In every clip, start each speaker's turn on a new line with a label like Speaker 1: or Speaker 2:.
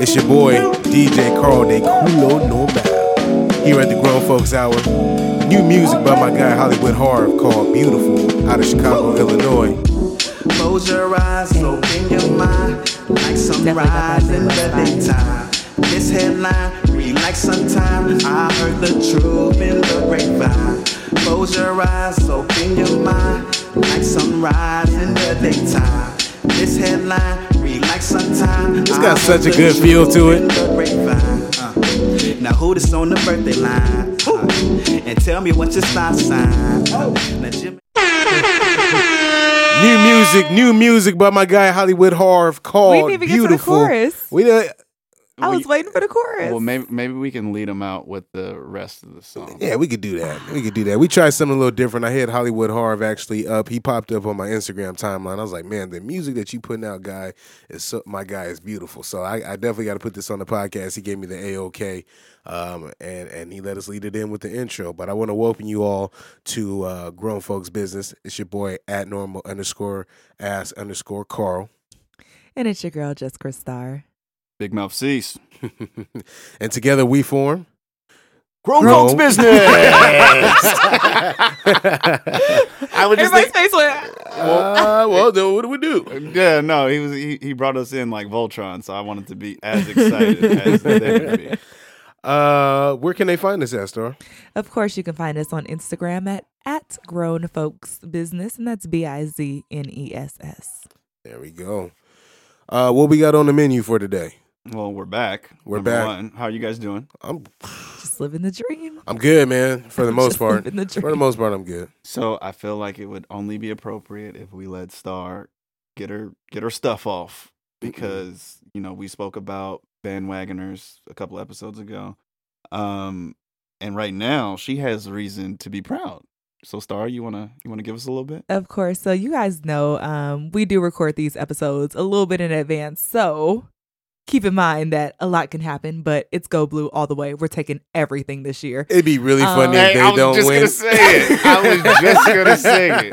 Speaker 1: It's your boy, DJ Carl de Culo Normal, here at the Grown Folks Hour. New music by my guy Hollywood Harv called Beautiful out of Chicago, Illinois.
Speaker 2: Close your eyes, open your mind, like sunrise in the daytime. This headline, read like sometime. I heard the truth in the grapevine. Close your eyes, open your mind, like sunrise in the daytime. This headline, read like sometime.
Speaker 1: It's got such a good feel to it.
Speaker 2: Uh, Now who this on the birthday line? Uh, and tell me what's your stop sign? Uh, now Jimmy.
Speaker 1: New music, new music by my guy Hollywood Harv called
Speaker 3: even get to the
Speaker 1: Beautiful.
Speaker 3: chorus.
Speaker 1: We done-
Speaker 3: I was waiting for the chorus.
Speaker 4: Well, maybe maybe we can lead them out with the rest of the song.
Speaker 1: Yeah, we could do that. We could do that. We tried something a little different. I had Hollywood Harv actually up. He popped up on my Instagram timeline. I was like, man, the music that you putting out, guy, is so, my guy is beautiful. So I, I definitely got to put this on the podcast. He gave me the AOK, um, and and he let us lead it in with the intro. But I want to welcome you all to uh, Grown Folks Business. It's your boy at normal underscore ass underscore Carl.
Speaker 3: and it's your girl, Jessica Star.
Speaker 4: Big Mouth Cease.
Speaker 1: and together we form
Speaker 4: Grown
Speaker 1: Grown.
Speaker 4: folks business.
Speaker 1: I would
Speaker 3: Everybody's face went.
Speaker 1: uh, well, then what do we do?
Speaker 4: yeah, no, he was he, he brought us in like Voltron, so I wanted to be as excited as they would be.
Speaker 1: Uh, where can they find us, at, Star?
Speaker 3: Of course, you can find us on Instagram at at Grown Folks Business, and that's B I Z N E S S.
Speaker 1: There we go. Uh, what we got on the menu for today?
Speaker 4: Well, we're back.
Speaker 1: We're
Speaker 4: number
Speaker 1: back.
Speaker 4: One. How are you guys doing?
Speaker 1: I'm
Speaker 3: Just living the dream.
Speaker 1: I'm good, man. For the most
Speaker 3: Just
Speaker 1: part,
Speaker 3: living the
Speaker 1: for the
Speaker 3: dream.
Speaker 1: most part, I'm good.
Speaker 4: So I feel like it would only be appropriate if we let Star get her get her stuff off because you know we spoke about bandwagoners a couple episodes ago, um, and right now she has reason to be proud. So Star, you wanna you wanna give us a little bit?
Speaker 3: Of course. So you guys know um, we do record these episodes a little bit in advance. So keep in mind that a lot can happen, but it's Go Blue all the way. We're taking everything this year.
Speaker 1: It'd be really
Speaker 4: Uh,
Speaker 3: Um,
Speaker 1: funny if
Speaker 3: Hey,
Speaker 1: they don't win.
Speaker 4: it. I was just gonna say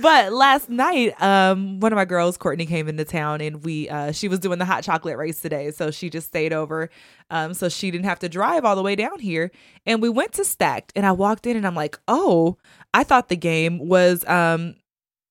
Speaker 3: but last night, um, one of my girls, Courtney, came into town and we uh, she was doing the hot chocolate race today, so she just stayed over, um, so she didn't have to drive all the way down here. And we went to Stacked, and I walked in and I'm like, oh, I thought the game was um.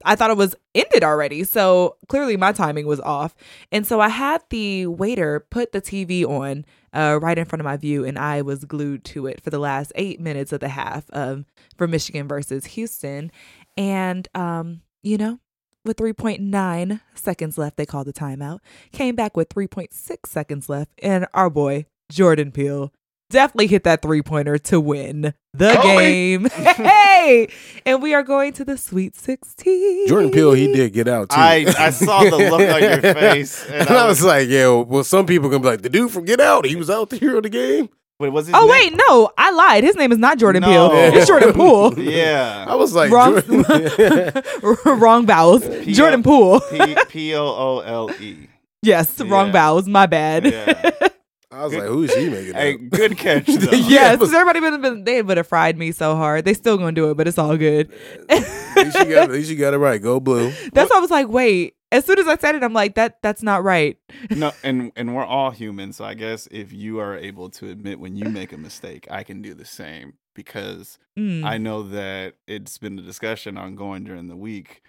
Speaker 3: I thought it was ended already. So clearly my timing was off. And so I had the waiter put the TV on uh, right in front of my view, and I was glued to it for the last eight minutes of the half um, for Michigan versus Houston. And, um, you know, with 3.9 seconds left, they called the timeout, came back with 3.6 seconds left, and our boy, Jordan Peele, definitely hit that three pointer to win the game. hey! And we are going to the Sweet 16.
Speaker 1: Jordan Peele, he did get out too.
Speaker 4: I- I saw the look on your face, and
Speaker 1: and,
Speaker 4: I
Speaker 1: I was like, "Yeah, well, some people gonna be like, the dude from Get Out, he was out the hero of the game."
Speaker 4: Wait, was it?
Speaker 3: Oh, wait, no, I lied. His name is not Jordan
Speaker 4: No.
Speaker 3: Peele. It's Jordan Poole.
Speaker 1: I
Speaker 4: Yeah.
Speaker 1: was like,
Speaker 3: Wrong-
Speaker 1: Jordan-
Speaker 3: wrong vowels.
Speaker 4: P-
Speaker 3: Jordan Poole.
Speaker 4: P P O O L E.
Speaker 3: Yes,
Speaker 4: Yeah.
Speaker 3: wrong vowels. My bad.
Speaker 4: Yeah.
Speaker 1: I was like, "Who is she making?"
Speaker 4: Hey,
Speaker 1: up?
Speaker 4: good catch though.
Speaker 1: Yeah.
Speaker 3: Yes,
Speaker 1: but-
Speaker 3: because everybody would have been, they would have fried me so hard. They still gonna do it, but it's all good.
Speaker 1: at, least you got, at least you got it right. Go blue.
Speaker 3: That's why I was like, wait. As soon as I said it, I'm like, that that's not right.
Speaker 4: No, and and we're all human, so I guess if you are able to admit when you make a mistake, I can do the same because
Speaker 3: Mm.
Speaker 4: I know that it's been a discussion ongoing during the week.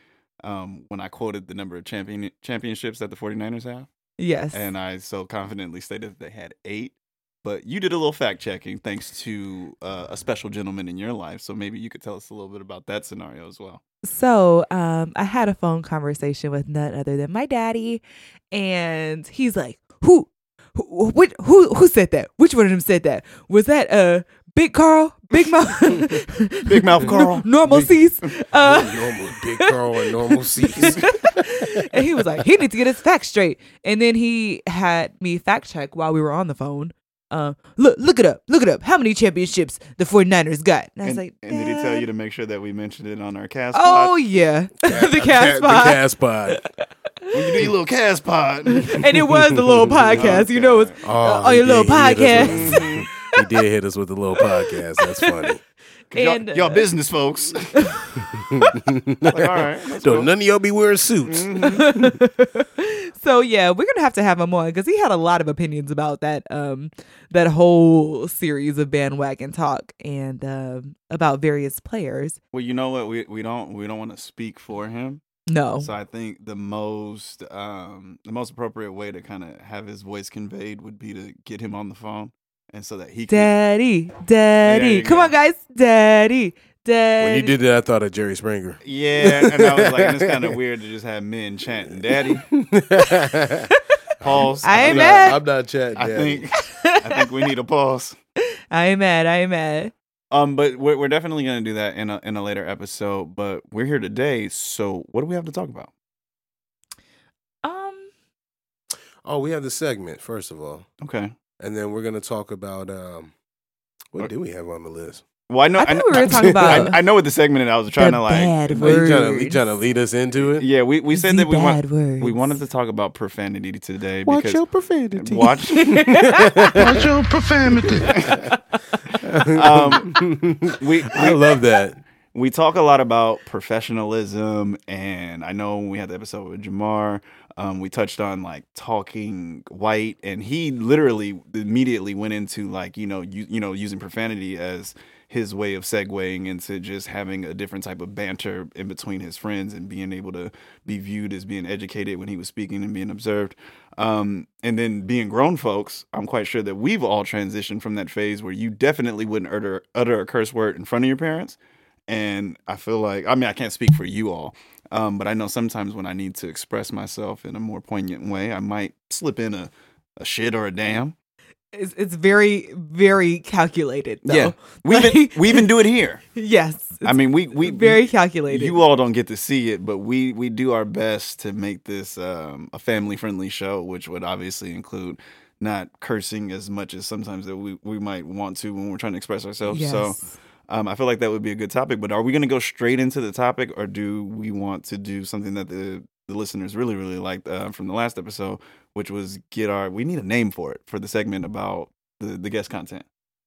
Speaker 4: Um, when I quoted the number of champion championships that the 49ers have,
Speaker 3: yes.
Speaker 4: and I so confidently stated that they had eight, but you did a little fact checking thanks to uh, a special gentleman in your life, so maybe you could tell us a little bit about that scenario as well.
Speaker 3: So um, I had a phone conversation with none other than my daddy, and he's like, "Who, who, which, who, who said that? Which one of them said that? Was that uh, Big Carl, Big Mouth,
Speaker 4: Big Mouth Carl.
Speaker 3: Normal Cease?" Uh,
Speaker 1: normal big Carl and normal seats.
Speaker 3: and he was like, "He needs to get his facts straight." And then he had me fact check while we were on the phone. Uh, look, look it up, look it up. How many championships the 49ers got? And I was
Speaker 4: And,
Speaker 3: like,
Speaker 4: and did he tell
Speaker 3: "Dad."
Speaker 4: you to make sure that we mentioned it on our cast?
Speaker 3: Oh yeah, the cast
Speaker 1: the
Speaker 3: pod.
Speaker 1: cast pod.
Speaker 4: pod? When you do your little cast pod.
Speaker 3: and it was the little podcast. You know, it's
Speaker 1: Oh,
Speaker 3: Uh, on
Speaker 1: he
Speaker 3: your little
Speaker 1: did hit us with-
Speaker 3: podcast.
Speaker 1: he did hit us with a little podcast. That's funny.
Speaker 4: 'Cause y'all-
Speaker 3: And, uh,
Speaker 4: y'all, business folks. Like, all right, that's
Speaker 1: Don't
Speaker 4: cool.
Speaker 1: none of y'all be wearing suits.
Speaker 4: Mhm.
Speaker 3: so yeah, we're gonna have to have him on because he had a lot of opinions about that um that whole series of bandwagon talk and um about various players.
Speaker 4: Well, you know what? We we don't we don't want to speak for him.
Speaker 3: No,
Speaker 4: So I think the most um the most appropriate way to kind of have his voice conveyed would be to get him on the phone, and so that he can.
Speaker 3: daddy,
Speaker 4: There
Speaker 3: daddy,
Speaker 4: you
Speaker 3: come
Speaker 4: go.
Speaker 3: on, guys, daddy, daddy.
Speaker 1: When you did that, I thought of Jerry Springer.
Speaker 4: Yeah, and I was like, and it's kind of weird to just have men chanting "Daddy." Pause.
Speaker 3: I
Speaker 4: think-
Speaker 3: ain't mad.
Speaker 1: I'm not chatting.
Speaker 4: I
Speaker 1: daddy.
Speaker 4: think I think we need a pause.
Speaker 3: I am mad. I am mad.
Speaker 4: Um, but we're we're definitely gonna do that in a in a later episode. But we're here today, so what do we have to talk about?
Speaker 3: Um,
Speaker 1: Oh, we have the segment first of all,
Speaker 4: Okay.
Speaker 1: and then we're gonna talk about um, what do we have on the list?
Speaker 4: Well, I know.
Speaker 3: I
Speaker 4: I,
Speaker 3: think
Speaker 4: know
Speaker 3: we were talking about
Speaker 4: I, I know what the segment is. I was trying
Speaker 3: the
Speaker 4: to like.
Speaker 3: bad
Speaker 1: Oh, you trying to you
Speaker 3: words.
Speaker 1: trying to lead us into it?
Speaker 4: Yeah, we, we said
Speaker 3: The
Speaker 4: that we want
Speaker 3: bad words.
Speaker 4: we wanted to talk about profanity today because
Speaker 1: profanity.
Speaker 4: watch
Speaker 2: Watch your profanity.
Speaker 4: um, we
Speaker 1: I love that.
Speaker 4: we talk a lot about professionalism, and I know when we had the episode with Jamar, um, we touched on like talking white, and he literally immediately went into like you know you you know using profanity as his way of segueing into just having a different type of banter in between his friends and being able to be viewed as being educated when he was speaking and being observed. Um, and then being grown folks, I'm quite sure that we've all transitioned from that phase where you definitely wouldn't utter utter a curse word in front of your parents and I feel like I mean I can't speak for you all, um, but I know sometimes when I need to express myself in a more poignant way, I might slip in a, a shit or a damn.
Speaker 3: It's, it's very, very calculated. Though.
Speaker 4: we even we even do it here.
Speaker 3: yes.
Speaker 4: I mean, we we
Speaker 3: very calculated.
Speaker 4: You all don't get to see it, but we we do our best to make this um, a family friendly show, which would obviously include not cursing as much as sometimes that we, we might want to when we're trying to express ourselves. So
Speaker 3: Yes.
Speaker 4: um, I feel like that would be a good topic. But are we going to go straight into the topic, or do we want to do something that the the listeners really really liked uh, from the last episode, which was get our we need a name for it for the segment about the the guest content.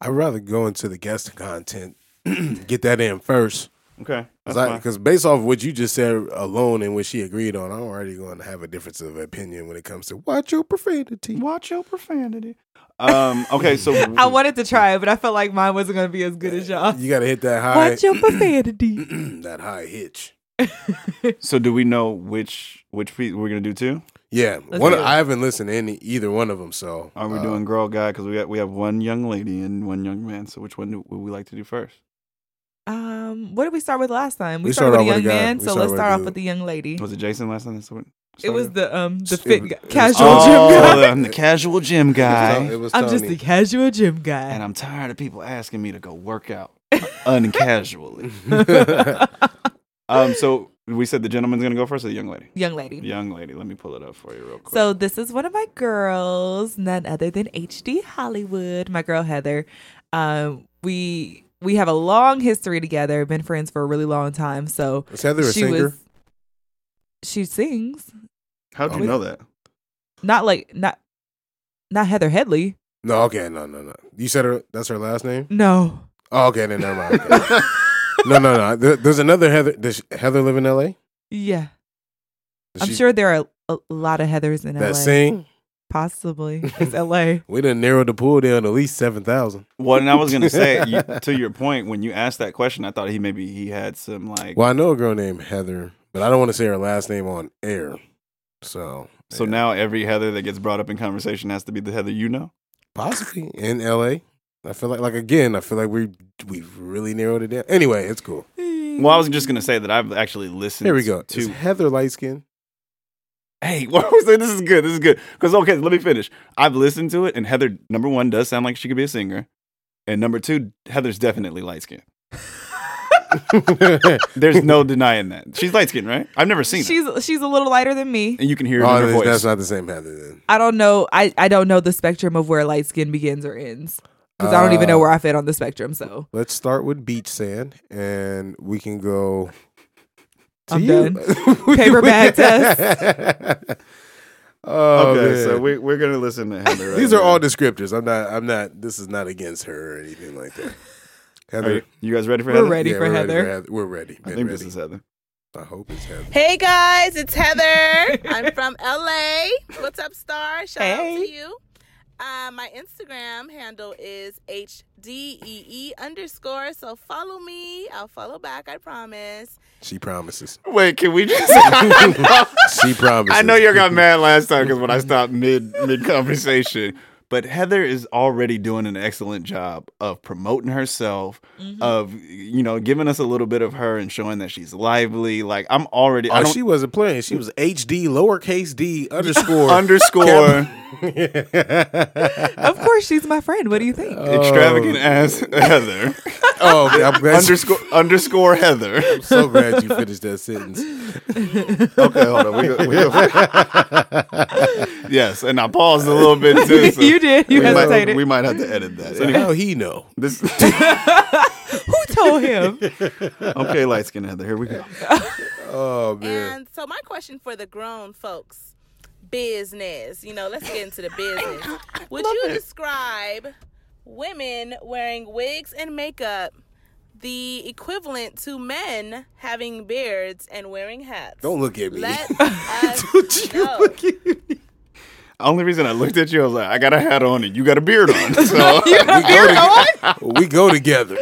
Speaker 1: I'd rather go into the guest content, get that in first.
Speaker 4: Okay,
Speaker 1: Because based off what you just said alone and what she agreed on, I'm already going to have a difference of opinion when it comes to watch your profanity.
Speaker 4: Watch your profanity. Um, okay, so
Speaker 3: I wanted to try it, but I felt like mine wasn't going to be as good as y'all.
Speaker 1: You got to hit that high,
Speaker 3: Watch your profanity.
Speaker 1: that high hitch.
Speaker 4: So do we know which which piece we're gonna do too?
Speaker 1: Yeah,
Speaker 3: Let's
Speaker 1: one.
Speaker 3: do it.
Speaker 1: I haven't listened to any either one of them. So
Speaker 4: Are we
Speaker 1: uh,
Speaker 4: doing girl guy? Because we got we have one young lady and one young man. So which one do, would we like to do first?
Speaker 3: Um, what did we start with last time? We,
Speaker 1: We
Speaker 3: started with a
Speaker 1: started off
Speaker 3: young
Speaker 1: with a guy.
Speaker 3: man,
Speaker 1: We
Speaker 3: so
Speaker 1: started
Speaker 3: let's
Speaker 1: with
Speaker 3: start
Speaker 1: a
Speaker 3: off
Speaker 1: dude.
Speaker 3: with the young lady.
Speaker 4: Was it Jason last time? That's what
Speaker 3: It was the um the
Speaker 1: It
Speaker 3: fit
Speaker 1: was-
Speaker 3: guy-
Speaker 1: it was-
Speaker 3: casual
Speaker 4: oh,
Speaker 3: gym guy.
Speaker 4: I'm the casual gym
Speaker 1: It
Speaker 4: guy,
Speaker 1: was,
Speaker 3: I'm just a
Speaker 1: Tony.
Speaker 3: casual gym guy.
Speaker 4: and I'm tired of people asking me to go work out uncasually. Um, so we said the gentleman's gonna go first, or the young lady.
Speaker 3: young lady.
Speaker 4: Young lady, let me pull it up for you real quick.
Speaker 3: So this is one of my girls, none other than HD Hollywood, my girl Heather. Um, we we have a long history together, been friends for a really long time. So
Speaker 1: Is Heather a
Speaker 3: she
Speaker 1: singer?
Speaker 3: was she sings.
Speaker 4: how do you know that?
Speaker 3: Not like not not Heather Headley.
Speaker 1: No, okay, no, no, no. You said her. That's her last name.
Speaker 3: No.
Speaker 1: Oh, okay, then never mind. okay. no, no, no. There, there's another Heather. Does Heather live in L.A.?
Speaker 3: Yeah.
Speaker 1: Does
Speaker 3: I'm
Speaker 1: she-
Speaker 3: sure there are a, a lot of Heathers in LA.
Speaker 1: that sing.
Speaker 3: Possibly. It's LA.
Speaker 1: We done narrowed the pool down to at least seven thousand.
Speaker 4: Well, and I was gonna say you, to your point when you asked that question, I thought he maybe he had some like.
Speaker 1: Well, I know a girl named Heather, but I don't want to say her last name on air. So,
Speaker 4: So
Speaker 1: yeah.
Speaker 4: now every Heather that gets brought up in conversation has to be the Heather you know.
Speaker 1: possibly in L.A. I feel like, like again, I feel like we we really narrowed it down. Anyway, it's cool.
Speaker 4: Well, I was just gonna say that I've actually listened.
Speaker 1: Here we go. Is
Speaker 4: To
Speaker 1: Heather light skin?
Speaker 4: hey, what was it? This is good. This is good. Because okay, let me finish. I've listened to it, and Heather number one does sound like she could be a singer, and number two, Heather's definitely light skinned
Speaker 1: oh,
Speaker 4: There's no denying that she's light skinned right? I've never seen her,
Speaker 3: She's she's a little lighter than me.
Speaker 4: and you can hear it in her voice.
Speaker 1: Oh, that's not the same Heather. Then
Speaker 3: I don't know. I, I don't know the spectrum of where light skin begins or ends because I don't even
Speaker 1: Uh,
Speaker 3: know where I fit on the spectrum. So
Speaker 1: let's start with beach sand, and we can go. To
Speaker 3: I'm
Speaker 1: you.
Speaker 3: done. Paper bag
Speaker 1: test. oh, man.
Speaker 4: we, we're gonna listen to Heather.
Speaker 1: These are all descriptors. I'm not. I'm not. This is not against her or anything like that.
Speaker 4: Are
Speaker 1: Heather.
Speaker 4: you, you guys ready for
Speaker 3: We're
Speaker 4: Heather?
Speaker 3: ready.
Speaker 1: yeah,
Speaker 3: for
Speaker 1: we're
Speaker 3: Heather.
Speaker 1: We're ready.
Speaker 4: I
Speaker 1: Been
Speaker 4: think
Speaker 1: ready.
Speaker 4: this is Heather.
Speaker 1: I hope it's Heather.
Speaker 5: Hey guys, it's Heather. I'm from LA. What's up, Star? Shout out
Speaker 3: Hey.
Speaker 5: to you. Uh, my Instagram handle is HDEE E underscore. So follow me. I'll follow back, I promise.
Speaker 1: She promises.
Speaker 4: Wait, can we just?
Speaker 1: She promises.
Speaker 4: I know you got mad last time because when I stopped mid mid conversation. But Heather is already doing an excellent job of promoting herself,
Speaker 3: Mm-hmm.
Speaker 4: of you know giving us a little bit of her and showing that she's lively. Like I'm already, I
Speaker 1: Oh,
Speaker 4: don't
Speaker 1: she wasn't playing. She was HD lowercase d underscore
Speaker 4: underscore
Speaker 3: Of course, she's my friend. What do you
Speaker 4: Uh,
Speaker 3: think?
Speaker 4: extravagant ass Heather
Speaker 1: Oh, okay, I'm glad.
Speaker 4: underscore underscore Heather.
Speaker 1: I'm so glad you finished that sentence.
Speaker 4: Okay, hold on. We go, we go- yes, and I paused a little bit too. so
Speaker 3: You did. You
Speaker 4: we might-
Speaker 3: hesitated.
Speaker 4: we might have to edit that.
Speaker 1: So
Speaker 4: Anyway,
Speaker 1: how he know?
Speaker 4: this,
Speaker 3: Who told him?
Speaker 4: okay, light skin Heather. Here we go.
Speaker 1: Oh man.
Speaker 5: And so, my question for the grown folks business, you know, let's get into the business. Would you describe women wearing wigs and makeup the equivalent to men having beards and wearing hats?
Speaker 1: Don't look at me.
Speaker 5: Let us know.
Speaker 4: Only reason I looked at you, I was like, I got a hat on and you got a beard on. So
Speaker 1: we, go to- we go together.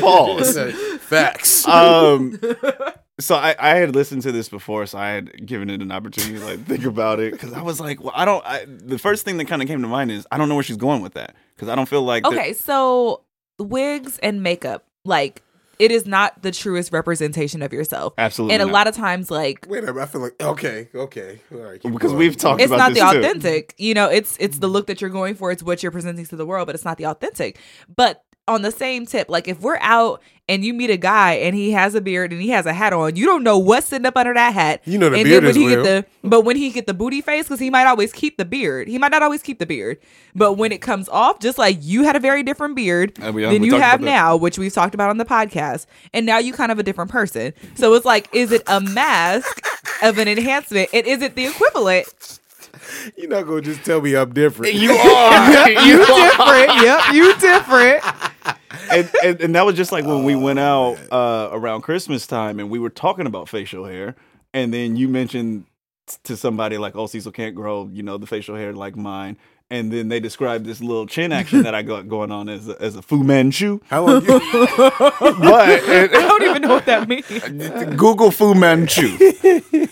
Speaker 4: pause.
Speaker 1: Facts.
Speaker 4: Um, so I, I had listened to this before, so I had given it an opportunity to like think about it because I was like, well, I don't. I, the first thing that kind of came to mind is I don't know where she's going with that because I don't feel like that-
Speaker 3: Okay, so wigs and makeup, like it is not the truest representation of yourself.
Speaker 4: absolutely,
Speaker 3: And a
Speaker 4: not.
Speaker 3: lot of times, like
Speaker 1: Wait a minute. I feel like okay, okay, all right. keep
Speaker 4: Because
Speaker 1: going.
Speaker 4: we've talked-
Speaker 3: it's
Speaker 4: about
Speaker 3: not the
Speaker 4: this too.
Speaker 3: authentic. You know, it's it's the look that you're going for. It's what you're presenting to the world, but it's not the authentic. But on the same tip, like if we're out and you meet a guy and he has a beard and he has a hat on, you don't know what's sitting up under that hat.
Speaker 1: You know the
Speaker 3: and
Speaker 1: beard
Speaker 3: when
Speaker 1: is
Speaker 3: he get
Speaker 1: real.
Speaker 3: the but when he get the booty face, because he might always keep the beard. He might not always keep the beard, but when it comes off, just like you had a very different beard
Speaker 4: And we-
Speaker 3: than
Speaker 4: we
Speaker 3: you
Speaker 4: talked
Speaker 3: have
Speaker 4: about that.
Speaker 3: now, which we've talked about on the podcast, and now you kind of a different person. So it's like, is it a mask of an enhancement, and is it the equivalent
Speaker 1: You're not gonna just tell me I'm different.
Speaker 4: you are. you
Speaker 3: different. Yep, you different.
Speaker 4: and, and and that was just like when we went out uh, around Christmas time and we were talking about facial hair, and then you mentioned t- to somebody like, "Oh, Cecil can't grow, you know, the facial hair like mine," and then they described this little chin action that I got going on as a, as a Fu Manchu.
Speaker 1: How long? You,
Speaker 4: But
Speaker 3: I don't even know what that means.
Speaker 4: Google Fu Manchu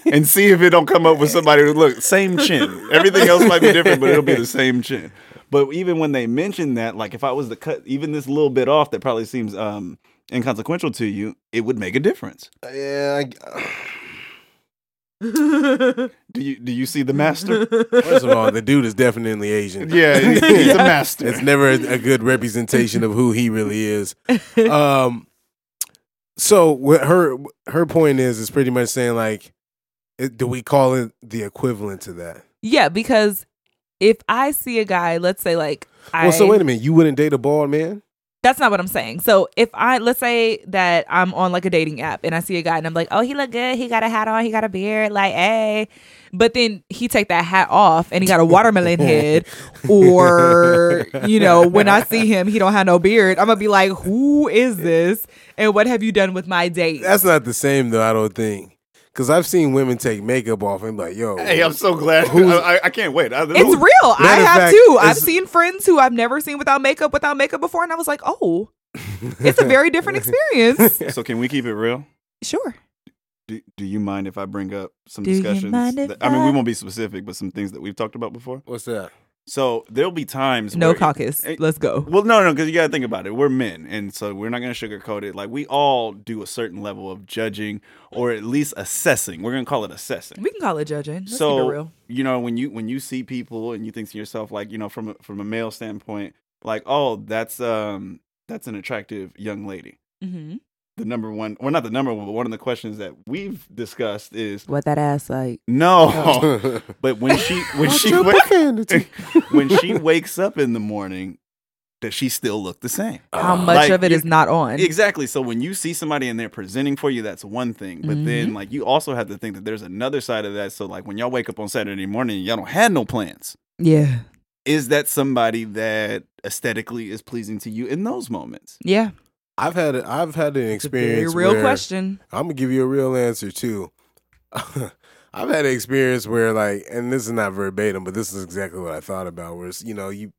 Speaker 4: and see if it don't come up with somebody who look same chin. Everything else might be different, but it'll be the same chin. But even when they mention that, like if I was to cut even this little bit off, that probably seems um inconsequential to you, it would make a difference.
Speaker 1: yeah.
Speaker 4: Do you do you see the master?
Speaker 1: first of all, the dude is definitely Asian.
Speaker 4: yeah, he's a master.
Speaker 1: It's never a good representation of who he really is. Um, so what her her point is is pretty much saying like, it, do we call it the equivalent to that?
Speaker 3: yeah, because if I see a guy, let's say like I
Speaker 1: well, so wait a minute. You wouldn't date a bald man?
Speaker 3: that's not what I'm saying. So if I let's say that I'm on like a dating app and I see a guy and I'm like, oh, he look good. He got a hat on. He got a beard. Like, hey, but then he take that hat off and he got a watermelon head, or you know, when I see him, he don't have no beard. I'm gonna be like, who is this? And what have you done with my date?
Speaker 1: That's not the same though. I don't think. Cause I've seen women take makeup off and be like, yo,
Speaker 4: Hey, I'm so glad. I, I- I can't wait. I,
Speaker 3: It's real. I
Speaker 1: Matter of
Speaker 3: have
Speaker 1: fact,
Speaker 3: too. I've
Speaker 1: it's-
Speaker 3: seen friends who I've never seen without makeup, without makeup before, and I was like, oh, it's a very different experience.
Speaker 4: So can we keep it real?
Speaker 3: sure.
Speaker 4: Do, do you mind if I bring up some
Speaker 3: Do you
Speaker 4: discussions?
Speaker 3: mind if
Speaker 4: that- I mean, we
Speaker 3: I-
Speaker 4: won't be specific, but some things that we've talked about before.
Speaker 1: what's that?
Speaker 4: So there'll be times
Speaker 3: No
Speaker 4: where-
Speaker 3: caucus.
Speaker 4: Hey,
Speaker 3: Let's go.
Speaker 4: Well, no, no, because you got to think about it. We're men, and so we're not going to sugarcoat it. Like we all do a certain level of judging, or at least assessing. We're going to call it assessing.
Speaker 3: We can call it judging. Let's keep it
Speaker 4: so
Speaker 3: real.
Speaker 4: you know when you when you see people and you think to yourself, like you know from a, from a male standpoint, like oh that's um that's an attractive young lady.
Speaker 3: Mm-hmm.
Speaker 4: The number one, well, not the number one, but one of the questions that we've discussed is
Speaker 3: What that ass like?
Speaker 4: no. but when she Oh. when she wa- when she wakes up in the morning, does she still look the same?
Speaker 1: Uh,
Speaker 3: How much
Speaker 4: Like,
Speaker 3: of it
Speaker 4: you-
Speaker 3: is not on?
Speaker 4: Exactly. So when you see somebody and they're presenting for you, that's one thing. But then like you also have to think that there's another side of that. So like when y'all wake up on Saturday morning, y'all don't have no plans.
Speaker 3: yeah.
Speaker 4: Is that somebody that aesthetically is pleasing to you in those moments?
Speaker 3: Yeah.
Speaker 1: I've had a, I've had an
Speaker 3: It's a very
Speaker 1: experience.
Speaker 3: real
Speaker 1: where-
Speaker 3: question.
Speaker 1: I'm gonna give you a real answer too. I've had an experience where like, and this is not verbatim, but this is exactly what I thought about. Where it's, you know you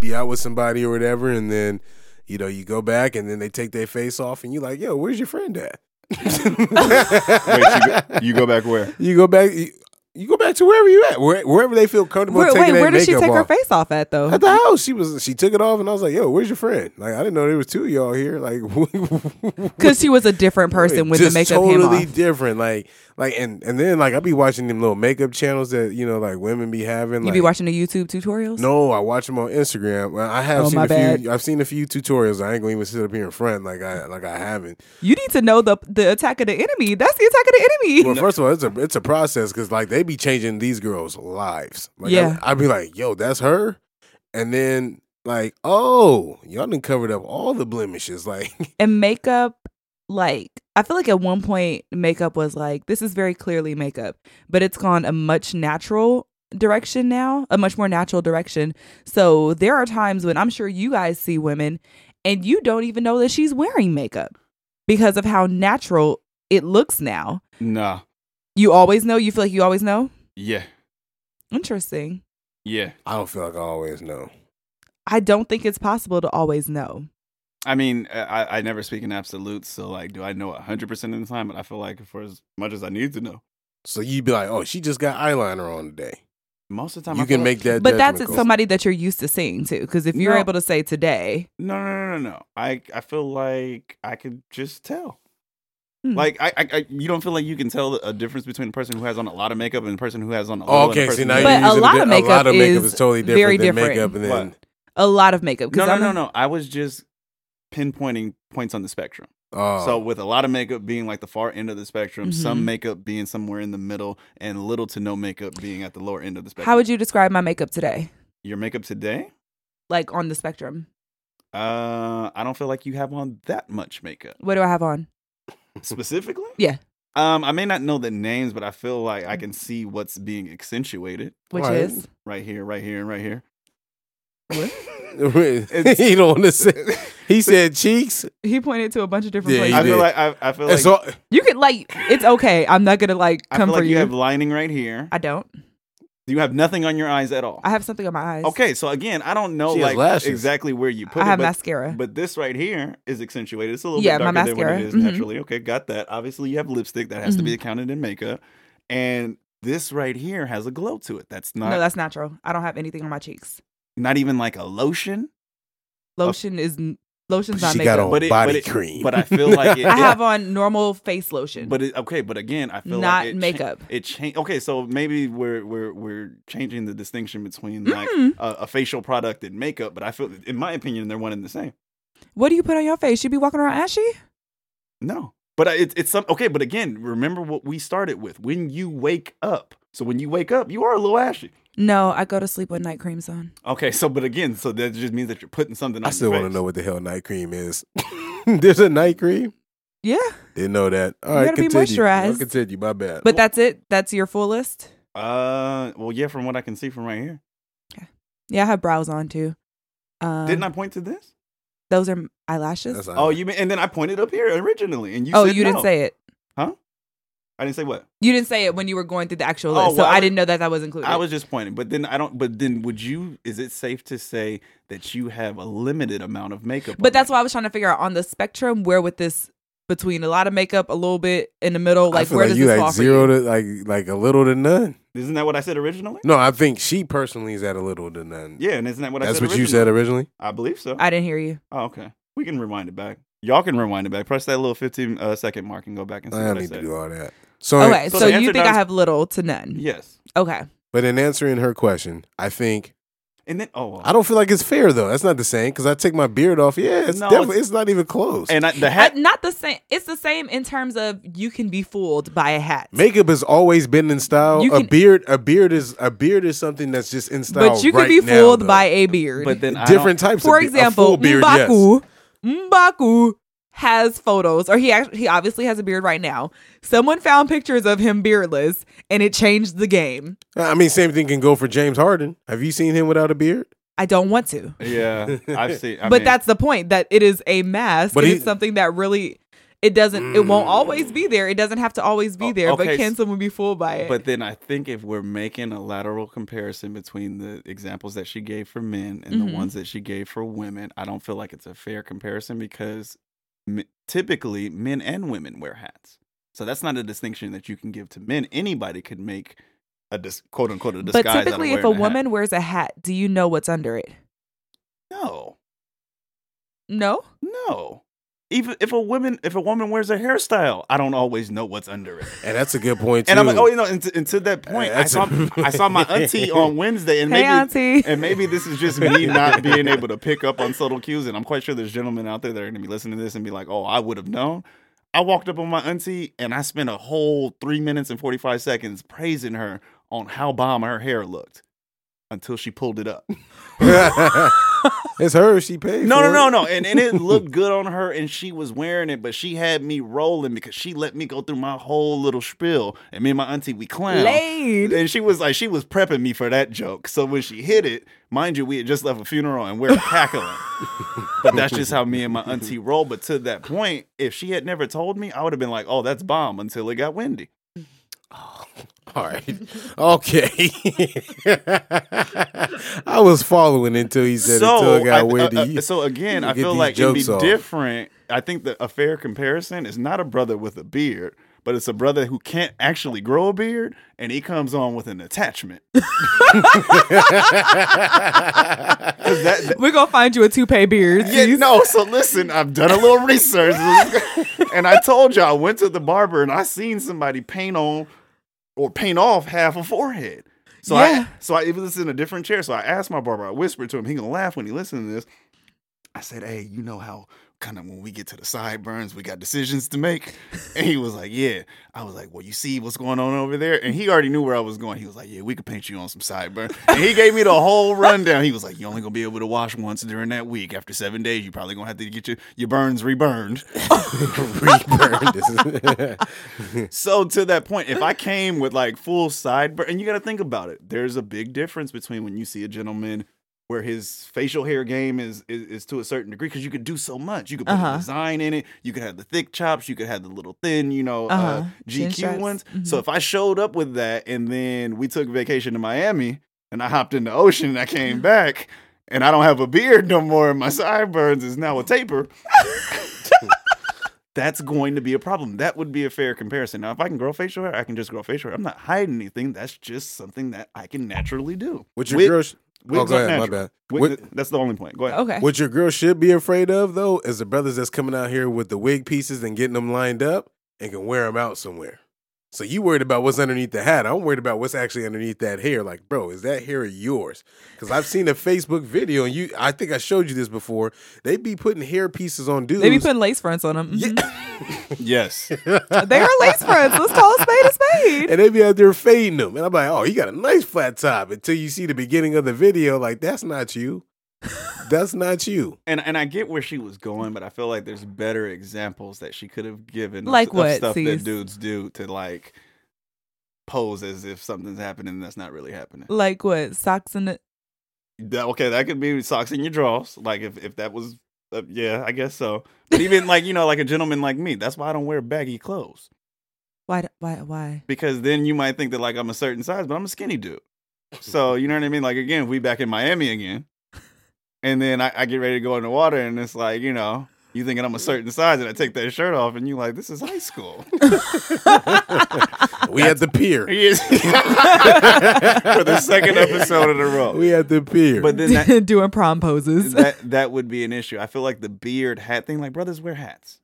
Speaker 1: be out with somebody or whatever, and then you know you go back, and then they take their face off, and you're like, yo, where's your friend at?
Speaker 4: Wait, you go, you go back where?
Speaker 1: You go back. You, you go back to wherever you at, where, wherever they feel comfortable
Speaker 3: Where,
Speaker 1: taking
Speaker 3: wait,
Speaker 1: their
Speaker 3: where did she
Speaker 1: makeup
Speaker 3: take her
Speaker 1: off.
Speaker 3: face off at though?
Speaker 1: At the house, she was she took it off, and I was like, "Yo, where's your friend? Like, I didn't know there was two of y'all here. Like,
Speaker 3: Because she was a different person when the
Speaker 1: just
Speaker 3: makeup
Speaker 1: totally
Speaker 3: came off.
Speaker 1: different. Like, like, and and then like I be watching them little makeup channels that you know like women be having.
Speaker 3: You
Speaker 1: like,
Speaker 3: be watching the YouTube tutorials?
Speaker 1: No, I watch them on Instagram. Well, I have
Speaker 3: Oh,
Speaker 1: seen
Speaker 3: my
Speaker 1: a
Speaker 3: bad.
Speaker 1: few. I've seen a few tutorials. I ain't gonna even sit up here in front like I like I haven't.
Speaker 3: You need to know the the attack of the enemy. That's the attack of the enemy.
Speaker 1: Well, first of all, it's a it's a process because like they be changing these girls' lives. Like,
Speaker 3: Yeah.
Speaker 1: I, would be like, yo, that's her, and then like, oh, y'all done covered up all the blemishes. Like,
Speaker 3: and makeup like i feel like at one point makeup was like this is very clearly makeup but it's gone a much natural direction now a much more natural direction so there are times when i'm sure you guys see women and you don't even know that she's wearing makeup because of how natural it looks now
Speaker 4: Nah.
Speaker 3: you always know you feel like you always know
Speaker 4: Yeah.
Speaker 3: interesting
Speaker 4: Yeah.
Speaker 1: I don't feel like I always know.
Speaker 3: i don't think it's possible to always know
Speaker 4: I mean, uh, I, I never speak in absolutes, so like, do I know hundred percent of the time? But I feel like for as much as I need to know,
Speaker 1: So you'd be like, oh, she just got eyeliner on today.
Speaker 4: most of the time
Speaker 1: You
Speaker 4: I feel
Speaker 1: can
Speaker 4: like-
Speaker 1: make that-
Speaker 3: but that's
Speaker 1: judgment calls.
Speaker 3: somebody that you're used to seeing too because if you're
Speaker 4: No.
Speaker 3: able to say today
Speaker 4: No, no, no, no, no. I I feel like I could just tell.
Speaker 3: Hmm.
Speaker 4: Like I, I, I, you don't feel like you can tell a difference between a person who has on a lot of makeup and a person who has on a little.
Speaker 1: Oh,
Speaker 4: and a
Speaker 1: okay,
Speaker 4: person
Speaker 1: see now
Speaker 4: who
Speaker 1: you're
Speaker 3: But
Speaker 4: has-
Speaker 3: a
Speaker 1: using
Speaker 3: lot
Speaker 1: di-
Speaker 3: of makeup
Speaker 1: of makeup
Speaker 3: is
Speaker 1: is totally different
Speaker 3: very
Speaker 1: than
Speaker 3: different.
Speaker 1: makeup, and then
Speaker 3: a lot of makeup 'cause
Speaker 4: no, no,
Speaker 3: I'm
Speaker 4: no,
Speaker 3: a-
Speaker 4: no. I was just pinpointing points on the spectrum.
Speaker 1: oh,
Speaker 4: So with a lot of makeup being like the far end of the spectrum,
Speaker 3: Mhm.
Speaker 4: some makeup being somewhere in the middle, and little to no makeup being at the lower end of the spectrum.
Speaker 3: How would you describe my makeup today?
Speaker 4: your makeup today?
Speaker 3: Like on the spectrum.
Speaker 4: Uh, I don't feel like you have on that much makeup
Speaker 3: What do I have on?
Speaker 4: specifically.
Speaker 3: Yeah.
Speaker 4: Um, I may not know the names, but I feel like I can see what's being accentuated
Speaker 3: Which
Speaker 1: Right.
Speaker 3: is
Speaker 4: right here, right here, and right here.
Speaker 1: he don't want to say. He said cheeks.
Speaker 3: he pointed to a bunch of different
Speaker 1: Yeah, he
Speaker 4: I
Speaker 3: places.
Speaker 1: did.
Speaker 4: feel like I, I feel
Speaker 1: And
Speaker 4: like
Speaker 1: so
Speaker 3: You could like it's okay. I'm not gonna like
Speaker 4: I feel
Speaker 3: come for
Speaker 4: like you.
Speaker 3: you.
Speaker 4: have lining right here.
Speaker 3: I don't.
Speaker 4: you have nothing on your eyes at all.
Speaker 3: I have something on my eyes.
Speaker 4: okay, so again, I don't know
Speaker 1: She has
Speaker 4: like
Speaker 1: lashes.
Speaker 4: exactly where you put
Speaker 3: I
Speaker 4: it,
Speaker 3: have
Speaker 4: but
Speaker 3: mascara.
Speaker 4: But this right here is accentuated. It's a little
Speaker 3: Yeah,
Speaker 4: bit
Speaker 3: my
Speaker 4: darker than what
Speaker 3: mascara. Mm-hmm.
Speaker 4: it is
Speaker 3: Mhm.
Speaker 4: naturally. Okay, got that. Obviously, you have lipstick that has to be accounted in makeup, and this right here has a glow to it. That's not
Speaker 3: no, that's natural. I don't have anything on my cheeks.
Speaker 4: not even like a lotion, Oh.
Speaker 3: Lotion is n- lotion's not
Speaker 1: she
Speaker 3: makeup.
Speaker 1: got on
Speaker 4: But it-
Speaker 1: body
Speaker 4: but it-
Speaker 1: cream.
Speaker 4: but I feel like it,
Speaker 3: I have on normal face lotion.
Speaker 4: But it, okay, but again, I feel
Speaker 3: Not
Speaker 4: like it cha-
Speaker 3: makeup.
Speaker 4: it changed. Okay, so maybe we're we're we're changing the distinction between like
Speaker 3: Mm.
Speaker 4: a, a facial product and makeup. But I feel, in my opinion, they're one and the same.
Speaker 3: what do you put on your face? You be walking around ashy?
Speaker 4: No, but I- it's it's some okay. But again, remember what we started with. When you wake up, so when you wake up, you are a little ashy.
Speaker 3: No, I go to sleep with night creams on.
Speaker 4: Okay, so but again, so that just means that you're putting something. On
Speaker 1: I still
Speaker 4: want
Speaker 1: want to know what the hell night cream is. There's a night cream.
Speaker 3: Yeah.
Speaker 1: Didn't know that. All
Speaker 3: You
Speaker 1: right,
Speaker 3: gotta be
Speaker 1: continue. I'll
Speaker 3: moisturized.
Speaker 1: continue. My bad.
Speaker 3: But that's it. That's your full list.
Speaker 4: Uh, well, yeah, from what I can see from right here,
Speaker 3: Yeah, I have brows on too. Um,
Speaker 4: didn't I point to this?
Speaker 3: Those are eyelashes.
Speaker 1: That's all
Speaker 4: Oh,
Speaker 1: right.
Speaker 4: you mean, and then I pointed up here originally, and you.
Speaker 3: oh,
Speaker 4: said
Speaker 3: you didn't
Speaker 4: no.
Speaker 3: say it.
Speaker 4: I didn't say what.
Speaker 3: You didn't say it when you were going through the actual
Speaker 4: Oh,
Speaker 3: list, so
Speaker 4: well,
Speaker 3: I
Speaker 4: I was-
Speaker 3: didn't know that that was included.
Speaker 4: I was just pointing, but then I don't. But then, would you? Is it safe to say that you have a limited amount of makeup?
Speaker 3: but
Speaker 4: on
Speaker 3: that's why I was trying to figure out on the spectrum where with this between a lot of makeup, a little bit in the middle,
Speaker 1: I
Speaker 3: like
Speaker 1: feel
Speaker 3: where
Speaker 1: like
Speaker 3: does
Speaker 1: you
Speaker 3: this
Speaker 1: like
Speaker 3: fall
Speaker 1: zero
Speaker 3: for you?
Speaker 1: to like like a little to none.
Speaker 4: you? Isn't that what I said originally?
Speaker 1: No, I think she personally is at a little to none.
Speaker 4: Yeah, and isn't that what I
Speaker 1: that's
Speaker 4: said?
Speaker 1: what you said
Speaker 4: originally?
Speaker 1: originally.
Speaker 4: I believe so.
Speaker 3: I didn't hear you.
Speaker 4: Oh, okay. We can rewind it back. Y'all can rewind it back. Press that little 15 uh, second mark and go back and see
Speaker 1: I
Speaker 4: what
Speaker 1: don't
Speaker 4: I
Speaker 1: need to
Speaker 4: said.
Speaker 1: do all that. So,
Speaker 3: Okay,
Speaker 4: so
Speaker 3: so,
Speaker 4: the
Speaker 3: you
Speaker 4: answer
Speaker 3: think I
Speaker 4: now is-
Speaker 3: have little to none?
Speaker 4: Yes.
Speaker 3: Okay,
Speaker 1: but in answering her question, I think
Speaker 4: And then, oh, well.
Speaker 1: I don't feel like it's fair though. That's not the same because I take my beard off. Yeah, it's
Speaker 4: No,
Speaker 1: definitely
Speaker 4: it's-
Speaker 1: it's, not even close.
Speaker 4: And I, the
Speaker 3: I-
Speaker 4: hat.
Speaker 3: not the same. It's the same in terms of you can be fooled by a hat,
Speaker 1: Makeup has always been in style.
Speaker 3: You
Speaker 1: a
Speaker 3: can-
Speaker 1: beard, a beard is a beard is something that's just in style.
Speaker 3: but you can
Speaker 1: right
Speaker 3: be
Speaker 1: now,
Speaker 3: fooled
Speaker 1: though.
Speaker 3: by a beard.
Speaker 4: But then I don't-
Speaker 1: different types.
Speaker 3: For
Speaker 1: of be- a
Speaker 3: example,
Speaker 1: full beard, yes.
Speaker 3: Mbaku, Mbaku has photos, or he act- he obviously has a beard right now. Someone found pictures of him beardless, and it changed the game.
Speaker 1: I mean, same thing can go for James Harden. Have you seen him without a beard?
Speaker 3: I don't want to.
Speaker 4: Yeah, I've seen. I
Speaker 3: but
Speaker 4: mean,
Speaker 3: that's the point that it is a mask.
Speaker 1: But
Speaker 3: But
Speaker 1: he-
Speaker 3: it's something that really it doesn't it won't always be there. It doesn't have to always be
Speaker 4: Mm. O-
Speaker 3: there,
Speaker 4: okay,
Speaker 3: but can
Speaker 4: s-
Speaker 3: someone be fooled by it?
Speaker 4: But then I think if we're making a lateral comparison between the examples that she gave for men and
Speaker 3: Mhm.
Speaker 4: the ones that she gave for women, I don't feel like it's a fair comparison because m- typically men and women wear hats. So that's not a distinction that you can give to men. Anybody could make a dis- quote unquote a disguise.
Speaker 3: But
Speaker 4: out of
Speaker 3: typically if
Speaker 4: wearing
Speaker 3: a
Speaker 4: hat.
Speaker 3: woman wears a hat, do you know what's under it?
Speaker 4: no,
Speaker 3: No?
Speaker 4: no. Even if a woman if a woman wears a hairstyle, I don't always know what's under it.
Speaker 1: And that's a good point too.
Speaker 4: And I'm like, oh, you know, and to, and to that point, I
Speaker 1: That's
Speaker 4: saw
Speaker 1: a-
Speaker 4: I saw my auntie on Wednesday, and
Speaker 3: Hey
Speaker 4: maybe
Speaker 3: auntie.
Speaker 4: and maybe this is just me not being able to pick up on subtle cues. And I'm quite sure there's gentlemen out there that are going to be listening to this and be like, oh, I would have known. I walked up on my auntie and I spent a whole three minutes and 45 seconds praising her on how bomb her hair looked until she pulled it up.
Speaker 1: it's her. She paid.
Speaker 4: No,
Speaker 1: for
Speaker 4: no, no,
Speaker 1: it.
Speaker 4: no. And, and it looked good on her and she was wearing it, but she had me rolling because she let me go through my whole little spiel. And me and my auntie, we clown.
Speaker 3: Laid.
Speaker 4: And she was like, she was prepping me for that joke. So when she hit it, mind you, we had just left a funeral and we we're cackling. but that's just how me and my auntie roll. But to that point, if she had never told me, I would have been like, oh, that's bomb until it got windy.
Speaker 1: All right. Okay. I was following until he said it until it got
Speaker 4: I-
Speaker 1: windy.
Speaker 4: uh, uh,
Speaker 1: You-
Speaker 4: so again,
Speaker 1: you
Speaker 4: I
Speaker 1: get
Speaker 4: feel
Speaker 1: these
Speaker 4: like it'd be
Speaker 1: jokes off.
Speaker 4: different. I think that a fair comparison is not a brother with a beard, but it's a brother who can't actually grow a beard, and he comes on with an attachment. 'Cause that- that-
Speaker 3: We're gonna find you a toupee beard.
Speaker 4: yeah, no. So listen, I've done a little research, and I told you I went to the barber and I seen somebody paint on or paint off half a forehead. So
Speaker 3: Yeah.
Speaker 4: I so I it was in a different chair. So I asked my barber. I whispered to him. He gonna laugh when he listens to this. I said, "Hey, you know how kind of when we get to the sideburns, we got decisions to make." And he was like, "Yeah." I was like, "Well, you see what's going on over there?" And he already knew where I was going. He was like, "Yeah, we could paint you on some sideburns." And he gave me the whole rundown. He was like, "You only gonna be able to wash once during that week. After seven days, you probably gonna have to get your your burns reburned."
Speaker 1: Reburned. This is-
Speaker 4: So to that point, if I came with like full sideburn, and you got to think about it, there's a big difference between when you see a gentleman where his facial hair game is is, is to a certain degree because you could do so much. You could put
Speaker 3: Uh-huh.
Speaker 4: a design in it. You could have the thick chops. You could have the little thin, you know, uh
Speaker 3: Uh-huh. Chin Mm-hmm.
Speaker 4: GQ
Speaker 3: straps.
Speaker 4: ones. So if I showed up with that, and then we took vacation to Miami, and I hopped in the ocean, and I came back. And I don't have a beard no more, and my sideburns is now a taper that's going to be a problem. That would be a fair comparison. Now, if I can grow facial hair, I can just grow facial hair. I'm not hiding anything. That's just something that I can naturally do.
Speaker 1: What your
Speaker 4: Wig-
Speaker 1: girl? sh- oh,
Speaker 4: wigs
Speaker 1: go
Speaker 4: aren't
Speaker 1: ahead. My
Speaker 4: natural.
Speaker 1: bad.
Speaker 4: wig-
Speaker 1: What,
Speaker 4: that's the only point. Go ahead.
Speaker 3: Okay.
Speaker 1: what your girl should be afraid of though is the brothers that's coming out here with the wig pieces and getting them lined up and can wear them out somewhere. So you worried about what's underneath the hat? I'm worried about what's actually underneath that hair. Like, bro, is that hair yours? Because I've seen a Facebook video, and you—I think I showed you this before. They be putting hair pieces on dudes.
Speaker 3: They be putting lace fronts on them.
Speaker 4: Yes.
Speaker 3: They are lace fronts. Let's call a spade a spade.
Speaker 1: and they be out there fading them. And I'm like, oh, you got a nice flat top. Until you see the beginning of the video, like, that's not you. That's not you.
Speaker 4: and and I get where she was going, but I feel like there's better examples that she could have given. of-
Speaker 3: Like
Speaker 4: of
Speaker 3: what,
Speaker 4: stuff
Speaker 3: Cease?
Speaker 4: that dudes do to like pose as if something's happening that's not really happening.
Speaker 3: Like what? Socks in the
Speaker 4: That, okay, that could be socks in your drawers. Like if if that was, uh, yeah, I guess so. But even like you know, like a gentleman like me, that's why I don't wear baggy clothes.
Speaker 3: why why why?
Speaker 4: because then you might think that like I'm a certain size, but I'm a skinny dude. So you know what I mean? Like again, we back in Miami again, and then I, I get ready to go in the water, and it's like you know you thinking I'm a certain size, and I take that shirt off, and you like this is high school.
Speaker 1: We at the pier.
Speaker 4: Yes. For the second episode in a row.
Speaker 1: We at the pier.
Speaker 4: But then that,
Speaker 3: Doing prom poses.
Speaker 4: that that would be an issue. I feel like the beard hat thing, like brothers wear hats.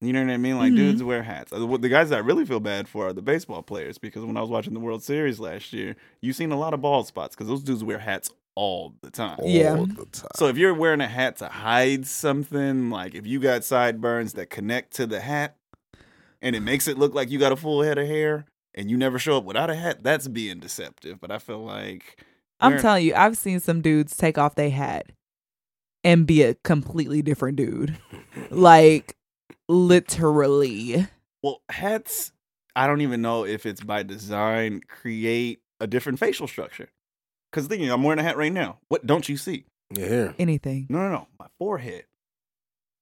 Speaker 4: You know what I mean? Like
Speaker 3: Mhm.
Speaker 4: dudes wear hats. Uh, what- The guys that I really feel bad for are the baseball players because when I was watching the World Series last year, you seen a lot of bald spots because those dudes wear hats all the time.
Speaker 1: All
Speaker 3: Yeah.
Speaker 1: the time.
Speaker 4: So if you're wearing a hat to hide something, like if you got sideburns that connect to the hat, and it makes it look like you got a full head of hair, and you never show up without a hat, that's being deceptive. But I feel like
Speaker 3: I'm
Speaker 4: wearing-
Speaker 3: telling you, I've seen some dudes take off their hat and be a completely different dude. like literally.
Speaker 4: Well, hats, I don't even know if it's by design, create a different facial structure. Because thinking, I'm wearing a hat right now. What don't you see?
Speaker 1: Yeah, here.
Speaker 3: Anything.
Speaker 4: No, no, no. My forehead.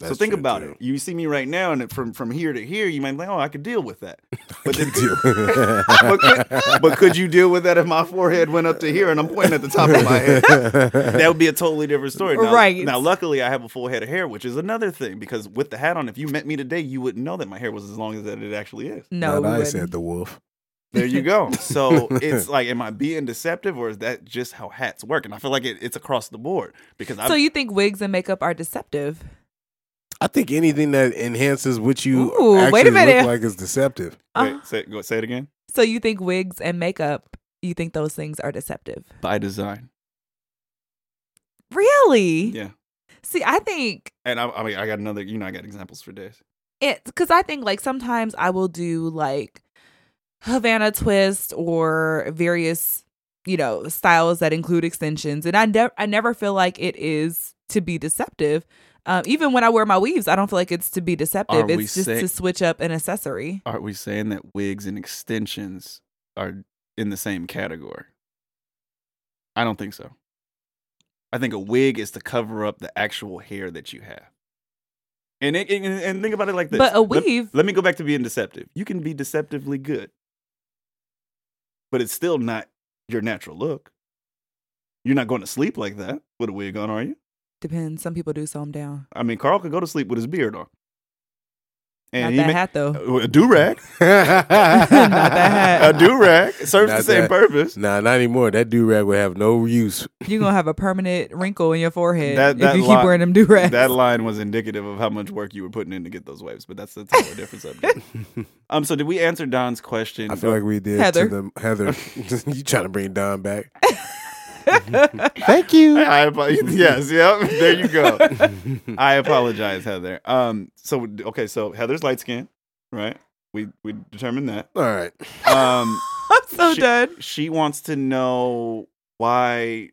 Speaker 4: so
Speaker 1: That's
Speaker 4: think
Speaker 1: true,
Speaker 4: about
Speaker 1: too.
Speaker 4: it. You see me right now, and it- from from here to here, you might think, oh, I could deal with that. But then,
Speaker 1: Good deal.
Speaker 4: but, could, but could you deal with that if my forehead went up to here and I'm pointing at the top of my head? That would be a totally different story. Now,
Speaker 3: Right.
Speaker 4: Now, luckily, I have a full head of hair, which is another thing because with the hat on, if you met me today, you wouldn't know that my hair was as long as that it actually is.
Speaker 3: No,
Speaker 1: Not
Speaker 3: we
Speaker 1: I
Speaker 3: wouldn't.
Speaker 1: said the wolf.
Speaker 4: There you go. So it's like, am I being deceptive, or is that just how hats work? And I feel like it, it's across the board because I
Speaker 3: so you think wigs and makeup are deceptive?
Speaker 1: I think anything that enhances what you
Speaker 3: Ooh, wait a
Speaker 1: actually
Speaker 3: minute.
Speaker 1: look like is deceptive.
Speaker 3: Uh,
Speaker 4: wait, say, go, say it again
Speaker 3: so you think wigs and makeup? You think those things are deceptive?
Speaker 4: by design.
Speaker 3: Really?
Speaker 4: Yeah.
Speaker 3: See, I think
Speaker 4: And I, I mean, I got another. You know, I got examples for days.
Speaker 3: it because I think like sometimes I will do like Havana twist or various you know styles that include extensions, and I never I never feel like it is to be deceptive. Um, even when I wear my weaves, I don't feel like it's to be deceptive.
Speaker 4: Are we
Speaker 3: it's just
Speaker 4: sick?
Speaker 3: to switch up an accessory.
Speaker 4: Are we saying that wigs and extensions are in the same category? I don't think so. I think a wig is to cover up the actual hair that you have. And it, and, and think about it like this.
Speaker 3: But a
Speaker 4: Let-
Speaker 3: weave-
Speaker 4: Let, me go back to being deceptive. You can be deceptively good, but it's still not your natural look. You're not going to sleep like that with a wig on, are you?
Speaker 3: Depends. Some people do sew them down.
Speaker 4: I mean, Carl could go to sleep with his beard on.
Speaker 3: Not that
Speaker 4: ma-
Speaker 3: hat though.
Speaker 4: Uh, a do rag.
Speaker 3: hat.
Speaker 4: a do rag serves the
Speaker 1: Not
Speaker 4: same
Speaker 1: that.
Speaker 4: purpose.
Speaker 1: Nah, not anymore. That do rag would have no use.
Speaker 3: You're gonna have a permanent wrinkle in your forehead
Speaker 4: That- that
Speaker 3: if you keep
Speaker 4: line-
Speaker 3: wearing them do rags.
Speaker 4: That line was indicative of how much work you were putting in to get those waves, but that's that's a whole different subject. Um, so did we answer Don's question?
Speaker 1: I feel like we did
Speaker 3: Heather.
Speaker 1: to the Heather. you trying to bring Don back?
Speaker 4: thank you. I, apo- yes, yep. There you go. I apologize, Heather. Um, so okay, so Heather's light skin, right? We we determined that.
Speaker 1: All right.
Speaker 4: Um,
Speaker 3: I'm so
Speaker 4: she,
Speaker 3: done.
Speaker 4: She wants to know why.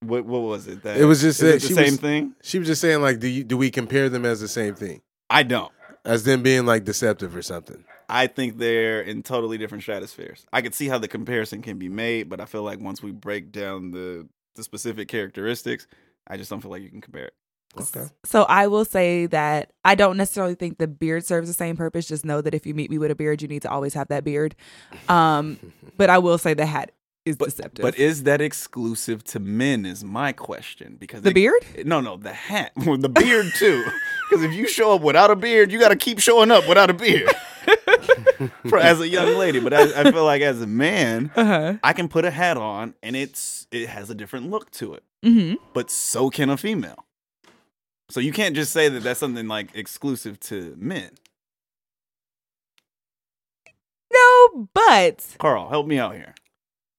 Speaker 4: What what was it? That
Speaker 1: It was just
Speaker 4: is it
Speaker 1: that
Speaker 4: the
Speaker 1: she
Speaker 4: same
Speaker 1: was-
Speaker 4: thing.
Speaker 1: She was just saying like, do you, do we compare them as the same thing
Speaker 4: I don't.
Speaker 1: as them being like deceptive or something?
Speaker 4: I think they're in totally different stratospheres. I could see how the comparison can be made, but I feel like once we break down the the specific characteristics, I just don't feel like you can compare it.
Speaker 1: Okay.
Speaker 3: So I will say that I don't necessarily think the beard serves the same purpose. Just know that if you meet me with a beard, you need to always have that beard. Um, but I will say the hat is
Speaker 4: But
Speaker 3: deceptive.
Speaker 4: but is that exclusive to men? Is my question because
Speaker 3: the
Speaker 4: it-
Speaker 3: beard?
Speaker 4: No, no, the hat, the beard too. Because if you show up without a beard, you got to keep showing up without a beard. For, as a young lady, but I, I feel like as a man,
Speaker 3: Uh-huh.
Speaker 4: I can put a hat on and it's it has a different look to it.
Speaker 3: hmm
Speaker 4: but so can a female. So you can't just say that that's something like exclusive to men.
Speaker 3: No, but
Speaker 4: Carl, help me out here.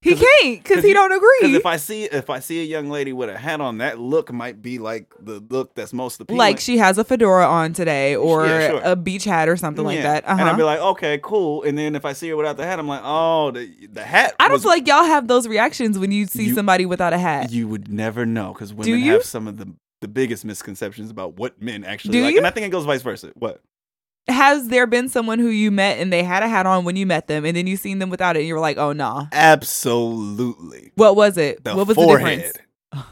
Speaker 3: he
Speaker 4: 'Cause it-
Speaker 3: can't because he
Speaker 4: you-
Speaker 3: don't
Speaker 4: Because
Speaker 3: agree.
Speaker 4: if I see if I see a young lady with a hat on, that look might be like the look that's most appealing.
Speaker 3: Like she has a fedora on today or
Speaker 4: Yeah, sure.
Speaker 3: a beach hat or something like
Speaker 4: Yeah.
Speaker 3: that. Uh-huh.
Speaker 4: And I'd be like, okay, cool. And then if I see her without the hat, I'm like, oh, the, the hat.
Speaker 3: I don't
Speaker 4: was-
Speaker 3: feel like y'all have those reactions when you see
Speaker 4: You-
Speaker 3: somebody without a hat.
Speaker 4: you would never know because women
Speaker 3: you?
Speaker 4: have some of the the biggest misconceptions about what men actually
Speaker 3: Do
Speaker 4: like, and
Speaker 3: you?
Speaker 4: I think it goes vice versa. What?
Speaker 3: Has there been someone who you met and they had a hat on when you met them, and then you seen them without it, and you were like, "Oh nah."
Speaker 4: Absolutely.
Speaker 3: What was it?
Speaker 4: The
Speaker 3: what was
Speaker 4: forehead.
Speaker 3: the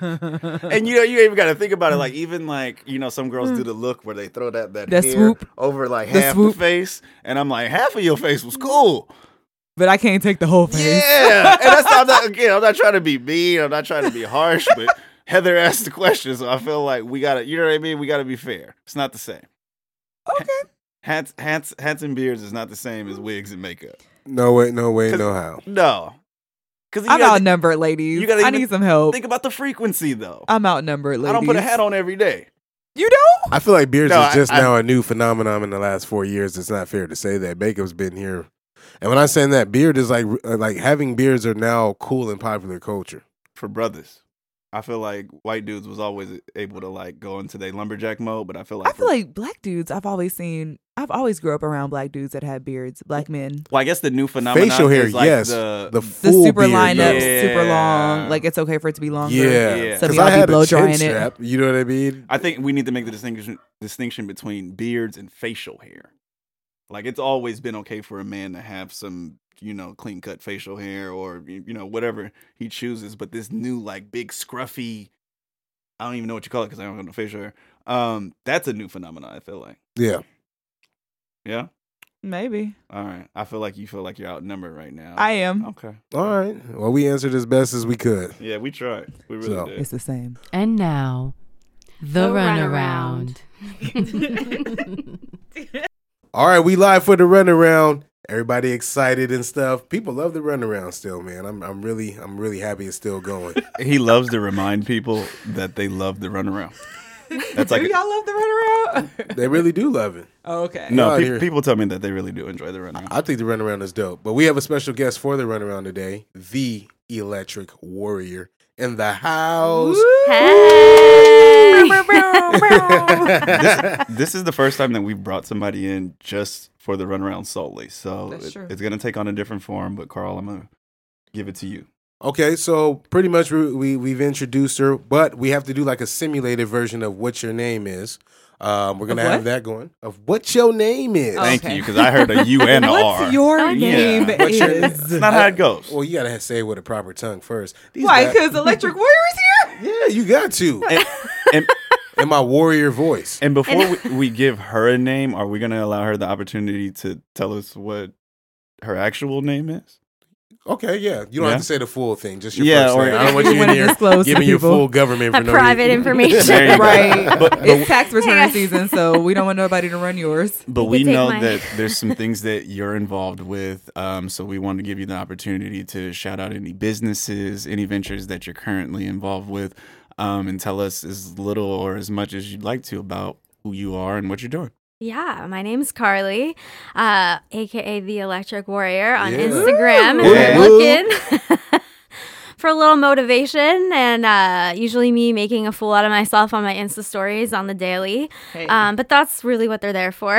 Speaker 3: difference? and
Speaker 4: and you know you even got to think about it like even like you know some girls do the look where they throw that that
Speaker 3: The
Speaker 4: hair
Speaker 3: swoop.
Speaker 4: over like
Speaker 3: The
Speaker 4: half
Speaker 3: swoop.
Speaker 4: the face and i'm like half of your face was cool
Speaker 3: but I can't take the whole face.
Speaker 4: yeah and that's not I'm not- again i'm not trying to be mean i'm not trying to be harsh but heather asked the question so i feel like we gotta you know what i mean we gotta be fair it's not the same
Speaker 3: Okay.
Speaker 4: hats hats hats and beards is not the same as wigs and makeup
Speaker 1: No way. No way.
Speaker 4: 'Cause-
Speaker 1: No how.
Speaker 4: no because you
Speaker 3: I'm
Speaker 4: gotta
Speaker 3: outnumbered, ladies.
Speaker 4: you gotta
Speaker 3: I
Speaker 4: even
Speaker 3: need some help.
Speaker 4: think about the frequency though
Speaker 3: I'm outnumbered, ladies.
Speaker 4: i don't put a hat on every day
Speaker 3: You don't?
Speaker 1: I feel like beards
Speaker 4: No,
Speaker 1: is just
Speaker 4: I- I-
Speaker 1: now a new phenomenon in the last four years. It's not fair to say that makeup's been here, and when I'm saying that, beard is like uh, like having beards are now cool in popular culture.
Speaker 4: for brothers. I feel like white dudes was always able to like go into their lumberjack mode, but I feel like
Speaker 3: I feel
Speaker 4: for-
Speaker 3: like black dudes. I've always seen. I've always grew up around black dudes that had beards. Black men.
Speaker 4: well, I guess the new phenomenon
Speaker 1: Facial hair,
Speaker 4: is like
Speaker 1: yes.
Speaker 4: the,
Speaker 1: The,
Speaker 3: The
Speaker 1: full
Speaker 3: super
Speaker 1: beard,
Speaker 3: lineup,
Speaker 1: though.
Speaker 4: Yeah.
Speaker 3: super long. Like it's okay for it to be longer.
Speaker 1: Yeah,
Speaker 4: Yeah.
Speaker 3: So
Speaker 1: Because
Speaker 3: we all
Speaker 1: I
Speaker 3: be
Speaker 1: had
Speaker 3: blow
Speaker 1: a chin
Speaker 3: drying it.
Speaker 1: strap. You know what I mean?
Speaker 4: I think we need to make the distinction distinction between beards and facial hair. Like it's always been okay for a man to have some you know, clean cut facial hair or you you know whatever he chooses. But this new like big scruffy, I don't even know what you call it because I don't have no facial hair. Um, that's a new phenomenon. I feel like.
Speaker 1: Yeah.
Speaker 4: Yeah.
Speaker 3: Maybe
Speaker 4: All right. I feel like you feel like you're outnumbered right now.
Speaker 3: I am.
Speaker 4: Okay.
Speaker 1: All right. Well, we answered as best as we could.
Speaker 4: Yeah, we tried. We really
Speaker 1: So-
Speaker 4: did.
Speaker 3: It's the same.
Speaker 6: And now, the,
Speaker 7: The
Speaker 6: runaround.
Speaker 7: runaround.
Speaker 1: All right, we live for the runaround. Everybody excited and stuff. People love the runaround still, man. I'm I'm really I'm really happy it's still going.
Speaker 4: He loves to remind people that they love the runaround. That's like
Speaker 3: Do
Speaker 4: a-
Speaker 3: y'all love the runaround?
Speaker 1: they really do love it.
Speaker 3: oh, okay.
Speaker 1: Out
Speaker 4: no.
Speaker 1: here.
Speaker 4: Pe- people tell me that they really do enjoy the runaround.
Speaker 1: I think the runaround is dope. But we have a special guest for the runaround today, the Electric Warrior in the house.
Speaker 6: Hey!
Speaker 4: this, this is the first time that we've brought somebody in just for the runaround solely. So
Speaker 3: That's
Speaker 4: it-
Speaker 3: true.
Speaker 4: it's going to take on a different form, but Carl, I'm going to give it to you.
Speaker 1: Okay, so pretty much we, we we've introduced her, but we have to do like a simulated version of what your name is. Um, we're gonna
Speaker 3: Of what?
Speaker 1: have that going of what your name is.
Speaker 3: Oh.
Speaker 4: Thank
Speaker 3: Okay.
Speaker 4: you, because I heard a U and a R.
Speaker 3: What's your
Speaker 4: Yeah.
Speaker 3: name
Speaker 1: What's your-
Speaker 3: is?
Speaker 4: That's not how it goes.
Speaker 1: Well, you gotta say it with a proper tongue first. These
Speaker 3: Why?
Speaker 1: guys-
Speaker 3: Because Electric Warrior is here.
Speaker 1: yeah, you got to
Speaker 4: and, and,
Speaker 1: in my warrior voice.
Speaker 4: and before we, we give her a name, are we going to allow her the opportunity to tell us what her actual name is?
Speaker 1: Okay, yeah, you don't
Speaker 4: Yeah.
Speaker 1: have to say the full thing, just your
Speaker 4: Yeah,
Speaker 1: first
Speaker 4: or-
Speaker 1: name. I don't want
Speaker 3: You
Speaker 1: you in
Speaker 3: wanna
Speaker 1: here
Speaker 3: disclose to
Speaker 1: giving your
Speaker 3: people.
Speaker 1: full government for no
Speaker 7: private
Speaker 1: reason.
Speaker 4: There you
Speaker 7: information.
Speaker 4: go.
Speaker 3: Right.
Speaker 4: But, but
Speaker 3: It's tax return
Speaker 7: Yes.
Speaker 3: season, so we don't want nobody to run yours.
Speaker 4: But
Speaker 7: You
Speaker 4: we
Speaker 7: can take
Speaker 4: know
Speaker 7: mine.
Speaker 4: that there's some things that you're involved with. Um, so we want to give you the opportunity to shout out any businesses, any ventures that you're currently involved with, um, and tell us as little or as much as you'd like to about who you are and what you're doing.
Speaker 7: Yeah, my name's Carly, uh, aka the Electric Warrior on
Speaker 1: Yeah.
Speaker 7: Instagram.
Speaker 4: Woo!
Speaker 7: And
Speaker 4: Woo!
Speaker 7: we're looking for a little motivation and uh, usually me making a fool out of myself on my Insta stories on the daily. Um, but that's really what they're there for.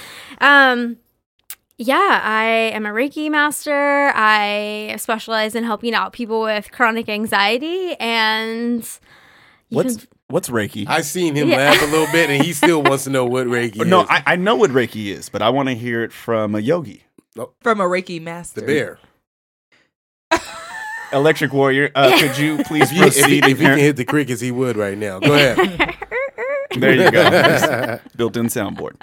Speaker 7: Um, yeah, I am a Reiki master. I specialize in helping out people with chronic anxiety and you
Speaker 4: What's
Speaker 7: can-
Speaker 4: what's Reiki?
Speaker 1: I seen him
Speaker 7: Yeah.
Speaker 1: laugh a little bit, and he still wants to know what Reiki
Speaker 4: no,
Speaker 1: is.
Speaker 4: I, I know what Reiki is, but I want to hear it from a yogi,
Speaker 3: From a Reiki master.
Speaker 1: the bear.
Speaker 4: Electric Warrior. Uh, could you please
Speaker 1: If, you, if, he,
Speaker 4: proceed?
Speaker 1: if he can hit the crickets, he would right now. Go ahead.
Speaker 4: there you go. Built-in soundboard.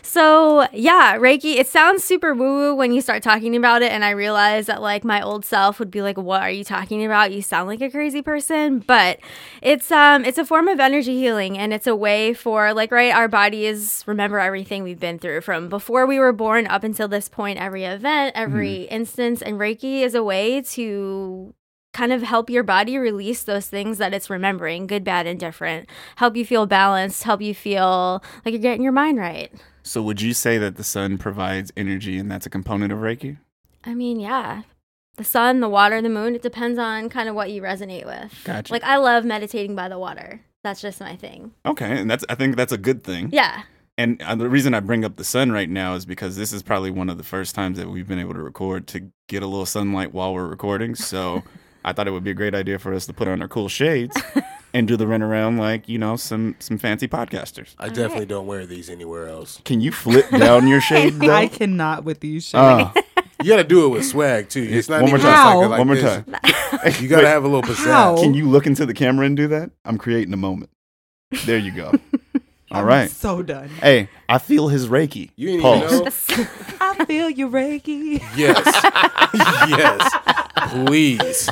Speaker 7: So yeah, Reiki. It sounds super woo woo when you start talking about it, and I realize that like my old self would be like, "What are you talking about? You sound like a crazy person." But it's um it's a form of energy healing, and it's a way for like right our bodies remember everything we've been through from before we were born up until this point, every event, every instance, and Reiki is a way to kind of help your body release those things that it's remembering good bad and different help you feel balanced help you feel like you're getting your mind right
Speaker 4: So, would you say that the sun provides energy, and that's a component of Reiki?
Speaker 7: I mean, yeah. The sun, the water, the moon, it depends on kind of what you resonate with.
Speaker 4: Gotcha.
Speaker 7: Like I love meditating by the water. That's just my thing.
Speaker 4: Okay, and that's I think that's a good thing.
Speaker 7: Yeah.
Speaker 4: And uh, the reason I bring up the sun right now is because this is probably one of the first times that we've been able to record to get a little sunlight while we're recording. So I thought it would be a great idea for us to put on our cool shades and do the run around like you know some some fancy podcasters.
Speaker 1: I definitely don't wear these anywhere else.
Speaker 4: Can you flip down your shade though?
Speaker 3: I cannot with these shoes.
Speaker 1: Uh.
Speaker 4: Ah,
Speaker 1: You gotta do it with swag too. It's not
Speaker 4: one more
Speaker 1: even just
Speaker 4: time.
Speaker 3: How?
Speaker 1: Like, a- like
Speaker 4: one more
Speaker 1: this.
Speaker 4: time.
Speaker 1: You gotta have a little pizzazz.
Speaker 3: How?
Speaker 4: Can you look into the camera and do that? I'm creating a moment. There you go. All
Speaker 3: I'm
Speaker 4: right.
Speaker 3: So done.
Speaker 4: Hey, I feel his Reiki.
Speaker 1: You ain't
Speaker 4: Pause.
Speaker 1: even know.
Speaker 3: I feel you, Reiki.
Speaker 1: Yes. yes. Please.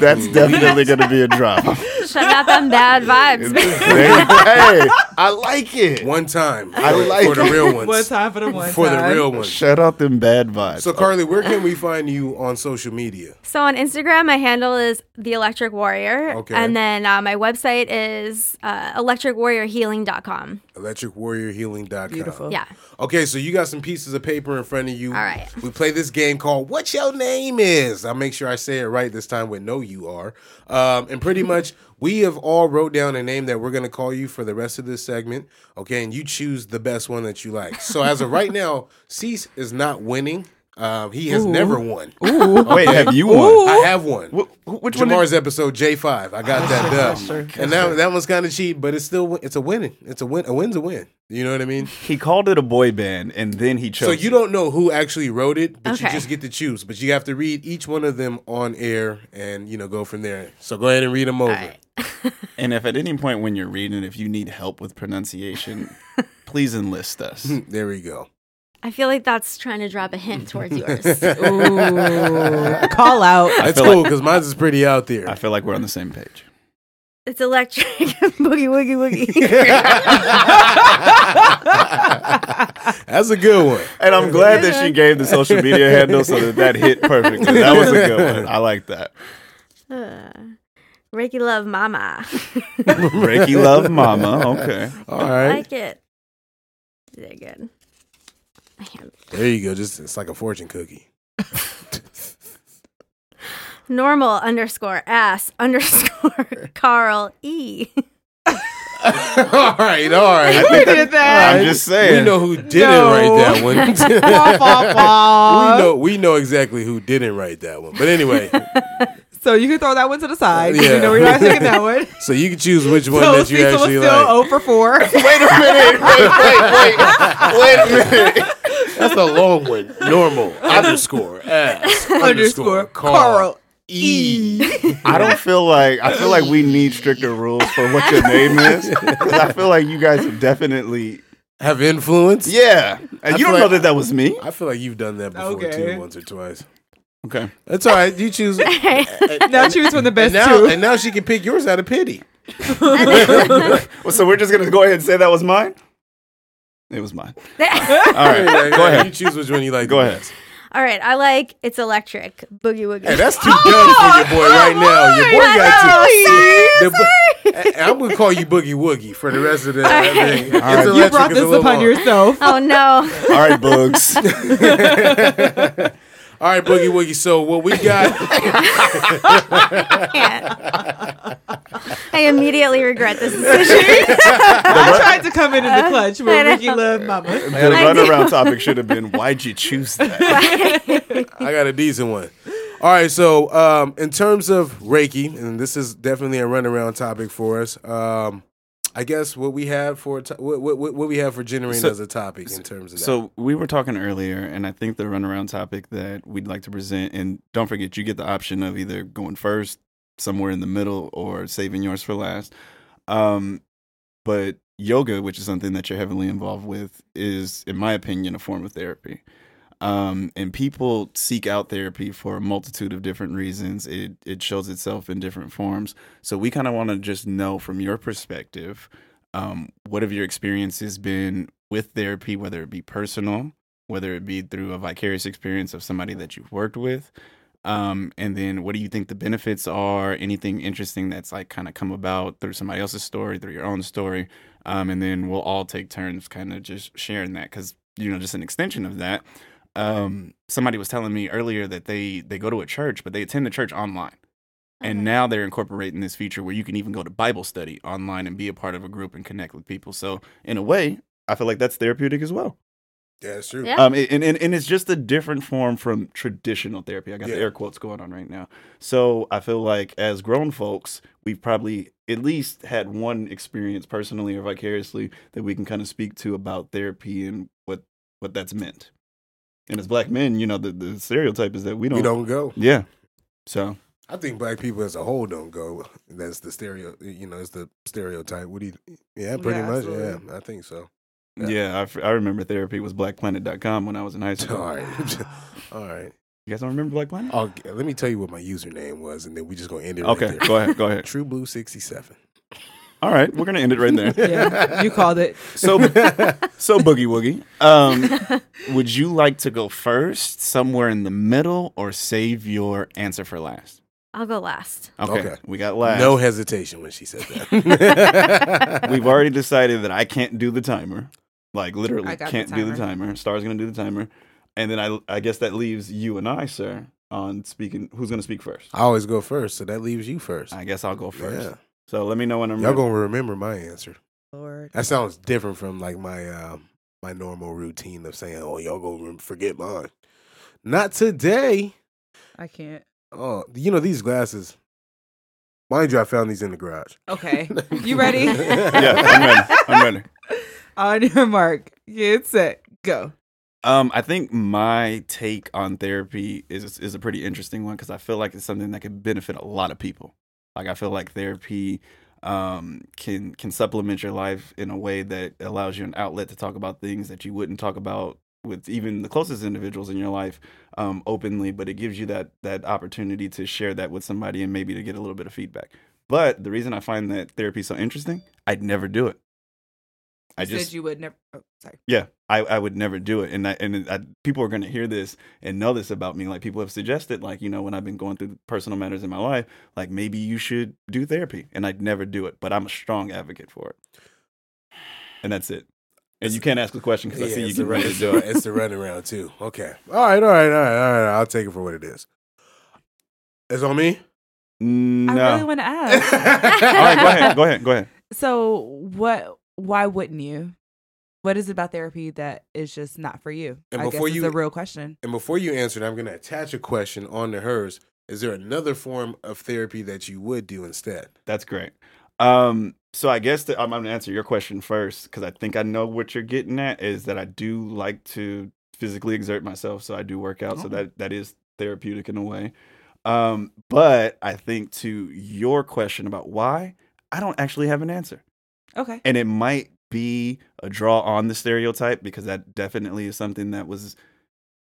Speaker 4: That's definitely going to be a drop.
Speaker 7: Shut up on bad vibes.
Speaker 4: There you go. hey, I like it.
Speaker 1: One time.
Speaker 4: I like
Speaker 1: for the
Speaker 4: it.
Speaker 1: real ones.
Speaker 3: One time for the one
Speaker 1: for
Speaker 3: time.
Speaker 1: the real ones.
Speaker 4: Shout out them bad vibes.
Speaker 1: So Carly, where can we find you on social media?
Speaker 7: so on Instagram, my handle is the Electric Warrior.
Speaker 1: Okay.
Speaker 7: And then uh, my website is uh, electricwarriorhealing.com.
Speaker 1: ElectricWarriorHealing.com.
Speaker 3: Beautiful.
Speaker 7: Yeah.
Speaker 1: Okay, so you got some pieces of paper in front of you.
Speaker 7: All right.
Speaker 1: We play this game called What Your Name Is. I'll make sure I say it right this time with no you are. Um, and pretty much we have all wrote down a name that we're gonna call you for the rest of this segment. Okay, and you choose the best one that you like. So as of right now, Cease is not winning. Um, he has never won.
Speaker 4: Wait, have you won?
Speaker 1: I have won.
Speaker 4: Wh- wh- which one?
Speaker 1: Jamar's episode J five. I got that done, and that that one's kind of cheap, but it's still it's a winning. It's a win. A win's a win. You know what I mean?
Speaker 4: He called it a boy band, and then he chose.
Speaker 1: So you don't know who actually wrote it, but you
Speaker 7: Okay.
Speaker 1: just get to choose. But you have to read each one of them on air, and you know go from there. So go ahead and read them over.
Speaker 4: it. And if at any point when you're reading, if you need help with pronunciation, please enlist us.
Speaker 1: Mm, There we go.
Speaker 7: I feel like that's trying to drop a hint towards yours.
Speaker 3: Ooh. Call out.
Speaker 1: That's
Speaker 4: feel
Speaker 1: cool because mine's is pretty out there.
Speaker 4: I feel like we're on the same page.
Speaker 7: it's electric boogie woogie woogie.
Speaker 1: That's a good one.
Speaker 4: And I'm glad that she gave the social media handle so that that hit perfectly. That was a good one. I like that.
Speaker 7: Uh, Reiki love mama.
Speaker 4: Reiki love mama. Okay.
Speaker 1: All right,
Speaker 7: like it. They're good. I can't-
Speaker 1: there you go. Just it's like a fortune cookie.
Speaker 7: Normal underscore ass underscore Carl E.
Speaker 1: all right, all right.
Speaker 3: Who did that?
Speaker 4: I'm just saying.
Speaker 1: We know who didn't
Speaker 3: No.
Speaker 1: write that one.
Speaker 3: Wah, wah, wah.
Speaker 1: we know we know exactly who didn't write that one. But anyway,
Speaker 3: So you can throw that one to the side.
Speaker 1: Yeah.
Speaker 3: You know we're not taking that one.
Speaker 1: so you can choose which one
Speaker 3: So
Speaker 1: that you
Speaker 3: Cecil was
Speaker 1: actually
Speaker 3: still
Speaker 1: like.
Speaker 3: 0 for 4.
Speaker 4: Wait a minute. Wait, wait, wait. Wait a minute.
Speaker 1: That's a long one. Normal underscore ass
Speaker 3: underscore Carl E.
Speaker 4: I don't feel like I feel like we need stricter rules for what your name is. 'cause I feel like you guys have definitely
Speaker 1: Have influence.
Speaker 4: Yeah. And you
Speaker 1: feel
Speaker 4: don't know
Speaker 1: like-
Speaker 4: that that was me.
Speaker 1: I feel like you've done that before
Speaker 3: Okay.
Speaker 1: too, once or twice.
Speaker 4: Okay.
Speaker 1: That's all right. You choose. and
Speaker 3: Now choose from the best
Speaker 1: now,
Speaker 3: two.
Speaker 1: and now she can pick yours out of pity.
Speaker 4: Well, so we're just gonna go ahead and say that was mine? It was mine. All right. Go
Speaker 1: You
Speaker 4: ahead.
Speaker 1: choose which one you like.
Speaker 4: Go
Speaker 1: the
Speaker 4: ahead.
Speaker 1: best.
Speaker 7: All right, I like it's electric boogie woogie.
Speaker 1: Hey, that's too
Speaker 7: Oh,
Speaker 1: dumb for your boy right now. Your boy got
Speaker 7: Sorry,
Speaker 1: to. the bo- I- I'm gonna call you Boogie Woogie for the rest of the thing. It's
Speaker 4: right.
Speaker 3: You
Speaker 4: You
Speaker 1: electric,
Speaker 3: brought
Speaker 1: it's a
Speaker 3: this
Speaker 1: little
Speaker 3: upon
Speaker 1: long.
Speaker 3: yourself.
Speaker 7: oh no.
Speaker 4: All right, Bugs.
Speaker 1: All right, Boogie Woogie. So what we got?
Speaker 7: can't. I immediately regret this decision.
Speaker 3: I tried to come in in the clutch
Speaker 7: I
Speaker 3: where
Speaker 7: know.
Speaker 3: Ricky loved mama.
Speaker 4: The runaround topic should have been why'd you choose that?
Speaker 1: I got a decent one. All right, so um, in terms of Reiki, and this is definitely a runaround topic for us. Um, I guess what we have for to- what, what what we have for generating
Speaker 4: So-
Speaker 1: as a topic in terms of that.
Speaker 4: So we were talking earlier, and I think the runaround topic that we'd like to present, and don't forget, you get the option of either going first, somewhere in the middle, or saving yours for last. Um, but yoga, which is something that you're heavily involved with, is, in my opinion, a form of therapy. Um, and people seek out therapy for a multitude of different reasons. It it shows itself in different forms. So we kind of want to just know from your perspective, um, what have your experiences been with therapy, whether it be personal, whether it be through a vicarious experience of somebody that you've worked with, um, and then what do you think the benefits are? Anything interesting that's like kind of come about through somebody else's story, through your own story, um, and then we'll all take turns kind of just sharing that because you know just an extension of that. Um, somebody was telling me earlier that they they go to a church, but they attend the church online. And now they're incorporating this feature where you can even go to Bible study online and be a part of a group and connect with people. So, in a way, I feel like that's therapeutic as well.
Speaker 1: yeah, that's true.
Speaker 7: Yeah.
Speaker 4: Um, and, and, and it's just a different form from traditional therapy. I got the
Speaker 1: Yeah.
Speaker 4: air quotes going on right now. So I feel like as grown folks, we've probably at least had one experience personally or vicariously that we can kind of speak to about therapy and what, what that's meant. And as black men, you know, the, the stereotype is that we don't,
Speaker 1: We don't go.
Speaker 4: Yeah. So
Speaker 1: I think black people as a whole don't go. That's the stereo. You know, it's the stereotype. What do you? Yeah, pretty
Speaker 3: Yeah,
Speaker 1: much.
Speaker 3: absolutely.
Speaker 1: Yeah, I think so. Yeah.
Speaker 4: yeah, I, f- I remember therapy was blackplanet.com when I was in high
Speaker 1: All
Speaker 4: school.
Speaker 1: right, all right.
Speaker 4: You guys don't remember Black Planet?
Speaker 1: I'll, let me tell you what my username was, and then we just gonna end it. Right
Speaker 4: Okay,
Speaker 1: there.
Speaker 4: go ahead, go ahead.
Speaker 1: True Blue sixty seven.
Speaker 4: All right, we're gonna end it right there.
Speaker 3: Yeah, you called it.
Speaker 4: So, so boogie woogie. Um, would you like to go first, somewhere in the middle, or save your answer for last?
Speaker 7: I'll go last.
Speaker 4: Okay,
Speaker 1: Okay.
Speaker 4: we got last.
Speaker 1: No hesitation when she said that.
Speaker 4: we've already decided that I can't do the timer. Like literally,
Speaker 3: I got the
Speaker 4: can't do the
Speaker 3: timer.
Speaker 4: timer. Star's gonna do the timer, and then I, I guess that leaves you and I, sir, on speaking. Who's gonna speak first?
Speaker 1: I always go first, so that leaves you first.
Speaker 4: I guess I'll go first.
Speaker 1: Yeah.
Speaker 4: So let me know when I'm
Speaker 1: Y'all
Speaker 4: ready.
Speaker 1: gonna remember my answer.
Speaker 3: Lord.
Speaker 1: That sounds different from like my um my normal routine of saying, "Oh, y'all gonna rem- forget mine." Not today.
Speaker 3: I can't.
Speaker 1: Oh, you know these glasses. Mind you, I found these in the garage.
Speaker 3: Okay. You ready?
Speaker 4: yeah, I'm ready. I'm ready.
Speaker 3: On your mark. Get set. Go.
Speaker 4: Um, I think my take on therapy is is a pretty interesting one because I feel like it's something that could benefit a lot of people. Like I feel like therapy um, can can supplement your life in a way that allows you an outlet to talk about things that you wouldn't talk about with even the closest individuals in your life um, openly. But it gives you that that opportunity to share that with somebody and maybe to get a little bit of feedback. But the reason I find that therapy so interesting, I'd never do it. I
Speaker 3: You said you would never. Oh, sorry.
Speaker 4: yeah, I, I would never do it, and I, and I, people are going to hear this and know this about me. Like people have suggested, like you know, when I've been going through personal matters in my life, like maybe you should do therapy, and I'd never do it, but I'm a strong advocate for it, and that's it. And you can't ask the question because I see you
Speaker 1: it's, the
Speaker 4: can
Speaker 1: run,
Speaker 4: really
Speaker 1: it's,
Speaker 4: do
Speaker 1: the,
Speaker 4: it.
Speaker 1: it's the runaround too. Okay. All right, all right, all right, all right. I'll take it for what it is. It's on me.
Speaker 4: No.
Speaker 3: I really want to ask.
Speaker 4: All right, go ahead, go ahead, go ahead.
Speaker 3: So what? Why wouldn't you? What is it about therapy that is just not for you?
Speaker 1: And
Speaker 3: I
Speaker 1: before
Speaker 3: guess
Speaker 1: you-
Speaker 3: it's a real question.
Speaker 1: and before you answer it, I'm going to attach a question onto hers. Is there another form of therapy that you would do instead?
Speaker 4: That's great. Um, so I guess that I'm going to answer your question first because I think I know what you're getting at is that I do like to physically exert myself, so I do work out, so that that is therapeutic in a way. Um, but I think to your question about why, I don't actually have an answer,
Speaker 3: Okay.
Speaker 4: and it might be a draw on the stereotype because that definitely is something that was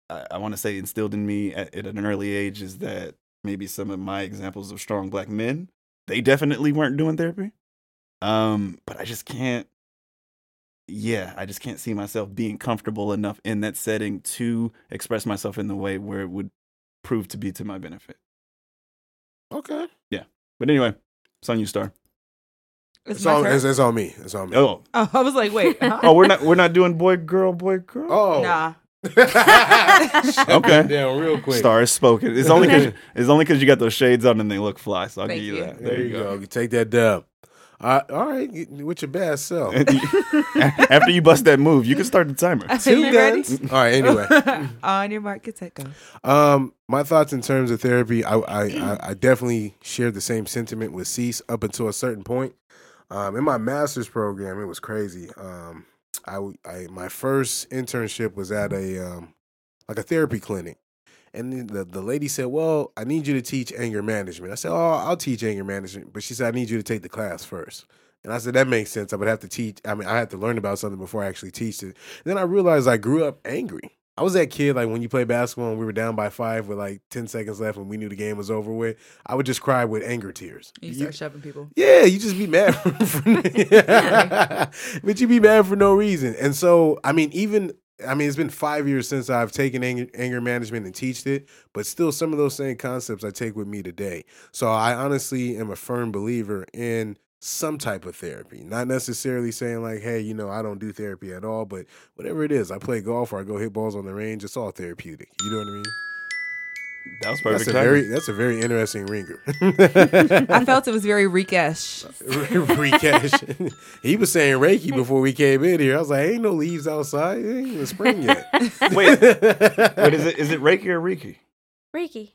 Speaker 4: I, I want to say instilled in me at, at an early age is that maybe some of my examples of strong black men they definitely weren't doing therapy. Um, but I just can't. Yeah, I just can't see myself being comfortable enough in that setting to express myself in the way where it would prove to be to my benefit.
Speaker 1: Okay.
Speaker 4: But anyway, it's on you, Star.
Speaker 1: It's,
Speaker 3: It's my
Speaker 1: on,
Speaker 3: turn.
Speaker 1: it's, it's on me. It's on me.
Speaker 4: Oh,
Speaker 3: Oh, I was like, wait. huh?
Speaker 4: oh, we're not we're not doing boy girl boy girl.
Speaker 1: Oh.
Speaker 3: Nah.
Speaker 1: Shut that
Speaker 4: Okay.
Speaker 1: down real quick.
Speaker 4: Star is spoken. It's only because it's only because you got those shades on and they look fly. So I'll
Speaker 3: Thank
Speaker 4: give you,
Speaker 3: you.
Speaker 4: that.
Speaker 1: There, you go. You take that dub. Uh, all right. you- With your best self.
Speaker 4: After you bust that move, you can start the timer.
Speaker 3: You ready?
Speaker 1: All right. Anyway.
Speaker 3: On your mark, get set, go.
Speaker 1: Um, my thoughts in terms of therapy, I, I, I, I definitely shared the same sentiment with Cease up until a certain point. Um, in my master's program, it was crazy. Um, I, w- I- my first internship was at a um, like a therapy clinic, and then the the lady said, "Well, I need you to teach anger management." I said, "Oh, I'll teach anger management," but she said, "I need you to take the class first. And I said, "That makes sense. I would have to teach. I mean, I had to learn about something before I actually teach it." then I realized I grew up angry. I was that kid, like when you play basketball and we were down by five with like 10 seconds left and we knew the game was over with, I would just cry with anger tears.
Speaker 3: You
Speaker 1: You-
Speaker 3: start shoving people.
Speaker 1: yeah, you just be mad, for, for- but you be mad for no reason. And so, I mean, even I mean, it's been five years since I've taken anger, anger management and teached it, but still, some of those same concepts I take with me today. So, I honestly am a firm believer in some type of therapy. Not necessarily saying like, "Hey, you know, I don't do therapy at all," but whatever it is, I play golf or I go hit balls on the range. It's all therapeutic. You know what I mean?
Speaker 4: That was
Speaker 1: That's
Speaker 4: perfect.
Speaker 1: a
Speaker 4: timing.
Speaker 1: very that's a very interesting ringer.
Speaker 3: I felt it was very Rick-ish.
Speaker 1: Recash. he was saying Reiki before we came in here. I was like, ain't no leaves outside. It ain't even spring yet.
Speaker 4: Wait, Wait, is it is it Reiki or Reiki?
Speaker 7: Reiki.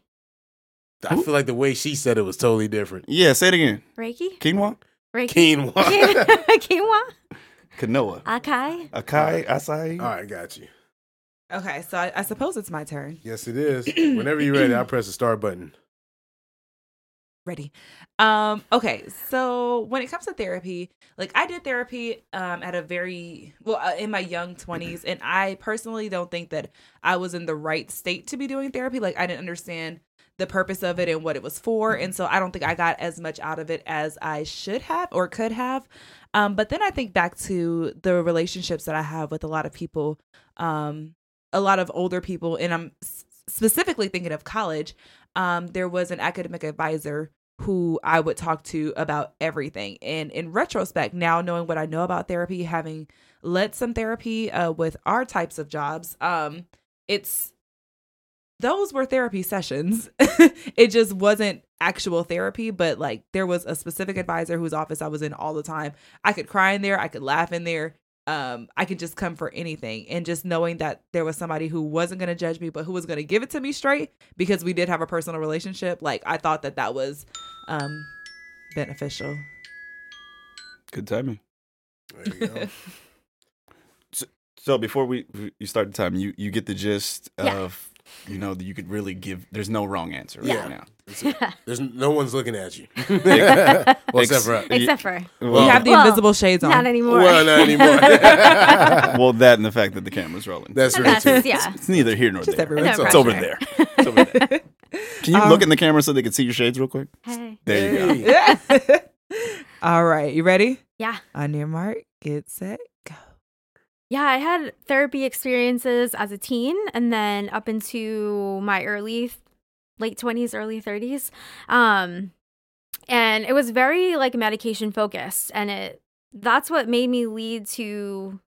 Speaker 1: I feel like the way she said it was totally different.
Speaker 4: Yeah, say it again.
Speaker 7: Reiki?
Speaker 4: Quinoa,
Speaker 7: Reiki?
Speaker 1: Quinoa.
Speaker 7: Quinoa?
Speaker 4: Quinoa,
Speaker 7: Akai?
Speaker 4: Akai, Acai.
Speaker 1: All right, got you.
Speaker 3: Okay, so I, I suppose it's my turn.
Speaker 1: Yes, it is. Whenever you're ready, I'll press the start button.
Speaker 3: ready. Um, okay, so when it comes to therapy, like I did therapy um, at a very well uh, in my young twenties, and I personally don't think that I was in the right state to be doing therapy. Like I didn't understand the purpose of it and what it was for, and so I don't think I got as much out of it as I should have or could have. Um, but then I think back to the relationships that I have with a lot of people, um, a lot of older people, and I'm s- specifically thinking of college um, there was an academic advisor who I would talk to about everything. And in retrospect, now knowing what I know about therapy, having led some therapy uh, with our types of jobs, um, it's those were therapy sessions. it just wasn't actual therapy, but like there was a specific advisor whose office I was in all the time. I could cry in there, I could laugh in there. um, I could just come for anything. And just knowing that there was somebody who wasn't going to judge me, but who was going to give it to me straight because we did have a personal relationship, like I thought that that was um, beneficial.
Speaker 4: Good timing.
Speaker 1: There you go.
Speaker 4: So before we you start the time, you you get the gist
Speaker 7: Yeah.
Speaker 4: of you know that you could really give. There's no wrong answer right
Speaker 1: Yeah.
Speaker 4: now.
Speaker 1: There's no one's looking at you. well, except for us.
Speaker 7: Except for
Speaker 4: Well,
Speaker 3: you have the
Speaker 7: Well,
Speaker 3: invisible shades on.
Speaker 7: not anymore.
Speaker 1: Well, not anymore.
Speaker 4: well, that and the fact that the camera's rolling.
Speaker 1: That's right.
Speaker 7: That's-
Speaker 1: Too.
Speaker 7: yeah.
Speaker 4: it's neither here nor
Speaker 3: Just
Speaker 4: there.
Speaker 3: everywhere.
Speaker 4: It's over there. It's over there. Can you look in the camera so they can see your shades real quick?
Speaker 7: Hey.
Speaker 4: There you go.
Speaker 3: All right, you ready?
Speaker 7: Yeah.
Speaker 3: On your mark, get set, go.
Speaker 7: Yeah, I had therapy experiences as a teen and then up into my early late 20s, early 30s. Um and it was very like medication focused and it that's what made me lead to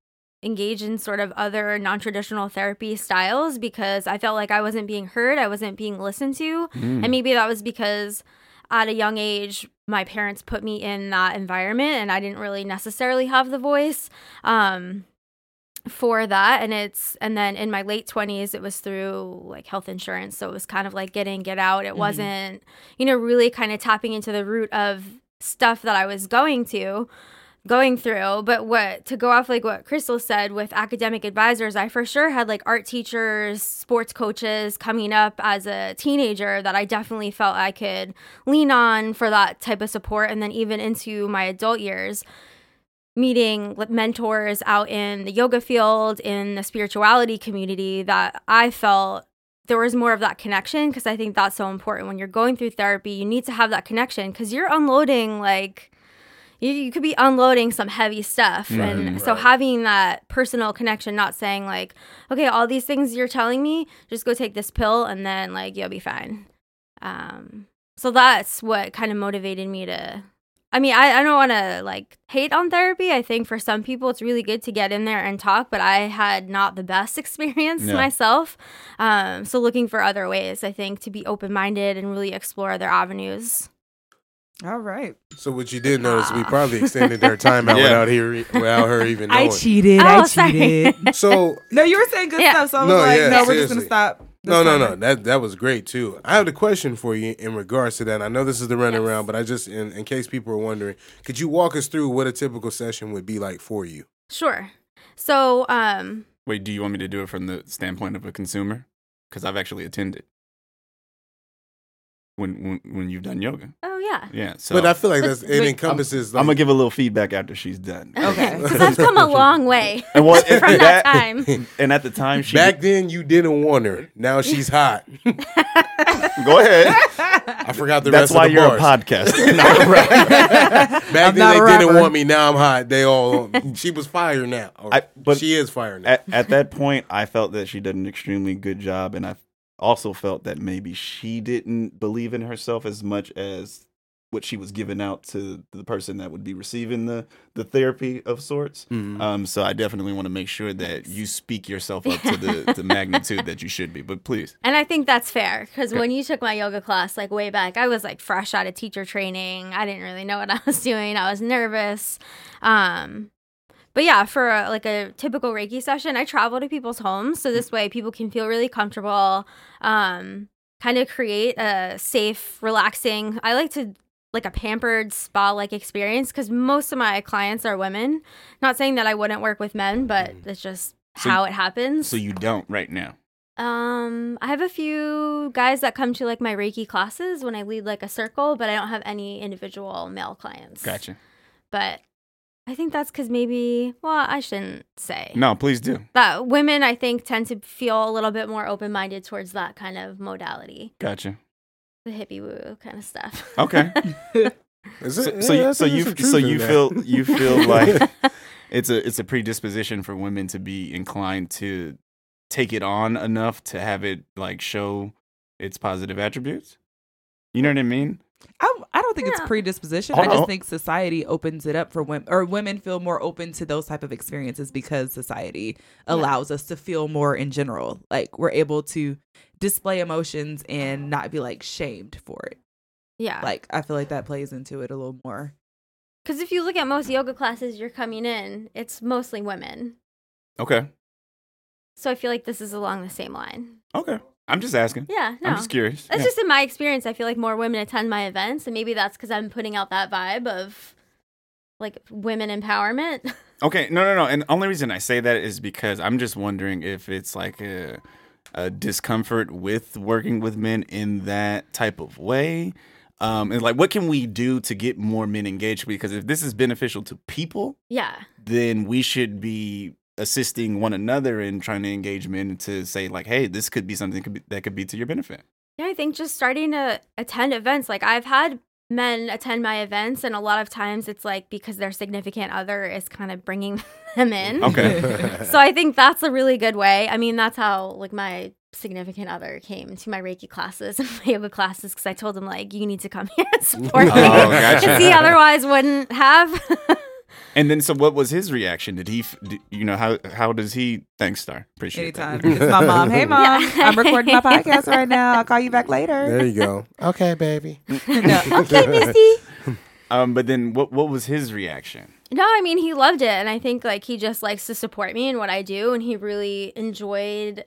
Speaker 7: engage in sort of other non-traditional therapy styles because I felt like I wasn't being heard, I wasn't being listened to.
Speaker 1: Hmm.
Speaker 4: Hmm.
Speaker 7: And maybe that was because at a young age, my parents put me in that environment and I didn't really necessarily have the voice um, for that. And it's, and then in my late 20s, it was through like health insurance. So it was kind of like get in, get out. It wasn't, you know, really kind of tapping into the root of stuff that I was going to going through but what to go off like what crystal said with academic advisors i for sure had like art teachers sports coaches coming up as a teenager that i definitely felt i could lean on for that type of support and then even into my adult years meeting like, mentors out in the yoga field in the spirituality community that i felt there was more of that connection because i think that's so important when you're going through therapy you need to have that connection because you're unloading like you, you could be unloading some heavy stuff and so having that personal connection not saying like okay all these things you're telling me just go take this pill and then like you'll be fine um so that's what kind of motivated me to i mean i, I don't want to like hate on therapy i think for some people it's really good to get in there and talk but i had not the best experience
Speaker 4: No.
Speaker 7: myself um so looking for other ways i think to be open-minded and really explore other avenues
Speaker 3: All right.
Speaker 1: So what you did notice, we probably extended their timeout
Speaker 4: Yeah.
Speaker 1: without her, e, without her even
Speaker 3: I
Speaker 1: knowing.
Speaker 3: cheated.
Speaker 7: Oh,
Speaker 3: I
Speaker 7: sorry.
Speaker 3: cheated.
Speaker 1: so
Speaker 3: no, you were saying good
Speaker 7: Yeah.
Speaker 3: stuff, so I was
Speaker 1: No,
Speaker 3: like,
Speaker 1: yeah,
Speaker 3: no, we're just
Speaker 1: seriously.
Speaker 3: gonna stop. this
Speaker 1: No, no, no.
Speaker 3: time.
Speaker 1: That that was great too. I have a question for you in regards to that. And I know this is the runaround, but I just in, in case people are wondering, could you walk us through what a typical session would be like for you?
Speaker 7: sure so um
Speaker 4: Wait, do you want me to do it from the standpoint of a consumer? Because I've actually attended when when, when you've done yoga.
Speaker 7: oh yeah
Speaker 4: Yeah. So
Speaker 1: but I feel like
Speaker 7: But-
Speaker 1: that's, it
Speaker 7: but-
Speaker 1: encompasses.
Speaker 4: I'm gonna
Speaker 1: like-
Speaker 4: give a little feedback after she's done.
Speaker 3: Okay.
Speaker 7: Because I've come a long way
Speaker 4: And well,
Speaker 7: Oh. from
Speaker 4: and
Speaker 7: that time.
Speaker 4: And at the time, she
Speaker 1: Back then, you didn't want her. Now she's hot.
Speaker 4: go ahead.
Speaker 1: I forgot the
Speaker 4: That's
Speaker 1: rest
Speaker 4: why
Speaker 1: of the
Speaker 4: you're
Speaker 1: bars.
Speaker 4: a podcaster. not a rapper.
Speaker 1: Back
Speaker 3: not
Speaker 1: then,
Speaker 3: a
Speaker 1: they didn't
Speaker 3: rapper.
Speaker 1: want me. Now I'm hot. They all. She was fire now. Or
Speaker 4: I- but-
Speaker 1: she is fire now.
Speaker 4: at, at that point, I felt that she did an extremely good job, and I also felt that maybe she didn't believe in herself as much as what she was giving out to the person that would be receiving the the therapy of sorts.
Speaker 1: Mm-hmm.
Speaker 4: Um, so I definitely want to make sure that you speak yourself up to the, the magnitude that you should be. But please,
Speaker 7: And I think that's fair because when you took my yoga class, like way back, I was like fresh out of teacher training. I didn't really know what I was doing. I was nervous. Um, but yeah, for uh, like a typical Reiki session, I travel to people's homes. So this way people can feel really comfortable, um, kind of create a safe, relaxing. I like to like a pampered spa like experience because most of my clients are women. Not saying that I wouldn't work with men, but it's just
Speaker 4: Mm. So
Speaker 7: how
Speaker 4: you-
Speaker 7: it happens.
Speaker 4: so you don't right now.
Speaker 7: Um, I have a few guys that come to like my Reiki classes when I lead like a circle, but I don't have any individual male clients.
Speaker 4: Gotcha.
Speaker 7: But I think that's because maybe, well, I shouldn't say
Speaker 4: No, please do.
Speaker 7: that women, I think, tend to feel a little bit more open minded towards that kind of modality,
Speaker 4: Gotcha.
Speaker 7: the hippie woo kind of stuff.
Speaker 4: Okay.
Speaker 1: Is
Speaker 4: So,
Speaker 1: it-
Speaker 4: so,
Speaker 1: yeah, I
Speaker 4: you,
Speaker 1: think
Speaker 4: so
Speaker 1: there's
Speaker 4: you
Speaker 1: some
Speaker 4: so
Speaker 1: truth in
Speaker 4: you
Speaker 1: that.
Speaker 4: feel you feel like it's a it's a predisposition for women to be inclined to take it on enough to have it like show its positive attributes. You know what I mean?
Speaker 3: I, I don't think it's
Speaker 7: Yeah.
Speaker 3: predisposition.
Speaker 4: Hold
Speaker 3: I just
Speaker 4: on.
Speaker 3: think society opens it up for women, or women feel more open to those type of experiences because society allows us to feel more in general. Like we're able to display emotions and not be like shamed for it.
Speaker 7: Yeah.
Speaker 3: Like I feel like that plays into it a little more.
Speaker 7: Because if you look at most yoga classes you're coming in, it's mostly women.
Speaker 4: Okay.
Speaker 7: So I feel like this is along the same line.
Speaker 4: Okay. I'm just asking.
Speaker 7: Yeah, no.
Speaker 4: I'm just curious.
Speaker 7: That's
Speaker 4: Yeah.
Speaker 7: just in my experience. I feel like more women attend my events, and maybe that's because I'm putting out that vibe of like women empowerment.
Speaker 4: Okay, no, no, no. And the only reason I say that is because I'm just wondering if it's like a, a discomfort with working with men in that type of way. Um, and like, what can we do to get more men engaged? Because if this is beneficial to people,
Speaker 7: yeah,
Speaker 4: then we should be assisting one another in trying to engage men to say like, hey, this could be something that could be, that could be to your benefit.
Speaker 7: yeah. I think just starting to attend events. Like I've had men attend my events, and a lot of times it's like because their significant other is kind of bringing them
Speaker 4: Oh,
Speaker 7: in.
Speaker 4: Okay.
Speaker 7: So I think that's a really good way. I mean, that's how like my significant other came to my Reiki classes and my yoga classes because I told him like you need to come here and support me.
Speaker 4: Oh, gotcha.
Speaker 7: Because he otherwise wouldn't have.
Speaker 4: And then, so what was his reaction? Did he, f- d- you know, how how does he? Thanks, Star. Appreciate
Speaker 3: Anytime.
Speaker 4: that.
Speaker 3: It's my mom. Hey, mom.
Speaker 7: Yeah.
Speaker 3: I'm recording my podcast right now. I'll call you back later.
Speaker 1: There you go. okay, baby.
Speaker 3: No.
Speaker 7: okay, Misty.
Speaker 4: Um, but then, what what was his reaction?
Speaker 7: No, I mean he loved it, and I think like he just likes to support me in what I do, and he really enjoyed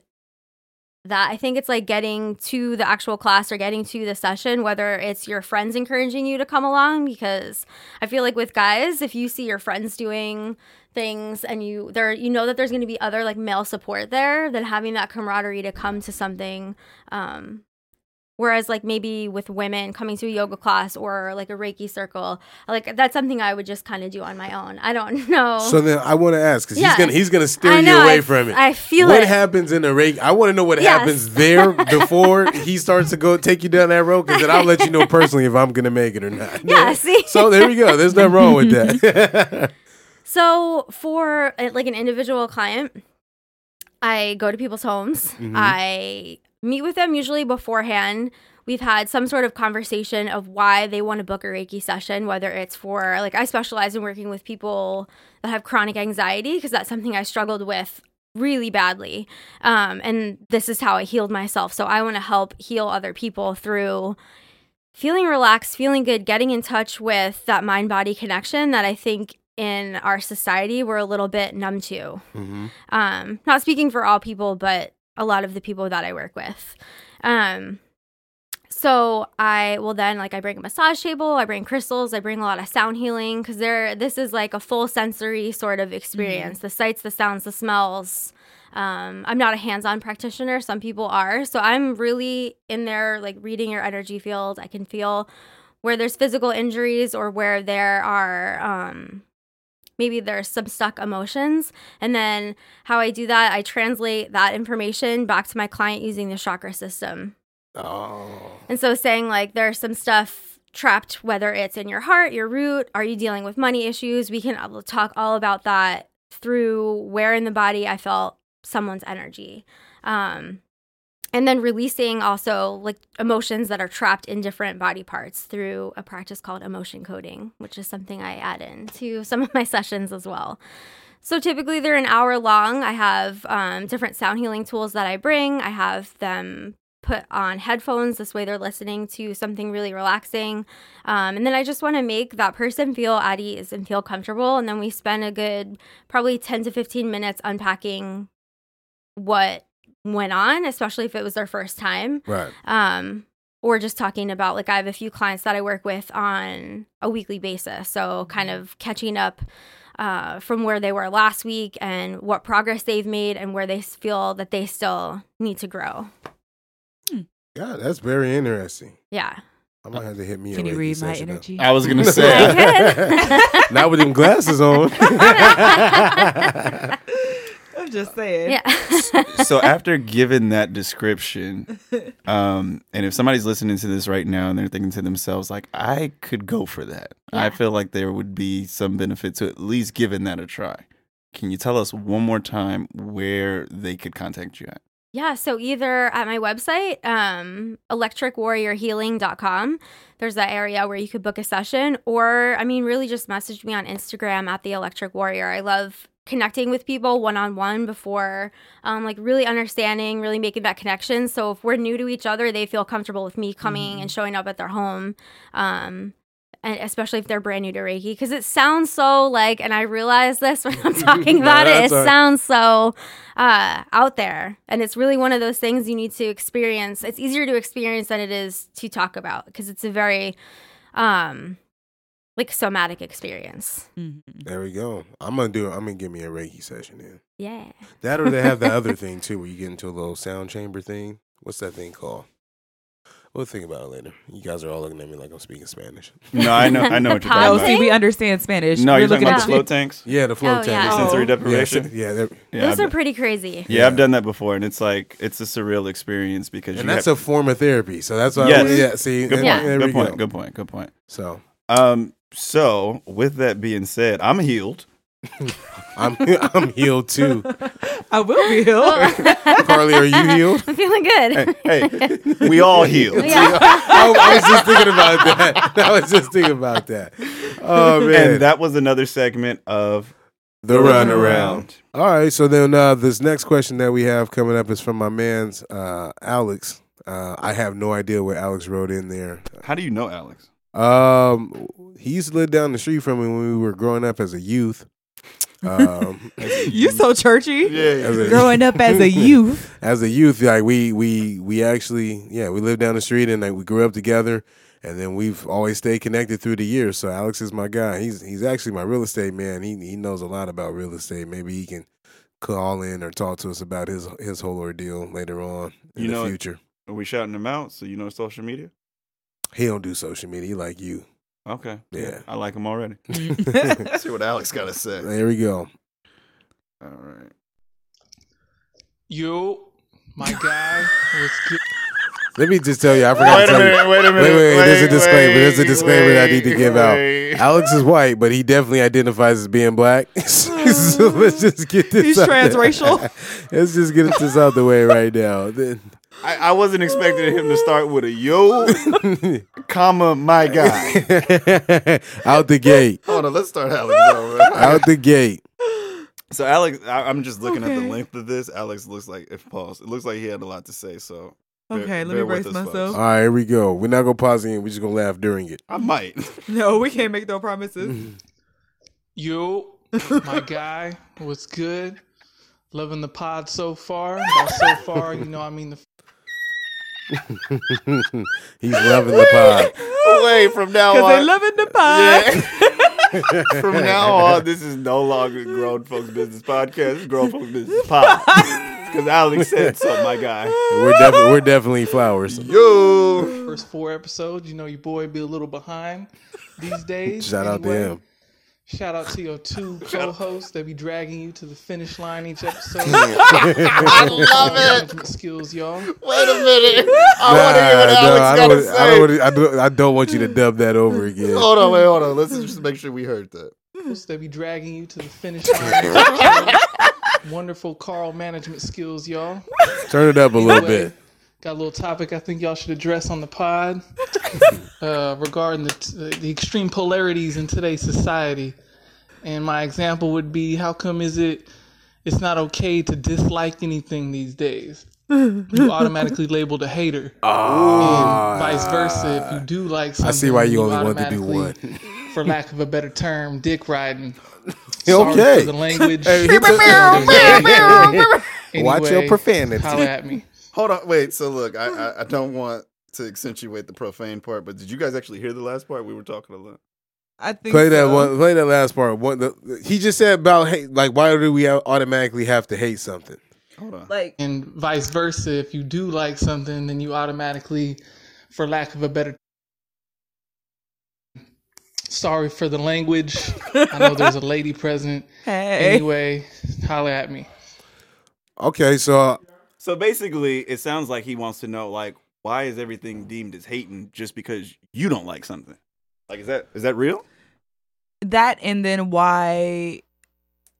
Speaker 7: that. I think it's like getting to the actual class or getting to the session, whether it's your friends encouraging you to come along, because I feel like with guys, if you see your friends doing things and you there you know that there's going to be other like male support there, then having that camaraderie to come to something um Whereas, like maybe with women coming to a yoga class or like a Reiki circle, like that's something I would just kind of do on my own. I don't know.
Speaker 1: So then I want to ask because
Speaker 7: Oh. Yeah.
Speaker 1: he's gonna he's gonna
Speaker 7: I
Speaker 1: steer
Speaker 7: know,
Speaker 1: you away
Speaker 7: I-
Speaker 1: from it.
Speaker 7: I feel
Speaker 1: what
Speaker 7: it.
Speaker 1: happens in the Reiki. I want to know what
Speaker 7: Yes.
Speaker 1: happens there before he starts to go take you down that road because then I'll let you know personally if I'm gonna make it or not.
Speaker 7: Yeah, see?
Speaker 1: So there we go. There's nothing wrong with that.
Speaker 7: So for uh, like an individual client, I go to people's homes. I meet with them usually beforehand. We've had some sort of conversation of why they want to book a Reiki session, whether it's for like I specialize in working with people that have chronic anxiety because that's something I struggled with really badly. Um, and this is how I healed myself. So I want to help heal other people through feeling relaxed, feeling good, getting in touch with that mind body connection that I think in our society we're a little bit numb to.
Speaker 1: Mhm.
Speaker 7: Um, not speaking for all people, but a lot of the people that I work with. Um, so I will then like I bring a massage table, I bring crystals, I bring a lot of sound healing because there this is like a full sensory sort of experience. The sights, the sounds, the smells. Um, I'm not a hands-on practitioner. Some people are, so I'm really in there like reading your energy field. I can feel where there's physical injuries or where there are um, maybe there's some stuck emotions, and then how I do that, I translate that information back to my client using the chakra system.
Speaker 1: Oh.
Speaker 7: And so saying like there's some stuff trapped, whether it's in your heart, your root, are you dealing with money issues? We can all- talk all about that through where in the body I felt someone's energy. Um, and then releasing also like emotions that are trapped in different body parts through a practice called emotion coding, which is something I add in to some of my sessions as well. So typically they're an hour long. I have um, different sound healing tools that I bring. I have them put on headphones. This way they're listening to something really relaxing. Um, and then I just want to make that person feel at ease and feel comfortable. And then we spend a good probably 10 to 15 minutes unpacking what went on, especially if it was their first time
Speaker 1: Right.
Speaker 7: um, or just talking about like I have a few clients that I work with on a weekly basis, so kind of catching up uh, from where they were last week and what progress they've made and where they s- feel that they still need to grow.
Speaker 1: God, that's very interesting.
Speaker 7: Yeah,
Speaker 1: I'm gonna have to hit me. a
Speaker 3: Uh, Can you
Speaker 1: Reiki
Speaker 3: read my
Speaker 1: session up.
Speaker 3: energy?
Speaker 4: I was gonna say.
Speaker 7: I
Speaker 1: Not with them glasses on.
Speaker 3: I'm just saying.
Speaker 7: yeah.
Speaker 4: so after giving that description, um, and if somebody's listening to this right now and they're thinking to themselves like, I could go for that. I
Speaker 7: Yeah.
Speaker 4: feel like there would be some benefit to at least giving that a try. Can you tell us one more time where they could contact you at?
Speaker 7: Yeah, so either at my website, um, electricwarriorhealing.com, there's that area where you could book a session, or I mean, really just message me on Instagram at the Electric Warrior. I love connecting with people one on one before, um, like really understanding, really making that connection. So if we're new to each other, they feel comfortable with me coming and showing up at their home. Um, and especially if they're brand new to Reiki, because it sounds so like, and I realize this when I'm talking about it, it
Speaker 1: that's all right.
Speaker 7: sounds so uh, out there. And it's really one of those things you need to experience. It's easier to experience than it is to talk about because it's a very, um, like somatic experience.
Speaker 3: Mm-hmm.
Speaker 1: There we go. I'm gonna do. I'm gonna give me a Reiki session in.
Speaker 7: Yeah.
Speaker 1: That or they have the other thing too, where you get into a little sound chamber thing. What's that thing called? We'll think about it later. You guys are all looking at me like I'm speaking Spanish.
Speaker 4: No, I know, I know what
Speaker 3: No,
Speaker 4: you're
Speaker 7: The pod
Speaker 4: talking
Speaker 3: Oh, see,
Speaker 4: about.
Speaker 7: thing?
Speaker 3: we understand Spanish.
Speaker 4: No,
Speaker 3: We're
Speaker 4: you're talking
Speaker 3: looking
Speaker 4: about
Speaker 3: at
Speaker 4: the float tanks.
Speaker 1: Yeah, the float
Speaker 7: Oh,
Speaker 1: tank.
Speaker 7: yeah.
Speaker 4: Sensory deprivation.
Speaker 1: Yeah, so- yeah, there-
Speaker 4: Yeah,
Speaker 7: Those
Speaker 4: I've
Speaker 7: are pretty crazy.
Speaker 4: Yeah, I've done that before, and it's like it's a surreal experience because
Speaker 1: and
Speaker 4: you
Speaker 1: that's
Speaker 4: have,
Speaker 1: a form of therapy. So that's why.
Speaker 4: Yes.
Speaker 1: I, yeah. See.
Speaker 4: good point.
Speaker 1: yeah. There
Speaker 4: good,
Speaker 1: we
Speaker 4: point
Speaker 1: go.
Speaker 4: good point. Good point.
Speaker 1: So
Speaker 4: Um, so with that being said, I'm healed.
Speaker 1: I'm I'm healed too.
Speaker 3: I will be healed.
Speaker 1: Carly, are you healed?
Speaker 7: I'm feeling good.
Speaker 4: Hey, hey we all healed.
Speaker 7: yeah.
Speaker 1: I, I was just thinking about that. I was just thinking about that. Oh man,
Speaker 4: And that was another segment of
Speaker 1: the runaround. All right, so then uh, this next question that we have coming up is from my man's uh, Alex. Uh, I have no idea what Alex wrote in there.
Speaker 4: How do you know Alex?
Speaker 1: Um, he used to live down the street from me when we were growing up as a youth. Um,
Speaker 3: you so churchy.
Speaker 1: as a-
Speaker 3: Growing up as a youth.
Speaker 1: as a youth, like we we we actually yeah we lived down the street and like we grew up together, and then we've always stayed connected through the years. So Alex is my guy. He's he's actually my real estate man. He he knows a lot about real estate. Maybe he can call in or talk to us about his his whole ordeal later on in
Speaker 4: You
Speaker 1: the
Speaker 4: know-
Speaker 1: future.
Speaker 4: Are we shouting him out? So you know social media?
Speaker 1: He don't do social media he like you.
Speaker 4: Okay.
Speaker 1: Yeah.
Speaker 4: I like him already.
Speaker 1: there
Speaker 4: see what Alex got to say.
Speaker 1: we go.
Speaker 4: All right.
Speaker 8: You, my guy, was good.
Speaker 1: Let me just tell you, I forgot to tell you.
Speaker 4: Wait a
Speaker 1: Wait, wait, wait, there's a disclaimer. there's a disclaimer that I need to give out. Alex is white, but he definitely identifies as being black. so let's just get this.
Speaker 3: He's
Speaker 1: out there.
Speaker 3: transracial.
Speaker 1: let's just get this out the way right now. Then-
Speaker 4: I, I wasn't expecting him to start with a yo, comma, my guy.
Speaker 1: out the gate.
Speaker 4: Hold on, let's start Alex over.
Speaker 1: Out the gate.
Speaker 4: So Alex, I, I'm just looking at the
Speaker 3: Okay.
Speaker 4: length of this. Alex looks like if paused. It looks like he had a lot to say. So bear-
Speaker 3: Okay, let me
Speaker 4: bear with
Speaker 3: brace
Speaker 4: us, folks.
Speaker 1: All
Speaker 3: myself.
Speaker 1: right, here we go. We're not gonna pause in. We're just gonna laugh during it.
Speaker 4: I might.
Speaker 3: No, we can't make no
Speaker 1: Mm-hmm.
Speaker 3: promises.
Speaker 8: You, my guy, was good. Loving the pod so far. By so far, you know, I mean the
Speaker 1: He's loving the pod.
Speaker 4: Wait, from now
Speaker 1: Oh,
Speaker 3: Because they
Speaker 4: on.
Speaker 3: love in the pod.
Speaker 4: Yeah. from now on, this is no longer grown folks business podcast. It's grown folks business pod. Because Alex said so, my guy.
Speaker 1: We're definitely we're definitely flowers.
Speaker 4: Yo.
Speaker 8: first four episodes. You know, your boy be a little behind these days.
Speaker 1: Shout out to
Speaker 8: Anyway,
Speaker 1: him.
Speaker 8: Shout out to your two co-hosts that be dragging you to the finish line each episode.
Speaker 4: I love
Speaker 8: Management skills, y'all.
Speaker 4: Wait a
Speaker 1: Nah,
Speaker 4: minute.
Speaker 1: no,
Speaker 4: I
Speaker 1: I
Speaker 4: want to hear what
Speaker 1: don't
Speaker 4: Alex
Speaker 1: wanna-
Speaker 4: got
Speaker 1: I don't
Speaker 4: to say.
Speaker 1: wanna- I don't- I don't want you to dub that over again.
Speaker 4: Hold on, wait, hold on. Let's just make sure we heard that.
Speaker 8: Hosts that be dragging you to the finish line. each episode. Wonderful Carl management skills, y'all.
Speaker 1: Turn it up a little
Speaker 8: Anyway,
Speaker 1: bit.
Speaker 8: Got a little topic I think y'all should address on the pod uh, regarding the, the extreme polarities in today's society. And my example would be how come is it it's not okay to dislike anything these days? You automatically labeled a hater. and vice versa, if you do like something,
Speaker 1: Ah. I see why you only
Speaker 8: want
Speaker 1: wanted to do one.
Speaker 8: for lack of a better term, dick riding. Sorry
Speaker 1: Okay.
Speaker 8: for the language.
Speaker 1: Hey, hit the- Watch your
Speaker 8: Anyway,
Speaker 1: profanity.
Speaker 8: Holla at me.
Speaker 4: Hold on, wait. So look, I, I I don't want to accentuate the profane part, but did you guys actually hear the last part? We were talking a lot.
Speaker 3: I think
Speaker 1: Play that
Speaker 3: so.
Speaker 1: one. Play that last part. One. The, he just said about hate. Like, why do we automatically have to hate something?
Speaker 4: Hold on.
Speaker 3: Like,
Speaker 8: and vice versa. If you do like something, then you automatically, for lack of a better, sorry for the language. I know there's a lady present.
Speaker 3: hey.
Speaker 8: Anyway, holla at me.
Speaker 1: Okay, so
Speaker 4: So basically, it sounds like he wants to know like why is everything deemed as hating just because you don't like something? Like is that is that real?
Speaker 3: That and then why,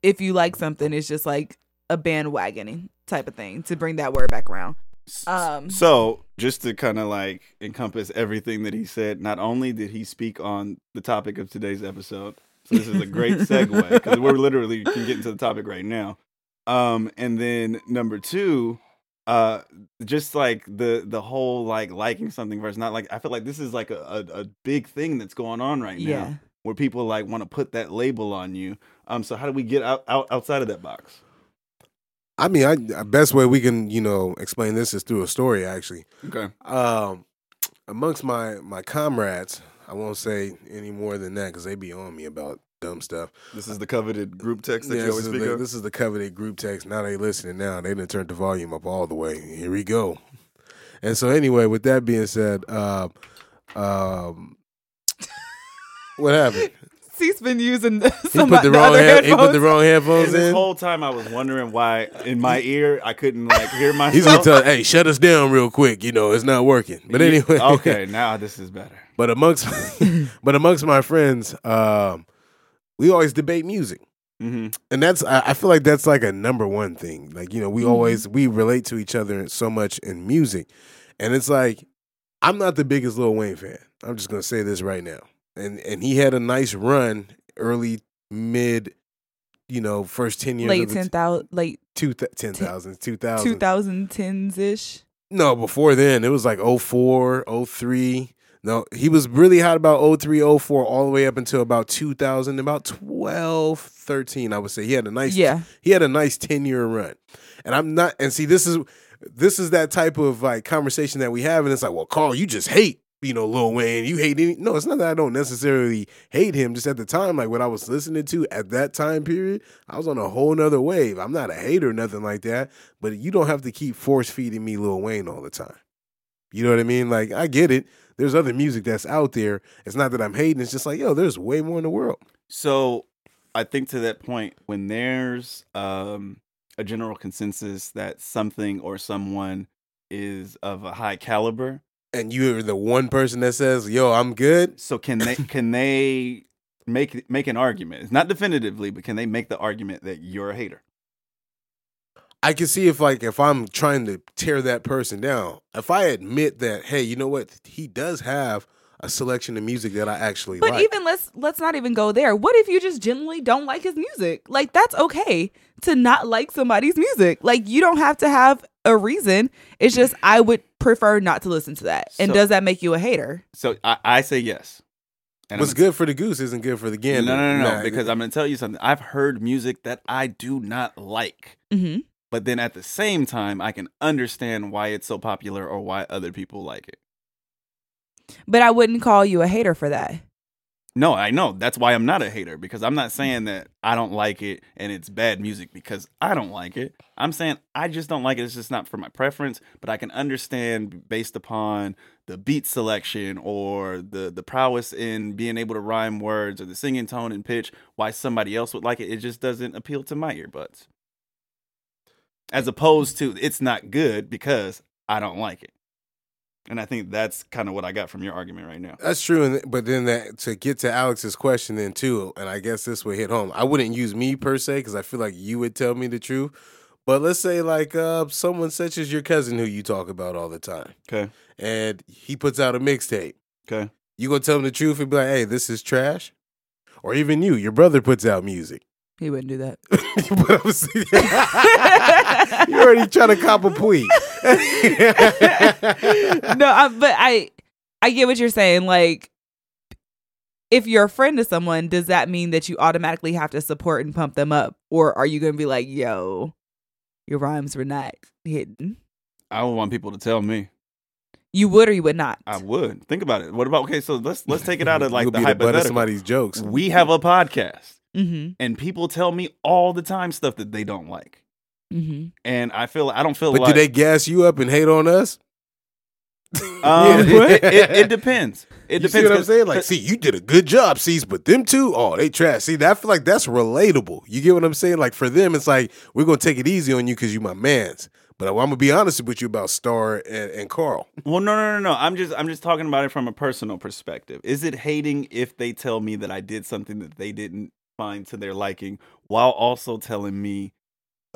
Speaker 3: if you like something, it's just like a bandwagoning type of thing to bring that word back around.
Speaker 4: S-
Speaker 3: Um.
Speaker 4: so just to kind of like encompass everything that he said, not only did he speak on the topic of today's episode, so this is a great segue because we're literally can get into the topic right now. Um, and then number two, uh just like the the whole like liking something versus not like i feel like this is like a, a, a big thing that's going on right now
Speaker 3: Yeah.
Speaker 4: where people like want to put that label on you um so how do we get out, out outside of that box
Speaker 1: I mean, I the best way we can you know explain this is through a story actually.
Speaker 4: okay
Speaker 1: Um, amongst my my comrades, I won't say any more than that because they be on me about dumb stuff.
Speaker 4: this is the coveted group text that
Speaker 1: Yeah,
Speaker 4: you always
Speaker 1: this,
Speaker 4: speak
Speaker 1: is the,
Speaker 4: of
Speaker 1: this is the coveted group text. Now they listening. Now they done turned the volume up all the way. Here we go. And so anyway, with that being said, uh, um, what happened?
Speaker 3: Cease been using the,
Speaker 1: He put
Speaker 3: somebody-
Speaker 1: the
Speaker 3: the
Speaker 1: wrong
Speaker 3: other
Speaker 1: head, he put
Speaker 3: headphones.
Speaker 1: the wrong
Speaker 4: and
Speaker 1: headphones
Speaker 4: this
Speaker 1: in.
Speaker 4: whole time i was wondering why in my ear i couldn't like hear myself
Speaker 1: He's gonna tell, hey, shut us down real quick. You know, it's not working. But
Speaker 4: You-
Speaker 1: anyway,
Speaker 4: okay now this is better
Speaker 1: But amongst, but amongst my friends, um, we always debate music.
Speaker 4: mm-hmm.
Speaker 1: and that's I, I feel like that's like a number one thing like you know
Speaker 3: Mm-hmm.
Speaker 1: we always we relate to each other so much in music and it's like i'm not the biggest lil wayne fan i'm just gonna say this right now and and he had a nice run early mid you know first 10 years
Speaker 3: late
Speaker 1: of the
Speaker 3: ten thousand, late
Speaker 1: two th- 10,000
Speaker 3: two
Speaker 1: 2000
Speaker 3: thousand tens ish.
Speaker 1: no before then it was like 04 03 no he was really hot about 03 04 all the way up until about 2000 about 12 13 i would say he had a nice
Speaker 3: Yeah,
Speaker 1: he had a nice 10 year run and i'm not and see this is this is that type of like conversation that we have and it's like well carl you just hate you know lil wayne you hate any no it's not that i don't necessarily hate him just at the time like what i was listening to at that time period i was on a whole nother wave i'm not a hater nothing like that but you don't have to keep force feeding me lil wayne all the time you know what i mean like i get it there's other music that's out there it's not that i'm hating it's just like yo there's way more in the world
Speaker 4: So I think to that point, when there's um, a general consensus that something or someone is of a high caliber,
Speaker 1: and you're the one person that says yo i'm good
Speaker 4: so can they can they make make an argument? It's not definitively, but can they make the argument that you're a hater?
Speaker 1: I can see if like if I'm trying to tear that person down, if I admit that, hey, you know what, he does have a selection of music that I actually
Speaker 3: but
Speaker 1: like.
Speaker 3: even let's let's not even go there. What if you just generally don't like his music? Like that's okay to not like somebody's music. Like you don't have to have a reason. It's just I would prefer not to listen to that. And
Speaker 4: So-
Speaker 3: does that make you a hater?
Speaker 4: So I, I say yes. And I'm
Speaker 1: What's
Speaker 4: gonna-
Speaker 1: good for the goose isn't good for the gander.
Speaker 4: No, no, no, no.
Speaker 1: Nah,
Speaker 4: because I'm going to tell you something. I've heard music that I do not like.
Speaker 3: Mm-hmm.
Speaker 4: but then at the same time i can understand why it's so popular or why other people like it
Speaker 3: But I wouldn't call you a hater for that.
Speaker 4: no i know that's why i'm not a hater because i'm not saying that i don't like it and it's bad music because i don't like it i'm saying i just don't like it it's just not for my preference but i can understand based upon the beat selection or the the prowess in being able to rhyme words or the singing tone and pitch why somebody else would like it it just doesn't appeal to my earbuds as opposed to it's not good because i don't like it and i think that's kind of what i got from your argument right now
Speaker 1: That's true, and but then that to get to Alex's question then too, and I guess this would hit home. I wouldn't use me per se because I feel like you would tell me the truth. But let's say like uh, someone such as your cousin who you talk about all the time,
Speaker 4: okay
Speaker 1: and he puts out a mixtape.
Speaker 4: okay
Speaker 1: You gonna tell him the truth and be like, "Hey, this is trash," or even you, your brother puts out music.
Speaker 3: He wouldn't do that.
Speaker 1: But I'm saying- you already trying to cop a plea.
Speaker 3: no, I, but I I get what you're saying. Like, if you're a friend to someone, does that mean that you automatically have to support and pump them up, or are you going to be like, "Yo, your rhymes were not hidden"?
Speaker 4: I would want people to tell me.
Speaker 3: You would or you would not.
Speaker 4: I would think about it. What about okay? So let's let's take it out of like
Speaker 1: You'll
Speaker 4: the
Speaker 1: be the butt of
Speaker 4: hypothetical.
Speaker 1: somebody's jokes.
Speaker 4: we have a podcast,
Speaker 3: Mm-hmm.
Speaker 4: and people tell me all the time stuff that they don't like,
Speaker 3: Mm-hmm.
Speaker 4: and I feel I don't feel
Speaker 1: but do
Speaker 4: like.
Speaker 1: they gas you up and hate on us?
Speaker 4: um,
Speaker 1: Yeah.
Speaker 4: it, it, it depends. It
Speaker 1: you
Speaker 4: depends.
Speaker 1: see what I'm
Speaker 4: 'cause-
Speaker 1: saying? Like,
Speaker 4: 'cause-
Speaker 1: see, you did a good job, sees, but them two, oh, they trash. See, that I feel like that's relatable. You get what I'm saying? Like for them, it's like we're gonna take it easy on you because you my man's. But I'm gonna be honest with you about Star and, and Carl.
Speaker 4: well, no, no, no, no. I'm just I'm just talking about it from a personal perspective. Is it hating if they tell me that I did something that they didn't find to their liking, while also telling me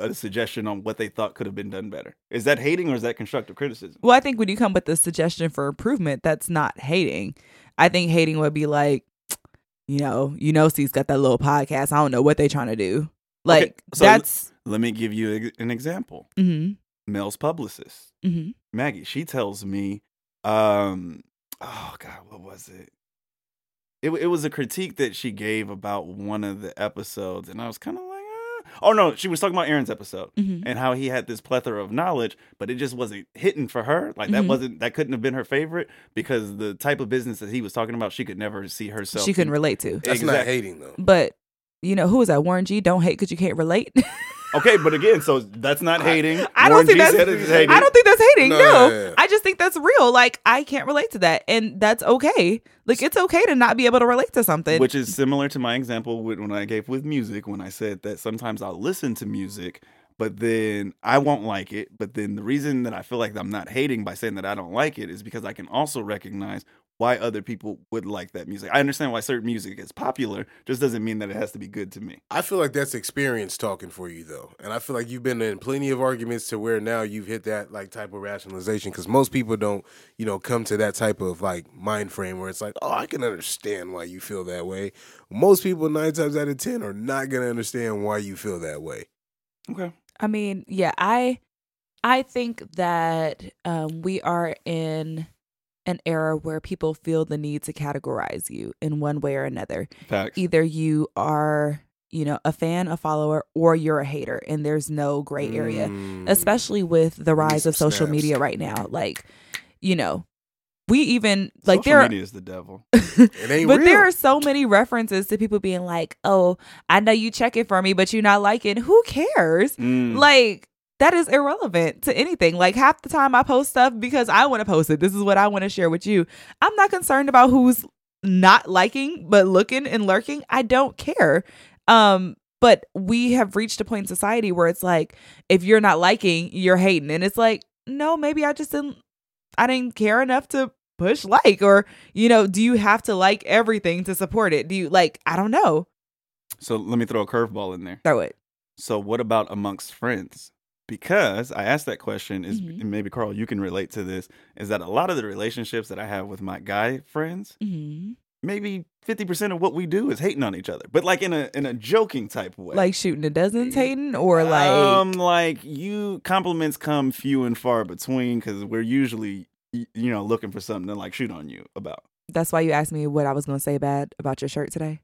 Speaker 4: a suggestion on what they thought could have been done better? Is that hating or is that constructive criticism?
Speaker 3: Well, I think when you come with a suggestion for improvement, that's not hating. I think hating would be like, you know, you know, Steve's got that little podcast. I don't know what they trying to do. Like
Speaker 4: so-
Speaker 3: that's.
Speaker 4: Let me give you ex- an example.
Speaker 3: hmm
Speaker 4: Mel's publicist,
Speaker 3: Mhm.
Speaker 4: Maggie. She tells me, um, oh God, what was it? It, it was a critique that she gave about one of the episodes, and I was kind of like, ah. oh no, she was talking about Aaron's episode
Speaker 3: Mhm.
Speaker 4: and how he had this plethora of knowledge, but it just wasn't hitting for her. Like that
Speaker 3: Mhm.
Speaker 4: wasn't that couldn't have been her favorite because the type of business that he was talking about, she could never see herself.
Speaker 3: She couldn't
Speaker 4: in.
Speaker 3: relate to.
Speaker 1: That's not
Speaker 4: Exactly.
Speaker 1: hating though.
Speaker 3: But you know who is that? Warren G. Don't hate because you can't relate.
Speaker 4: Okay, but again, so that's not hating.
Speaker 3: I don't
Speaker 4: Warren
Speaker 3: think
Speaker 4: G
Speaker 3: that's
Speaker 4: said it's hating.
Speaker 3: I don't think that's hating.
Speaker 1: No,
Speaker 3: No,
Speaker 1: yeah, yeah, yeah.
Speaker 3: I just think that's real. Like I can't relate to that, and that's okay. Like it's okay to not be able to relate to something.
Speaker 4: which is similar to my example with, when I gave with music when I said that sometimes I'll listen to music but then I won't like it but then the reason that I feel like I'm not hating by saying that I don't like it is because I can also recognize why other people would like that music. I understand why certain music is popular just doesn't mean that it has to be good to me.
Speaker 1: I feel like that's experience talking for you though, and I feel like you've been in plenty of arguments to where now you've hit that like type of rationalization because most people don't, you know, come to that type of like mind frame where it's like, oh, I can understand why you feel that way. Most people nine times out of ten are not gonna understand why you feel that way.
Speaker 4: Okay.
Speaker 3: I mean, yeah, I I think that um, we are in an era where people feel the need to categorize you in one way or another.
Speaker 4: Facts.
Speaker 3: Either you are, you know, a fan, a follower, or you're a hater, and there's no gray area.
Speaker 1: Mm.
Speaker 3: especially with the rise
Speaker 1: some
Speaker 3: of social
Speaker 1: snaps.
Speaker 3: media right now. Like, you know, we even like
Speaker 4: Like Social
Speaker 3: there
Speaker 4: media is the devil.
Speaker 3: are
Speaker 1: It ain't
Speaker 3: but
Speaker 1: real.
Speaker 3: there are so many references to people being like, "Oh, I know you check it for me, but you're not liking. Who cares?
Speaker 4: Mm.
Speaker 3: Like." That is irrelevant to anything. Like half the time I post stuff because I want to post it. This is what I want to share with you. I'm not concerned about who's not liking but looking and lurking. I don't care. Um but we have reached a point in society where it's like if you're not liking, you're hating. And it's like, no, maybe I just didn't I didn't care enough to push like or you know, do you have to like everything to support it? Do you like I don't know.
Speaker 4: so let me throw a curveball in there.
Speaker 3: Throw it.
Speaker 4: So what about amongst friends? Because I asked that question is
Speaker 3: Mhm.
Speaker 4: and maybe Carl, you can relate to this, is that a lot of the relationships that I have with my guy friends,
Speaker 3: Mm-hmm.
Speaker 4: maybe fifty percent of what we do is hating on each other. But like in a in a joking type way.
Speaker 3: Like shooting a dozen Tatum or like
Speaker 4: um like you compliments come few and far between because we're usually y- you know looking for something to like shoot on you about.
Speaker 3: that's why you asked me what I was gonna say bad about your shirt today.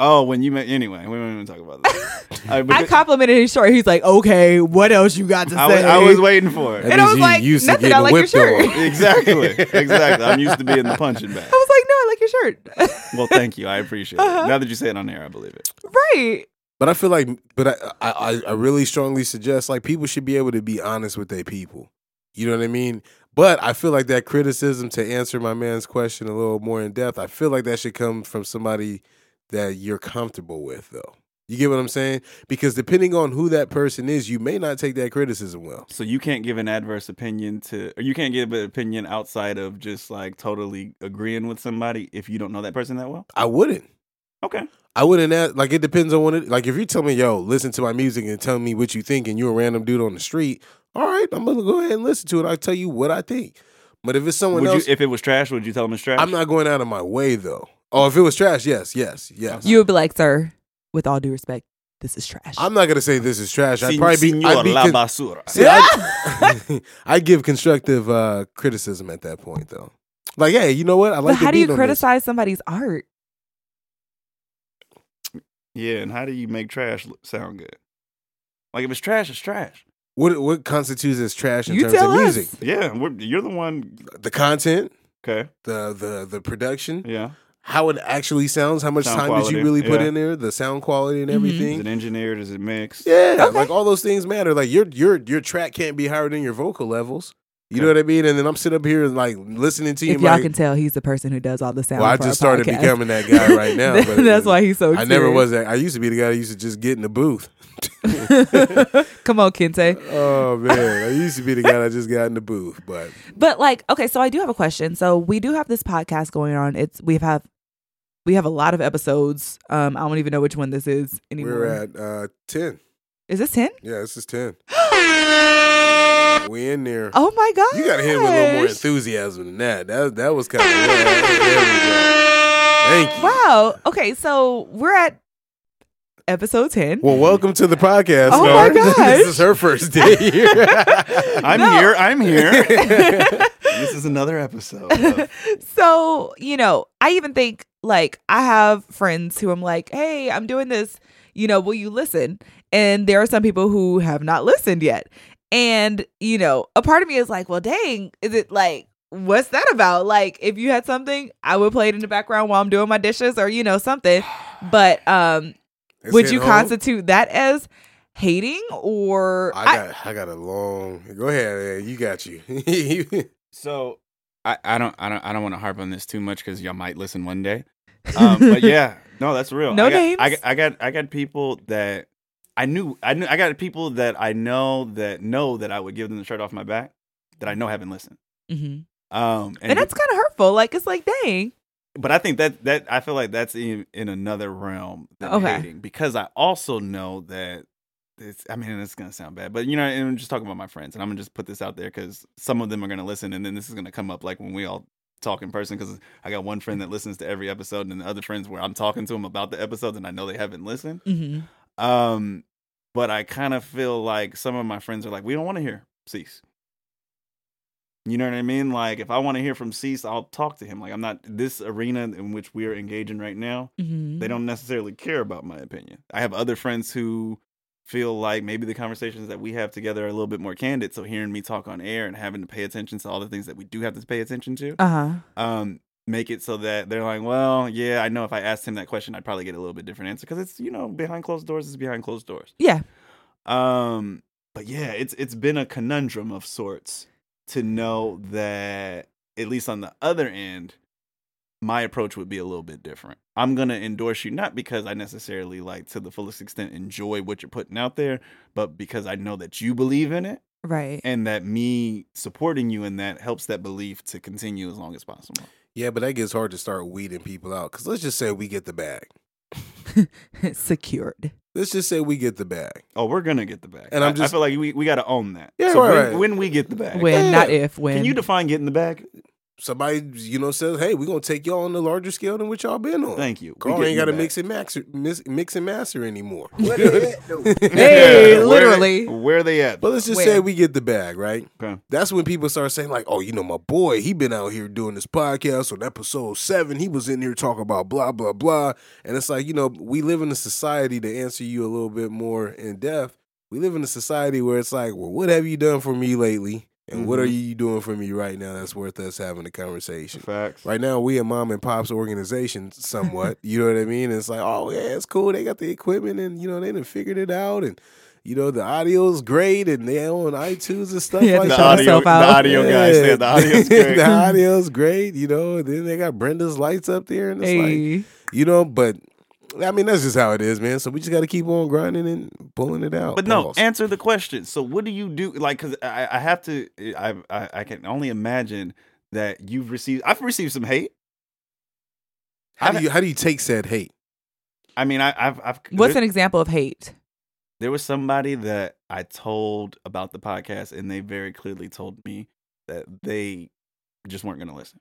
Speaker 4: Oh, when you met anyway, we won't even talk about that. I,
Speaker 3: I complimented his shirt. He's like, okay, what else you got to
Speaker 4: I,
Speaker 3: say?
Speaker 4: was, I was waiting for it.
Speaker 3: And I was like, nothing, I like your shirt. I
Speaker 4: exactly, exactly. I'm used to being the punching bag.
Speaker 3: was like, no, I like your shirt.
Speaker 4: Well, thank you. I appreciate
Speaker 3: Uh-huh.
Speaker 4: it. Now that you say it on air, I believe it.
Speaker 3: right.
Speaker 1: But I feel like, but I, I, I- I really strongly suggest like people should be able to be honest with their people. You know what I mean? But I feel like that criticism to answer my man's question a little more in depth. I feel like that should come from somebody that you're comfortable with, though. You get what I'm saying? Because depending on who that person is, you may not take that criticism well.
Speaker 4: So you can't give an adverse opinion to, or you can't give an opinion outside of just like totally agreeing with somebody if you don't know that person that well.
Speaker 1: I wouldn't.
Speaker 4: Okay.
Speaker 1: I wouldn't ask. Like it depends on what it. Like if you tell me, yo, listen to my music and tell me what you think, and you're a random dude on the street, all right, I'm gonna go ahead and listen to it. I'll tell you what I think. But if it's someone
Speaker 4: Would you,
Speaker 1: else,
Speaker 4: if it was trash, would you tell them it's trash?
Speaker 1: I'm not going out of my way though. Oh, if it was trash, yes, yes, yes.
Speaker 3: You would be like, sir, with all due respect, this is trash.
Speaker 1: I'm not gonna say this is trash. I'd
Speaker 4: Sin-
Speaker 1: probably be.
Speaker 4: Senor
Speaker 1: I'd be
Speaker 4: la
Speaker 1: con-
Speaker 4: basura.
Speaker 1: See, I, I give constructive uh, criticism at that point though. Like, hey, you know what? I
Speaker 3: but
Speaker 1: like. the
Speaker 3: how do you
Speaker 1: beat on this.
Speaker 3: criticize somebody's art?
Speaker 4: Yeah, and how do you make trash look, sound good? Like if it's trash, it's trash.
Speaker 1: What what constitutes as trash in
Speaker 3: You
Speaker 1: terms
Speaker 3: tell
Speaker 1: of
Speaker 3: us.
Speaker 1: music?
Speaker 4: Yeah, we're, you're the one.
Speaker 1: The content,
Speaker 4: Okay.
Speaker 1: the the the production.
Speaker 4: Yeah.
Speaker 1: how it actually sounds, how much
Speaker 4: Sound
Speaker 1: time did you
Speaker 4: quality,
Speaker 1: really put
Speaker 4: yeah.
Speaker 1: in there, the sound quality and
Speaker 3: Mhm.
Speaker 4: Is
Speaker 1: everything.
Speaker 4: it engineered? Is it mixed?
Speaker 1: Yeah,
Speaker 3: Okay.
Speaker 1: like all those things matter. Like your your your track can't be higher than your vocal levels. You know
Speaker 4: Okay.
Speaker 1: what I mean? And then I'm sitting up here and like listening to you.
Speaker 3: If y'all
Speaker 1: like,
Speaker 3: can tell, he's the person who does all the sound.
Speaker 1: well, I
Speaker 3: for our
Speaker 1: just started
Speaker 3: podcast.
Speaker 1: becoming that guy right now.
Speaker 3: That-
Speaker 1: but uh,
Speaker 3: That's why he's so.
Speaker 1: I never was that. I used to be the guy that used to just get in the booth.
Speaker 3: was. Come on, Kente.
Speaker 1: Oh man, I used to be the guy that just got in the booth. But
Speaker 3: But like, okay, so I do have a question. So we do have this podcast going on. It's we have we have a lot of episodes. Um, I don't even know which one this is anymore.
Speaker 1: we're at uh, ten.
Speaker 3: Is this ten?
Speaker 1: Yeah, this is ten. we in there.
Speaker 3: Oh my god!
Speaker 1: You gotta hit him with a little more enthusiasm than that. That that was kind of. There we go. Thank you.
Speaker 3: Wow. Okay, so we're at episode 10.
Speaker 1: Well, welcome to the podcast.
Speaker 3: Oh my
Speaker 1: Star.
Speaker 3: gosh.
Speaker 1: this is her first day here.
Speaker 4: I'm here. I'm here. this is another episode. of-
Speaker 3: So, you know, I even think like I have friends who I'm like, hey, I'm doing this, you know, will you listen? And there are some people who have not listened yet. And, you know, a part of me is like, well, dang, is it like, what's that about? Like, if you had something, I would play it in the background while I'm doing my dishes or, you know, something. But um
Speaker 1: It's
Speaker 3: would
Speaker 1: hit
Speaker 3: you
Speaker 1: home.
Speaker 3: constitute that as hating or
Speaker 1: I got, I, got a long. Go ahead, man. you got you.
Speaker 4: so I, I don't I don't I don't want to harp on this too much because y'all might listen one day. Um, but yeah, no, that's real.
Speaker 3: No
Speaker 4: I got, I,
Speaker 3: names.
Speaker 4: got- I got I got people that I knew I knew I got people that I know that know that I would give them the shirt off my back that I know haven't listened.
Speaker 3: Mhm.
Speaker 4: Um,
Speaker 3: and, that's kind of hurtful. Like it's like, dang,
Speaker 4: but I think that that I feel like that's in, in another realm than
Speaker 3: Okay.
Speaker 4: hating because I also know that it's. I mean, it's gonna sound bad, but you know, and I'm just talking about my friends, and I'm gonna just put this out there because some of them are gonna listen, and then this is gonna come up like when we all talk in person because I got one friend that listens to every episode, and then the other friends where I'm talking to them about the episodes, and I know they haven't listened.
Speaker 3: mm-hmm.
Speaker 4: Um, but I kind of feel like some of my friends are like, we don't want to hear Cease. You know what I mean? Like, if I want to hear from Cease, I'll talk to him. Like, I'm not this arena in which we are engaging right now.
Speaker 3: Mm-hmm.
Speaker 4: They don't necessarily care about my opinion. I have other friends who feel like maybe the conversations that we have together are a little bit more candid. So hearing me talk on air and having to pay attention to all the things that we do have to pay attention to,
Speaker 3: Uh huh.
Speaker 4: um, make it so that they're like, well, yeah, I know if I asked him that question, I'd probably get a little bit different answer because it's you know behind closed doors is behind closed doors.
Speaker 3: Yeah.
Speaker 4: Um, but yeah, it's it's been a conundrum of sorts to know that at least on the other end, my approach would be a little bit different. I'm gonna endorse you not because I necessarily like to the fullest extent enjoy what you're putting out there, but because I know that you believe in it
Speaker 3: Right.
Speaker 4: and that me supporting you in that helps that belief to continue as long as possible.
Speaker 1: yeah, but that gets hard to start weeding people out. Because let's just say we get the bag.
Speaker 3: Secured.
Speaker 1: Let's just say we get the bag.
Speaker 4: Oh, we're gonna get the bag.
Speaker 1: And I'm
Speaker 4: I- I
Speaker 1: just-
Speaker 4: feel like we, we gotta own that.
Speaker 1: Yeah,
Speaker 4: so
Speaker 1: right,
Speaker 4: when,
Speaker 1: right.
Speaker 4: when we get the bag,
Speaker 3: When,
Speaker 1: Yeah.
Speaker 3: not if. When.
Speaker 4: can you define getting the bag?
Speaker 1: Somebody, you know, says, "Hey, we're gonna take y'all on a larger scale than what y'all been on."
Speaker 4: Thank you.
Speaker 1: Oh, Carl
Speaker 4: We
Speaker 1: ain't got to
Speaker 4: getting the
Speaker 1: mix
Speaker 4: bag.
Speaker 1: and master, mix, mix and master anymore.
Speaker 3: Hey,
Speaker 4: Where they-
Speaker 3: literally.
Speaker 4: Where they at?
Speaker 1: But let's just
Speaker 3: Where?
Speaker 1: say we get the bag, right?
Speaker 4: Okay.
Speaker 1: That's when people start saying like, "Oh, you know, my boy, he been out here doing this podcast on episode seven. He was in here talking about blah blah blah." And it's like, you know, we live in a society to answer you a little bit more in depth. We live in a society where it's like, "Well, what have you done for me lately?" And what
Speaker 4: Mhm.
Speaker 1: are you doing for me right now that's worth us having a conversation?
Speaker 4: Facts.
Speaker 1: Right now, we a mom and pops organization somewhat. you know what I mean? It's like, oh yeah, it's cool. They got the equipment, and you know they done figured it out, and you know the audio's great, and they on iTunes and stuff
Speaker 3: Yeah,
Speaker 1: like
Speaker 3: they
Speaker 4: The
Speaker 3: shout
Speaker 1: that.
Speaker 4: audio,
Speaker 3: yourself
Speaker 4: the
Speaker 3: out.
Speaker 4: audio guy
Speaker 1: Yeah.
Speaker 4: said the audio's
Speaker 1: the
Speaker 4: great.
Speaker 1: audio's great. You know, and then they got Brenda's lights up there, and it's like,
Speaker 3: Hey.
Speaker 1: you know, but I mean that's just how it is, man. So we just got to keep on grinding and pulling it out.
Speaker 4: But no,
Speaker 1: Pause.
Speaker 4: answer the question. So what do you do? Like, cause I, I have to. I, I I can only imagine that you've received. I've received some hate.
Speaker 1: how do you how do you take said hate?
Speaker 4: I mean, I, I've I've.
Speaker 3: What's
Speaker 4: there,
Speaker 3: an example of hate?
Speaker 4: there was somebody that I told about the podcast, and they very clearly told me that they just weren't going to listen.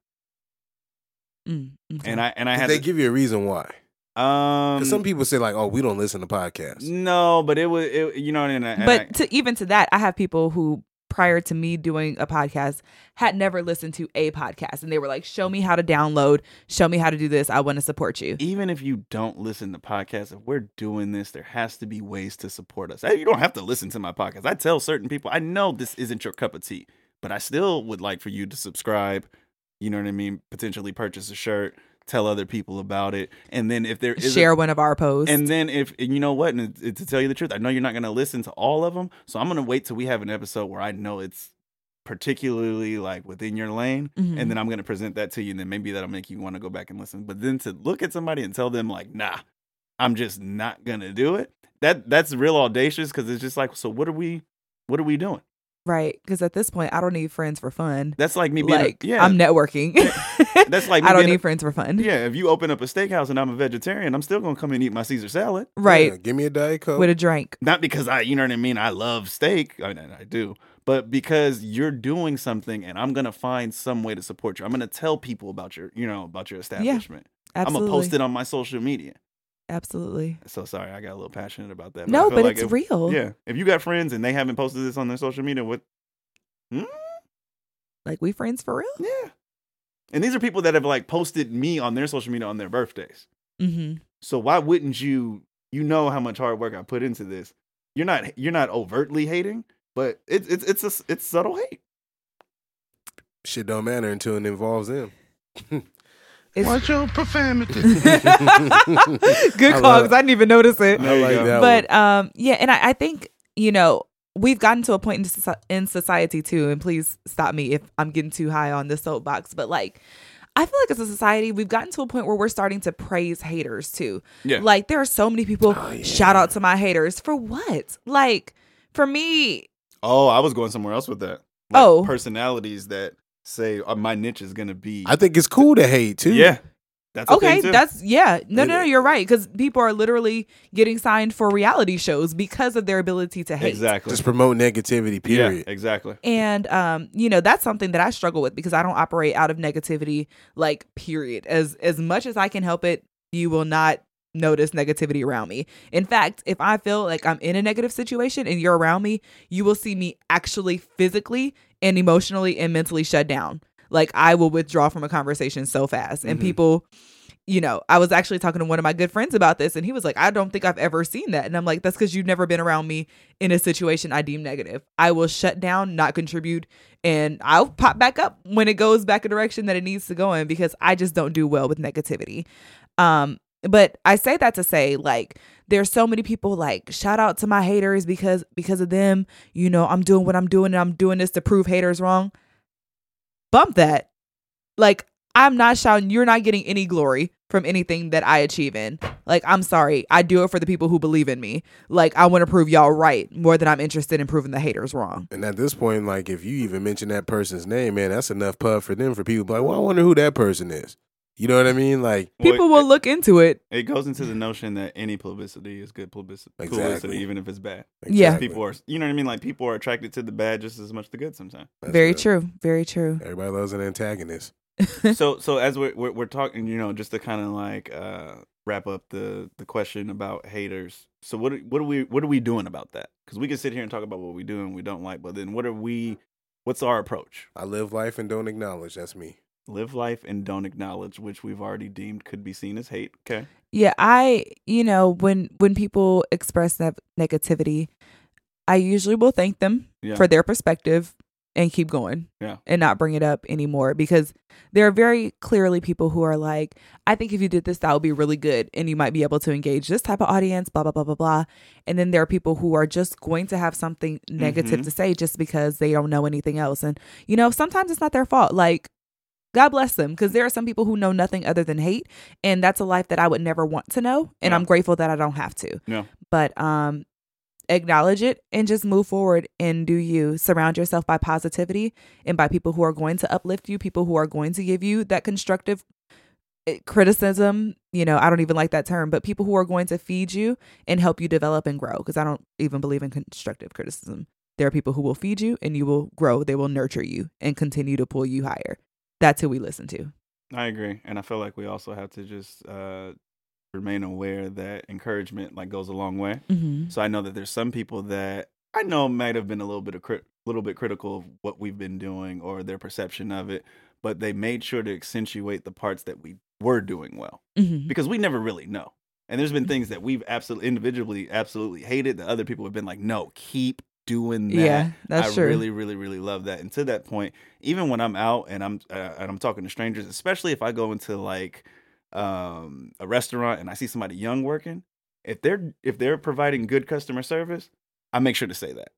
Speaker 3: Mm, okay.
Speaker 4: And I and I
Speaker 1: Did
Speaker 4: had
Speaker 1: they
Speaker 4: to-
Speaker 1: give you a reason why?
Speaker 4: um
Speaker 1: 'Cause some people say like, oh, we don't listen to podcasts.
Speaker 4: No, but it was it, you know, and, I- and I-
Speaker 3: but to even to that, I have people who prior to me doing a podcast had never listened to a podcast, and they were like, "Show me how to download. Show me how to do this. I want to support you."
Speaker 4: even if you don't listen to podcasts, if we're doing this, there has to be ways to support us. Hey, You don't have to listen to my podcast. I tell certain people, I know this isn't your cup of tea, but I still would like for you to subscribe. You know what I mean? Potentially purchase a shirt, tell other people about it, and then if there is a-
Speaker 3: Share one of our posts.
Speaker 4: and then if and you know what, and it- to tell you the truth, I know you're not going to listen to all of them, so I'm going to wait till we have an episode where I know it's particularly like within your lane,
Speaker 3: Mhm.
Speaker 4: and then I'm going to present that to you, and then maybe that'll make you want to go back and listen. But then to look at somebody and tell them like, nah, I'm just not going to do it. That that's real audacious because it's just like, so what are we, what are we doing?
Speaker 3: right, because at this point, I don't need friends for fun.
Speaker 4: That's like me being, a-
Speaker 3: Like
Speaker 4: yeah,
Speaker 3: I'm networking.
Speaker 4: that's like me
Speaker 3: I don't
Speaker 4: being a-
Speaker 3: need friends for fun.
Speaker 4: yeah. If you open up a steakhouse and I'm a vegetarian, I'm still going to come and eat my Caesar salad.
Speaker 3: Right.
Speaker 1: Yeah, give me a diet coke.
Speaker 3: With a drink.
Speaker 4: not because I, you know what I mean, I love steak. I mean, I do, but because you're doing something, and I'm gonna find some way to support you. I'm gonna tell people about your, you know, about your establishment. I'm
Speaker 3: Absolutely.
Speaker 4: gonna post it on my social media.
Speaker 3: Absolutely.
Speaker 4: So sorry, I got a little passionate about that. I
Speaker 3: No,
Speaker 4: feel
Speaker 3: but
Speaker 4: like
Speaker 3: it's
Speaker 4: if-
Speaker 3: real.
Speaker 4: Yeah, if you got friends and they haven't posted this on their social media, what? Hmm?
Speaker 3: Like we friends for real.
Speaker 4: Yeah. And these are people that have like posted me on their social media on their birthdays.
Speaker 3: Mm-hmm.
Speaker 4: So why wouldn't you? You know how much hard work I put into this. You're not you're not overtly hating, but it's it's it's a s it's subtle hate.
Speaker 1: Shit don't matter until it involves them.
Speaker 3: It's-
Speaker 9: your profanity.
Speaker 3: Good
Speaker 1: I
Speaker 3: call,
Speaker 1: love
Speaker 3: because I didn't even notice it.
Speaker 4: There
Speaker 1: I
Speaker 4: you
Speaker 1: like
Speaker 4: go.
Speaker 1: that.
Speaker 3: but um yeah and I, I think you know we've gotten to a point in, soci- in society too and please stop me if i'm getting too high on the soapbox but like i feel like as a society we've gotten to a point where we're starting to praise haters too
Speaker 4: Yeah.
Speaker 3: like there are so many people
Speaker 9: Oh,
Speaker 3: shout out to my haters for what like for me
Speaker 4: Oh, I was going somewhere else with that.
Speaker 3: Oh.
Speaker 4: personalities that say uh, my niche is gonna be.
Speaker 1: I think it's cool to hate too.
Speaker 4: yeah, that's a
Speaker 3: okay
Speaker 4: thing, too.
Speaker 3: that's yeah no no
Speaker 1: It-
Speaker 3: no you're right because people are literally getting signed for reality shows because of their ability to hate
Speaker 4: exactly.
Speaker 1: Just promote negativity, period.
Speaker 4: Yeah, exactly.
Speaker 3: And um, you know, that's something that I struggle with because I don't operate out of negativity, like period. As as much as I can help it, you will not notice negativity around me. In fact, if I feel like I'm in a negative situation and you're around me, you will see me actually physically and emotionally and mentally shut down. Like I will withdraw from a conversation so fast. And
Speaker 4: Mhm.
Speaker 3: people you know, I was actually talking to one of my good friends about this, and he was like, I don't think I've ever seen that. And I'm like, that's because you've never been around me in a situation I deem negative. I will shut down, not contribute, and I'll pop back up when it goes back a direction that it needs to go in because I just don't do well with negativity. Um, but I say that to say, like, there's so many people like shout out to my haters because because of them, you know, I'm doing what I'm doing and I'm doing this to prove haters wrong. Bump that. Like, I'm not shouting, you're not getting any glory from anything that I achieve in. Like, I'm sorry. I do it for the people who believe in me. Like, I want to prove y'all right more than I'm interested in proving the haters wrong.
Speaker 1: And at this point, like if you even mention that person's name, man, that's enough pub for them for people to be like, well, I wonder who that person is. You know what I mean? Like
Speaker 4: Well,
Speaker 3: People
Speaker 4: it-
Speaker 3: will look into it.
Speaker 4: It goes into the notion that any publicity is good publicity,
Speaker 1: Exactly.
Speaker 4: publicity even if it's bad.
Speaker 3: Yeah.
Speaker 1: exactly.
Speaker 4: People are, you know what I mean? Like people are attracted to the bad just as much as the good sometimes.
Speaker 1: That's
Speaker 3: Very
Speaker 1: real.
Speaker 3: true. Very true.
Speaker 1: Everybody loves an antagonist.
Speaker 4: so, so as we're we're, we're talking, you know, just to kind of like uh, wrap up the the question about haters. So what are- what are we what are we doing about that? Because we can sit here and talk about what we do and we don't like, but then what are we? What's our approach?
Speaker 1: I live life and don't acknowledge. That's me.
Speaker 4: Live life and don't acknowledge, which we've already deemed could be seen as hate. Okay.
Speaker 3: Yeah, I, you know, when when people express ne- negativity, I usually will thank them
Speaker 4: Yeah.
Speaker 3: for their perspective and keep going.
Speaker 4: Yeah.
Speaker 3: And not bring it up anymore because there are very clearly people who are like, I think if you did this, that would be really good and you might be able to engage this type of audience, blah, blah, blah, blah, blah. And then there are people who are just going to have something negative
Speaker 4: Mhm.
Speaker 3: to say just because they don't know anything else. And, you know, sometimes it's not their fault. Like, God bless them because there are some people who know nothing other than hate. And that's a life that I would never want to know. And
Speaker 4: Yeah.
Speaker 3: I'm grateful that I don't have to.
Speaker 4: Yeah.
Speaker 3: But, um, acknowledge it and just move forward and do you surround yourself by positivity and by people who are going to uplift you people who are going to give you that constructive eh, criticism you know i don't even like that term but people who are going to feed you and help you develop and grow because i don't even believe in constructive criticism there are people who will feed you and you will grow they will nurture you and continue to pull you higher that's who we listen to
Speaker 4: I agree, and I feel like we also have to just uh, remain aware that encouragement like goes a long way.
Speaker 3: mm-hmm.
Speaker 4: So I know that there's some people that I know might have been a little bit of crit- little bit critical of what we've been doing or their perception of it, but they made sure to accentuate the parts that we were doing well
Speaker 3: Mm-hmm.
Speaker 4: because we never really know. And there's been things that we've absolutely individually absolutely hated that other people have been like, no, keep doing that.
Speaker 3: yeah that's
Speaker 4: I
Speaker 3: true
Speaker 4: really, really, really love that. And to that point, even when I'm out and I'm uh, and I'm talking to strangers, especially if I go into like um, a restaurant and I see somebody young working, if they're if they're providing good customer service, I make sure to say that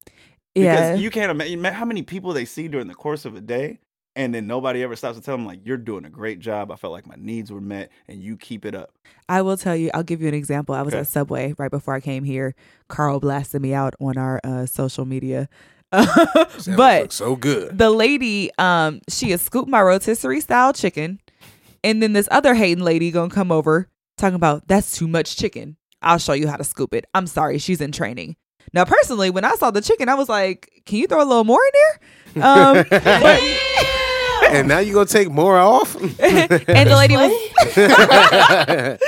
Speaker 3: yeah
Speaker 4: because you can't imagine how many people they see during the course of a day, and then nobody ever stops to tell them like you're doing a great job. I felt like my needs were met, and you keep it up.
Speaker 3: I will tell you, I'll give you an example. I was
Speaker 4: Okay.
Speaker 3: at Subway right before I came here. Carl blasted me out on our uh, social media. but
Speaker 1: Sandwich looks so good.
Speaker 3: the lady, um, she has scooped my rotisserie style chicken, and then this other hating lady gonna come over talking about that's too much chicken. I'll show you how to scoop it. I'm sorry, she's in training. Now, personally, when I saw the chicken, I was like, "Can you throw a little more in there?" Um, but-
Speaker 1: And now you gonna take more off?
Speaker 3: and the lady was,
Speaker 1: and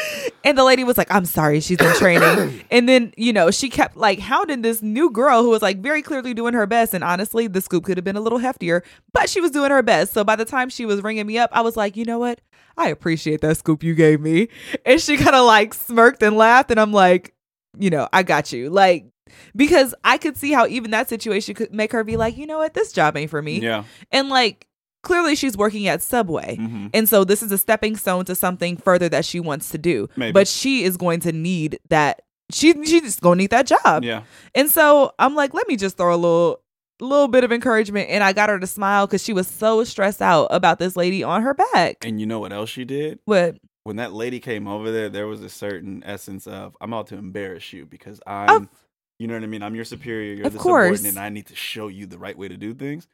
Speaker 3: And the lady was like, I'm sorry, she's in training. and then, you know, she kept like hounding this new girl who was like very clearly doing her best. And honestly, the scoop could have been a little heftier, but she was doing her best. So by the time she was ringing me up, I was like, you know what? I appreciate that scoop you gave me. And she kind of like smirked and laughed. And I'm like, you know, I got you. Like, because I could see how even that situation could make her be like, you know what, this job ain't for me.
Speaker 4: Yeah.
Speaker 3: And like, clearly she's working at Subway.
Speaker 4: hmm
Speaker 3: And so this is a stepping stone to something further that she wants to do.
Speaker 4: Maybe.
Speaker 3: But she is going to need that. She she's just gonna need that job.
Speaker 4: Yeah.
Speaker 3: And so I'm like, let me just throw a little little bit of encouragement and I got her to smile because she was so stressed out about this lady on her back.
Speaker 4: And you know what else she did?
Speaker 3: But
Speaker 4: When that lady came over there, there was a certain essence of I'm out to embarrass you because I'm, you know what I mean. I'm your superior. You're
Speaker 3: Of
Speaker 4: the
Speaker 3: course.
Speaker 4: subordinate. And I need to show you the right way to do things. And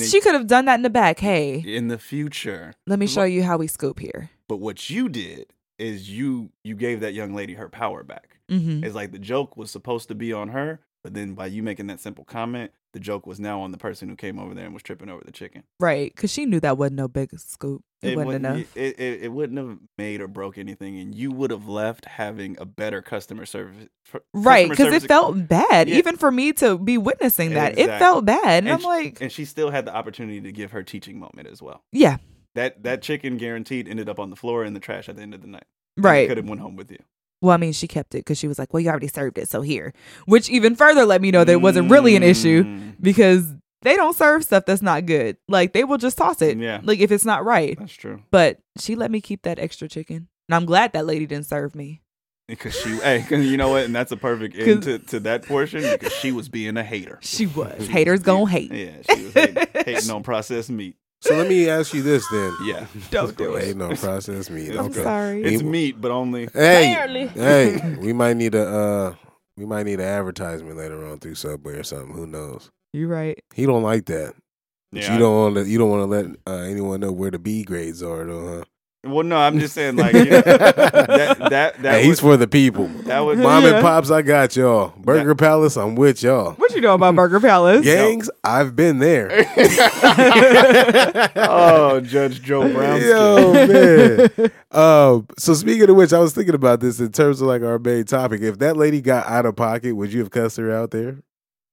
Speaker 3: because she could have done that in the back. Hey,
Speaker 4: then in the future.
Speaker 3: let me show you how we scoop here.
Speaker 4: But what you did is you you gave that young lady her power back.
Speaker 3: Mm-hmm.
Speaker 4: It's like the joke was supposed to be on her, but then by you making that simple comment, the joke was now on the person who came over there and was tripping over the chicken.
Speaker 3: Right. Because she knew that wasn't no big scoop. It, wasn't
Speaker 4: wouldn't-
Speaker 3: enough.
Speaker 4: It, it, it wouldn't have made or broke anything, and you would have left having a better customer service. fr-
Speaker 3: Right,
Speaker 4: customer
Speaker 3: because it
Speaker 4: service-
Speaker 3: felt bad,
Speaker 4: Yeah.
Speaker 3: even for me to be witnessing that. It
Speaker 4: Exactly.
Speaker 3: felt bad, and, I'm
Speaker 4: sh-
Speaker 3: like,
Speaker 4: and she still had the opportunity to give her teaching moment as well.
Speaker 3: yeah,
Speaker 4: That that chicken guaranteed ended up on the floor in the trash at the end of the night.
Speaker 3: right.
Speaker 4: could have went home with you.
Speaker 3: Well, I mean, she kept it because she was like, well, you already served it, so here. Which even further let me know that it wasn't really an issue
Speaker 4: Mm,
Speaker 3: because they don't serve stuff that's not good. Like they will just toss it,
Speaker 4: Yeah.
Speaker 3: like if it's not right.
Speaker 4: That's true.
Speaker 3: But she let me keep that extra chicken, and I'm glad that lady didn't serve me.
Speaker 4: Because she, hey, 'cause you know what? And that's a perfect end to, to that portion because she was being a hater.
Speaker 3: She was
Speaker 4: was
Speaker 3: haters
Speaker 4: being-
Speaker 3: gonna hate.
Speaker 4: Yeah, she was hating, hating on processed meat.
Speaker 1: So let me ask you this then.
Speaker 4: Yeah.
Speaker 3: Don't do it.
Speaker 1: Ain't no process meat.
Speaker 4: I'm
Speaker 3: I'm
Speaker 1: Okay.
Speaker 3: sorry.
Speaker 4: It's meat, but only.
Speaker 1: Hey,
Speaker 5: Barely.
Speaker 1: hey, we might need a uh, we might need an advertisement later on through Subway or something. Who knows?
Speaker 3: You're right.
Speaker 1: He don't like that. But
Speaker 4: Yeah,
Speaker 1: you don't want to. You don't want to let uh, anyone know where the B grades are, though, huh?
Speaker 4: Well, no, I'm just saying, like, you know, that, that, that,
Speaker 1: hey, he's
Speaker 4: was,
Speaker 1: for the people.
Speaker 4: that was,
Speaker 1: Mom
Speaker 3: Yeah.
Speaker 1: and pops, I got y'all. Burger Palace, I'm with y'all.
Speaker 3: What you know about Burger Palace?
Speaker 1: Gangs, I've been there.
Speaker 4: oh, Judge Joe Brown.
Speaker 1: Yo, man. Um, so speaking of which, I was thinking about this in terms of like our main topic. If that lady got out of pocket, would you have cussed her out there?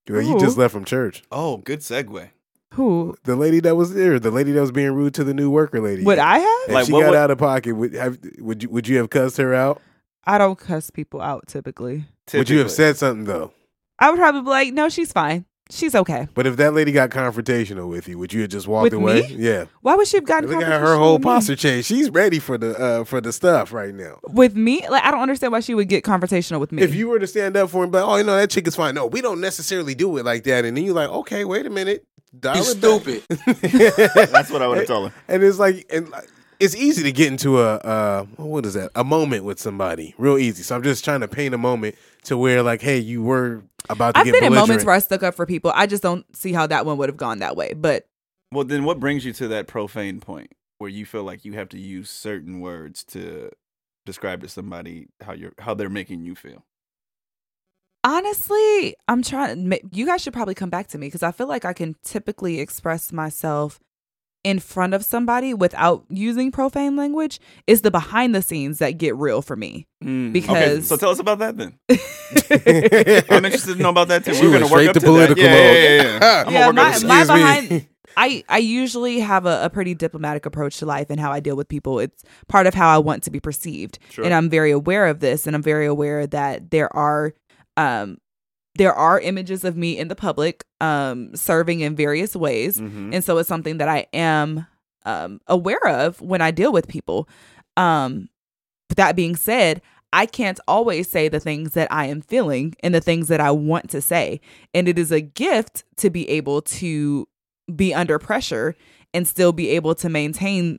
Speaker 1: Well, you just
Speaker 3: Who?
Speaker 1: left from church.
Speaker 4: Oh, good segue.
Speaker 3: Who
Speaker 1: The lady that was there, the lady that was being rude to the new worker lady.
Speaker 3: would I have?
Speaker 1: If
Speaker 4: Like,
Speaker 1: she
Speaker 4: what
Speaker 1: got
Speaker 4: would-
Speaker 1: out of pocket, would have, would you would you have cussed her out?
Speaker 3: I don't cuss people out typically.
Speaker 1: Would you have
Speaker 4: Typically.
Speaker 1: said something though?
Speaker 3: I would probably be like, no, she's fine. She's okay.
Speaker 1: But if that lady got confrontational with you, would you have just walked
Speaker 3: With
Speaker 1: away?
Speaker 3: me?
Speaker 1: Yeah.
Speaker 3: Why would she have gotten
Speaker 1: Look at her
Speaker 3: confrontational
Speaker 1: whole
Speaker 3: with me?
Speaker 1: posture change. She's ready for the uh, for the stuff right now.
Speaker 3: with me? Like I don't understand why she would get confrontational with me.
Speaker 1: If you were to stand up for him, but oh, you know that chick is fine. No, we don't necessarily do it like that. And then you're like, okay, wait a minute, dial
Speaker 2: He's
Speaker 1: it back.
Speaker 2: stupid.
Speaker 4: That's what I would have told her.
Speaker 1: And it's like, and like, it's easy to get into a uh, what is that? A moment with somebody, real easy. So I'm just trying to paint a moment to where like, hey, you were about to
Speaker 3: I've
Speaker 1: get
Speaker 3: been in moments
Speaker 1: belligerent.
Speaker 3: where I stuck up for people. I just don't see how that one would have gone that way. But
Speaker 4: Well, then what brings you to that profane point where you feel like you have to use certain words to describe to somebody how you're how they're making you feel?
Speaker 3: honestly, I'm trying. ma- You guys should probably come back to me because I feel like I can typically express myself in front of somebody without using profane language. It's the behind the scenes that get real for me.
Speaker 4: Hmm. Okay,
Speaker 3: Because-
Speaker 4: so tell us about that then. I'm interested to know about that too.
Speaker 1: She
Speaker 4: We're
Speaker 1: went
Speaker 4: gonna work
Speaker 1: straight
Speaker 4: up
Speaker 1: to
Speaker 4: to,
Speaker 1: political
Speaker 4: that. Yeah,
Speaker 1: mode.
Speaker 4: yeah, yeah, yeah. I'm
Speaker 3: Yeah,
Speaker 4: gonna work up
Speaker 3: my,
Speaker 4: to
Speaker 3: my
Speaker 1: Excuse me.
Speaker 3: behind. I I usually have a, a pretty diplomatic approach to life and how I deal with people. It's part of how I want to be perceived,
Speaker 4: Sure.
Speaker 3: and I'm very aware of this, and I'm very aware that there are, um, there are images of me in the public, um, serving in various ways,
Speaker 4: Mhm.
Speaker 3: and so it's something that I am um, aware of when I deal with people. Um, but that being said, I can't always say the things that I am feeling and the things that I want to say. And it is a gift to be able to be under pressure and still be able to maintain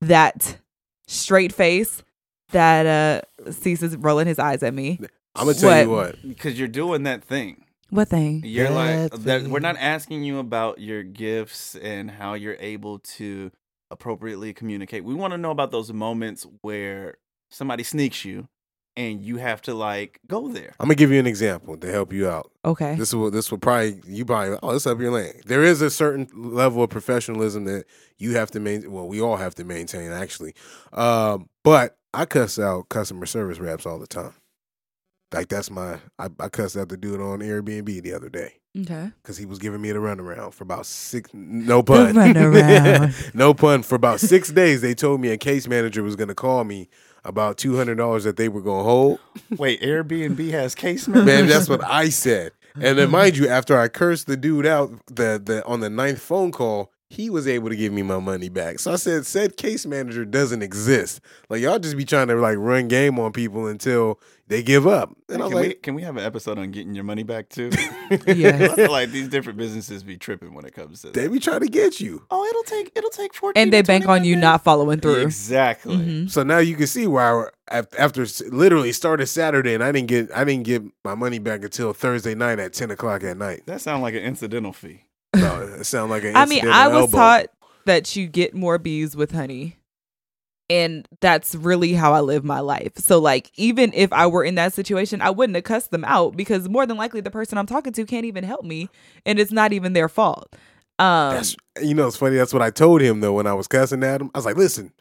Speaker 3: that straight face that uh ceases rolling his eyes at me.
Speaker 1: I'm gonna tell you
Speaker 3: What?
Speaker 1: what.
Speaker 4: because you're doing that thing.
Speaker 3: What thing?
Speaker 4: You're like uh,
Speaker 1: That
Speaker 4: that, we're
Speaker 1: thing.
Speaker 4: not asking you about your gifts and how you're able to appropriately communicate. We want to know about those moments where somebody sneaks you and you have to like go there.
Speaker 1: I'm gonna give you an example to help you out.
Speaker 3: Okay.
Speaker 1: This will this will probably you probably oh this up your lane. There is a certain level of professionalism that you have to maintain. Well, we all have to maintain actually. Um, but I cuss out customer service reps all the time. Like that's my I, I cussed out the dude on Airbnb the other day
Speaker 3: Okay.
Speaker 1: because he was giving me the runaround for about six. No pun.
Speaker 3: runaround.
Speaker 1: no pun. For about six days, they told me a case manager was going to call me about two hundred dollars that they were going to hold.
Speaker 4: Wait, Airbnb has case
Speaker 1: Man, that's what I said. And then, mind you, after I cursed the dude out, the the on the ninth phone call, he was able to give me my money back. So I said, said case manager doesn't exist. Like y'all just be trying to like run game on people until they give up. And I
Speaker 4: Can,
Speaker 1: was
Speaker 4: we,
Speaker 1: like,
Speaker 4: can we have an episode on getting your money back too? I
Speaker 3: Yes.
Speaker 4: feel like these different businesses be tripping when it comes to
Speaker 1: they
Speaker 4: that.
Speaker 1: be trying to get you.
Speaker 4: Oh, it'll take it'll take fourteen.
Speaker 3: And
Speaker 4: to
Speaker 3: they bank
Speaker 4: 20
Speaker 3: on you
Speaker 4: minutes.
Speaker 3: not following through.
Speaker 4: Exactly.
Speaker 3: Mhm.
Speaker 1: So now you can see why I- af- after s- literally started Saturday and I didn't get I didn't get my money back until Thursday night at ten o'clock at night.
Speaker 4: That sounds like an incidental fee.
Speaker 1: So it sounded like an
Speaker 3: I mean,
Speaker 1: incidental
Speaker 3: I was
Speaker 1: elbow.
Speaker 3: taught that you get more bees with honey. And that's really how I live my life. So, like, even if I were in that situation, I wouldn't have cussed them out because more than likely the person I'm talking to can't even help me and it's not even their fault. Um,
Speaker 1: That's, you know, it's funny. That's what I told him though when I was cussing at him. I was like, "Listen,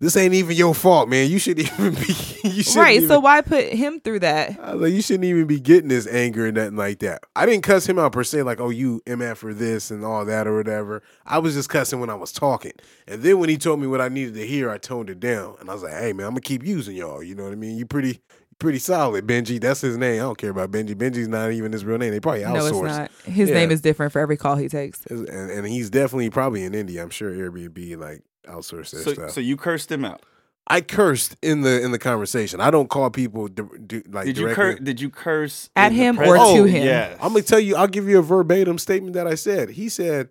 Speaker 1: this ain't even your fault, man. You should even be you should
Speaker 3: right. So, why put him through that?
Speaker 1: I was like, you shouldn't even be getting this anger and nothing like that. I didn't cuss him out per se, like, oh, you MF for this and all that or whatever. I was just cussing when I was talking. And then when he told me what I needed to hear, I toned it down. And I was like, hey, man, I'm going to keep using y'all. You know what I mean? You pretty pretty solid, Benji. That's his name. I don't care about Benji. Benji's not even his real name. They probably
Speaker 3: No,
Speaker 1: outsourced.
Speaker 3: it's not. His
Speaker 1: Yeah.
Speaker 3: name is different for every call he takes.
Speaker 1: And, and he's definitely probably in India. I'm sure Airbnb, like, outsourced their
Speaker 4: So,
Speaker 1: stuff.
Speaker 4: so you cursed him out.
Speaker 1: I cursed in the in the conversation. I don't call people di- di- like
Speaker 4: Did you
Speaker 1: directly.
Speaker 4: curse? Did you curse
Speaker 3: At
Speaker 4: in the
Speaker 3: him or
Speaker 4: presence?
Speaker 1: to
Speaker 4: Oh,
Speaker 3: him?
Speaker 4: Yes.
Speaker 1: I'm gonna tell you. I'll give you a verbatim statement that I said. He said,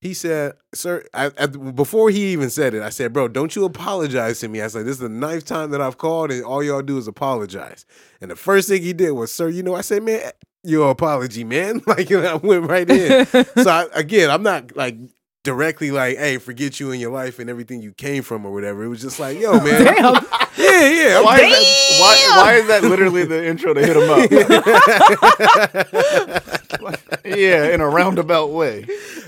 Speaker 1: he said, sir. I, I, before he even said it, I said, bro, don't you apologize to me. I said, this is the ninth time that I've called, and all y'all do is apologize. And the first thing he did was, sir, you know, I said, man, your apology, man. Like and I went right in. so I, again, I'm not like directly like, hey, forget you and your life and everything you came from or whatever. It was just like, yo, man, yeah, yeah. I'm
Speaker 4: Why is, that, why, why is that literally the intro to hit him up? Like, yeah, in a roundabout way.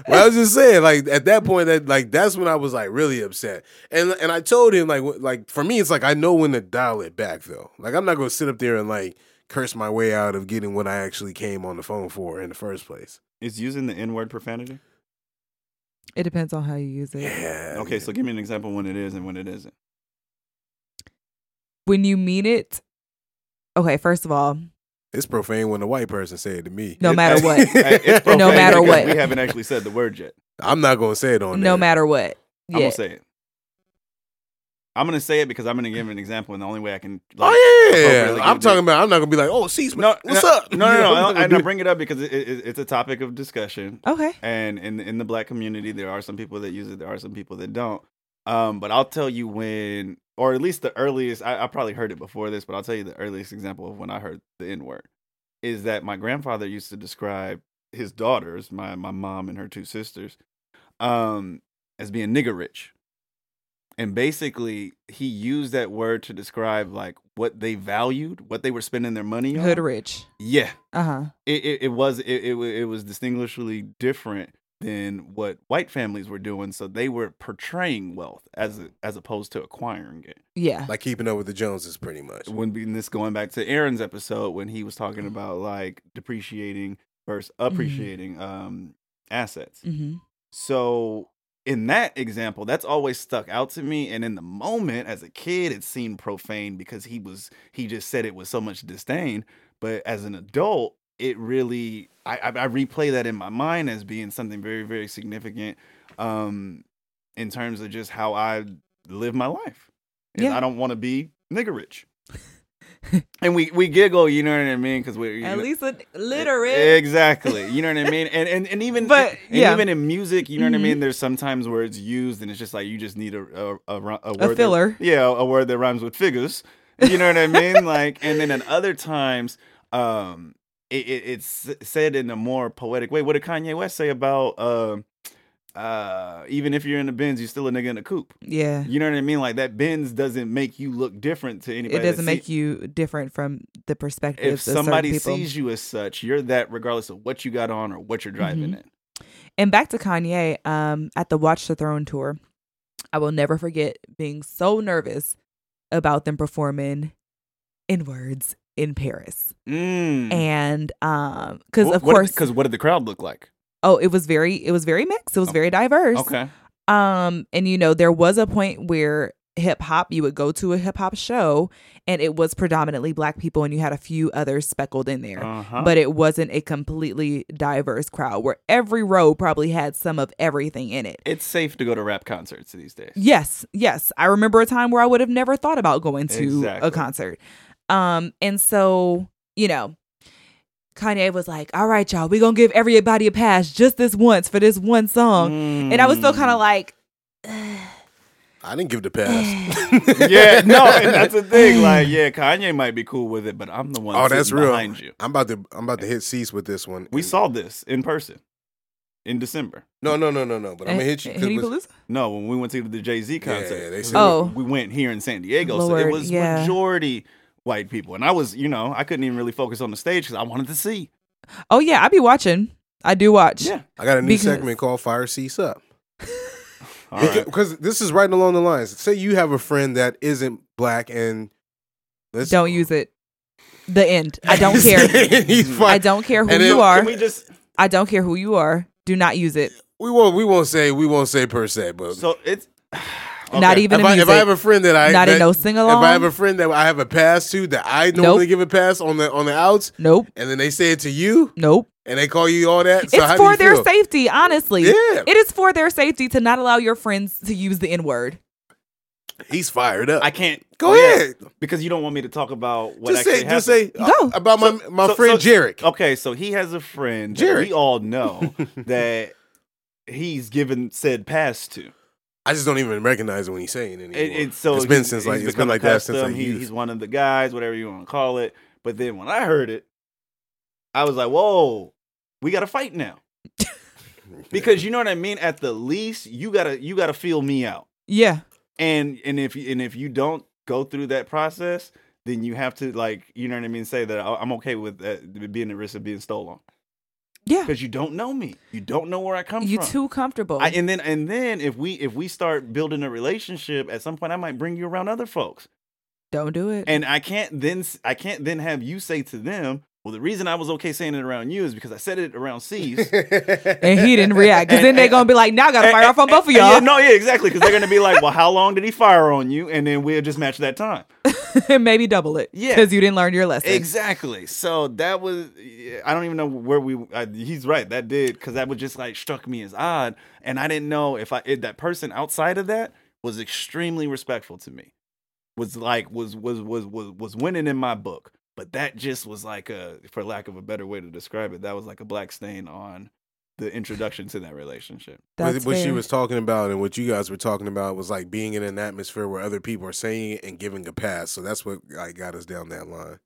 Speaker 1: Well, I was just saying, like at that point, that like that's when I was like really upset, and and I told him like wh- like for me, it's like I know when to dial it back though. Like I'm not gonna sit up there and like curse my way out of getting what I actually came on the phone for in the first place.
Speaker 4: Is using the N word profanity?
Speaker 3: It depends on how you use it.
Speaker 1: Yeah.
Speaker 4: Okay, so give me an example when it is and when it isn't.
Speaker 3: When you mean it, okay, first of all,
Speaker 1: it's profane when a white person say it to me.
Speaker 3: no matter what,
Speaker 4: Hey, it's
Speaker 3: No
Speaker 4: profane
Speaker 3: matter
Speaker 4: because
Speaker 3: what.
Speaker 4: We haven't actually said the word yet.
Speaker 1: I'm not gonna say it on.
Speaker 3: no
Speaker 1: there.
Speaker 3: matter what.
Speaker 4: I'm
Speaker 3: Yeah.
Speaker 4: gonna say it. I'm gonna say it because I'm gonna give an example, and the only way I can. like,
Speaker 1: Oh yeah,
Speaker 4: appropriately
Speaker 1: I'm
Speaker 4: give it-
Speaker 1: talking about. I'm not gonna be like, oh, cease.
Speaker 4: No,
Speaker 1: what's
Speaker 4: no,
Speaker 1: up?
Speaker 4: No, no,
Speaker 1: You know, I'm
Speaker 4: no.
Speaker 1: not
Speaker 4: and I,
Speaker 1: gonna do-
Speaker 4: bring it up because it, it, it's a topic of discussion,
Speaker 3: Okay.
Speaker 4: and in in the black community, there are some people that use it, there are some people that don't. Um, but I'll tell you when, or at least the earliest. I, I probably heard it before this, but I'll tell you the earliest example of when I heard the N word is that my grandfather used to describe his daughters, my my mom and her two sisters, um, as being nigger rich. And basically, he used that word to describe like what they valued, what they were spending their money on.
Speaker 3: Hood rich.
Speaker 4: Yeah,
Speaker 3: Uh huh.
Speaker 4: it, it, it was it, it wa- it was distinguishably different than what white families were doing so they were portraying wealth as a, as opposed to acquiring it
Speaker 3: Yeah.
Speaker 1: like keeping up with the Joneses, pretty much.
Speaker 4: when being this going back to aaron's episode when he was talking about like depreciating versus appreciating um assets
Speaker 3: hmm
Speaker 4: so in that example, that's always stuck out to me. And in the moment, as a kid, it seemed profane because he was he just said it with so much disdain. But as an adult, it really I, I, I replay that in my mind as being something very very significant, um, in terms of just how I live my life. Is
Speaker 3: Yeah.
Speaker 4: I don't want to be nigger rich. and we we giggle, you know what I mean? Because we're you
Speaker 3: At
Speaker 4: know- e-,
Speaker 3: least a literate.
Speaker 4: Exactly. You know what I mean? And and, and even
Speaker 3: But,
Speaker 4: and
Speaker 3: yeah.
Speaker 4: even in music, you know
Speaker 3: Mhm.
Speaker 4: what I mean? There's sometimes where it's used and it's just like you just need a a, a, ri- a word that-
Speaker 3: filler.
Speaker 4: yeah, a word that rhymes with figures. You know what I mean? Like and then at other times, um it, it, it's said in a more poetic way. What did Kanye West say about um uh even if you're in the bins, you're still a nigga in the coop.
Speaker 3: yeah.
Speaker 4: You know what I mean? Like that bins doesn't make you look different to anybody.
Speaker 3: It
Speaker 4: that
Speaker 3: doesn't
Speaker 4: see-
Speaker 3: make you different from the perspective
Speaker 4: if
Speaker 3: of
Speaker 4: somebody
Speaker 3: certain people.
Speaker 4: sees you as such, you're that regardless of what you got on or what you're driving in.
Speaker 3: And back to Kanye, um, at the Watch the Throne tour, I will never forget being so nervous about them performing in words in Paris.
Speaker 4: Mm.
Speaker 3: Mm-hmm. And um cuz
Speaker 4: Wh-
Speaker 3: of
Speaker 4: what,
Speaker 3: course
Speaker 4: because what did the crowd look like?
Speaker 3: oh it was very it was very mixed. It was
Speaker 4: Oh,
Speaker 3: very diverse.
Speaker 4: Okay,
Speaker 3: Um, and you know, there was a point where hip hop, you would go to a hip hop show and it was predominantly black people and you had a few others speckled in there.
Speaker 4: Uh-huh.
Speaker 3: But it wasn't a completely diverse crowd where every row probably had some of everything in it.
Speaker 4: it's safe to go to rap concerts these days.
Speaker 3: Yes, yes. I remember a time where I would have never thought about going to
Speaker 4: Exactly.
Speaker 3: a concert. Um, and so, you know, Kanye was like, All right, y'all, we're gonna give everybody a pass just this once for this one song. And I was still
Speaker 1: Mm.
Speaker 4: Mm.
Speaker 3: kinda like,
Speaker 1: I didn't give the pass.
Speaker 4: yeah, no, and that's the thing. Like, yeah, Kanye might be cool with it, but I'm the one.
Speaker 1: oh, that's
Speaker 4: sitting
Speaker 1: real.
Speaker 4: Behind you,
Speaker 1: I'm about to I'm about to hit cease with this one.
Speaker 4: we saw this in person in December.
Speaker 1: No, no, no, no, no. But I'm
Speaker 3: "Eh,
Speaker 1: gonna hit you. 'cause with-
Speaker 3: Hittipalooza?
Speaker 4: No, when we went to the Jay Z concert,
Speaker 1: Yeah, they
Speaker 4: we-
Speaker 1: said-
Speaker 3: Oh.
Speaker 4: we went here in San Diego, so it
Speaker 3: Lord,
Speaker 4: was
Speaker 3: yeah.
Speaker 4: majority white people, and I was, you know, I couldn't even really focus on the stage because I wanted to see.
Speaker 3: Oh yeah, I be watching. I do watch.
Speaker 4: Yeah,
Speaker 1: I got a new
Speaker 3: Because-
Speaker 1: segment called Fire Cease Up.
Speaker 4: all right.
Speaker 1: Because this is right along the lines. Say you have a friend that isn't black and let's
Speaker 3: Don't use it. The end. I don't care.
Speaker 1: He's fine.
Speaker 3: I don't care who
Speaker 1: And
Speaker 3: you
Speaker 1: then-
Speaker 3: are.
Speaker 4: Can we just
Speaker 3: I don't care who you are. Do not use it.
Speaker 1: We won't. We won't say. We won't say per se. But
Speaker 4: so it's
Speaker 3: Not
Speaker 4: Okay.
Speaker 3: even
Speaker 1: if
Speaker 3: the
Speaker 1: I, if
Speaker 3: music.
Speaker 1: I have a friend that I
Speaker 3: Not in
Speaker 1: that-
Speaker 3: no sing
Speaker 1: If
Speaker 3: along.
Speaker 1: I have a friend that I have a pass to that I normally give a pass on the on the outs,
Speaker 3: nope.
Speaker 1: and then they say it to you,
Speaker 3: Nope.
Speaker 1: and they call you all that. So
Speaker 3: it's
Speaker 1: how
Speaker 3: for
Speaker 1: do you
Speaker 3: their
Speaker 1: feel?
Speaker 3: safety, honestly.
Speaker 1: Yeah.
Speaker 3: It is for their safety to not allow your friends to use the N word.
Speaker 1: He's fired up.
Speaker 4: I can't
Speaker 1: Go
Speaker 4: oh, yeah,
Speaker 1: ahead.
Speaker 4: because you don't want me to talk about what
Speaker 1: just
Speaker 4: actually
Speaker 1: say. Just say
Speaker 4: happened.
Speaker 1: uh, about my my
Speaker 4: so- um,
Speaker 1: friend
Speaker 4: so-
Speaker 1: Jarek.
Speaker 4: Okay, so he has a friend that
Speaker 1: Jarek.
Speaker 4: we all know that he's given said pass to.
Speaker 1: I just don't even recognize it when he's saying it anymore.
Speaker 4: It, it's so
Speaker 1: it's been
Speaker 4: he's-
Speaker 1: since
Speaker 4: he's
Speaker 1: like it's been
Speaker 4: become
Speaker 1: like that since like
Speaker 4: accustomed. He-
Speaker 1: youth.
Speaker 4: he's one of the guys, whatever you want to call it. But then when I heard it, I was like, "Whoa, we got to fight now," because you know what I mean. At the least, you gotta you gotta feel me out.
Speaker 3: Yeah.
Speaker 4: and and if you- and if you don't go through that process then you have to like you know what i mean say that I- i'm okay with that, being at risk of being stolen
Speaker 3: Yeah.
Speaker 4: because you don't know me you don't know where i come
Speaker 3: You
Speaker 4: from
Speaker 3: too comfortable.
Speaker 4: I, and then and then if we if we start building a relationship at some point i might bring you around other folks
Speaker 3: don't do it.
Speaker 4: and i can't then s- i can't then have you say to them well the reason i was okay saying it around you is because i said it around c's
Speaker 3: And he didn't react. Because then they're going to be like, now I got to fire off on both of
Speaker 4: And-
Speaker 3: y'all.
Speaker 4: yeah, no yeah exactly because they're gonna be like well how long did he fire on you and then we'll just match that time
Speaker 3: and maybe double it.
Speaker 4: Yeah.
Speaker 3: Because you didn't learn your lesson.
Speaker 4: Exactly. So that was I don't even know where we. I, he's right. That did because that was just like struck me as odd, and I didn't know if I if that person outside of that was extremely respectful to me. Was like was was was was was winning in my book, but that just was like a for lack of a better way to describe it, that was like a black stain on the introduction to that relationship.
Speaker 1: But
Speaker 3: That's
Speaker 1: what she
Speaker 3: fair.
Speaker 1: was talking about and what you guys were talking about was like being in an atmosphere where other people are saying it and giving a pass. So that's what like, got us down that line.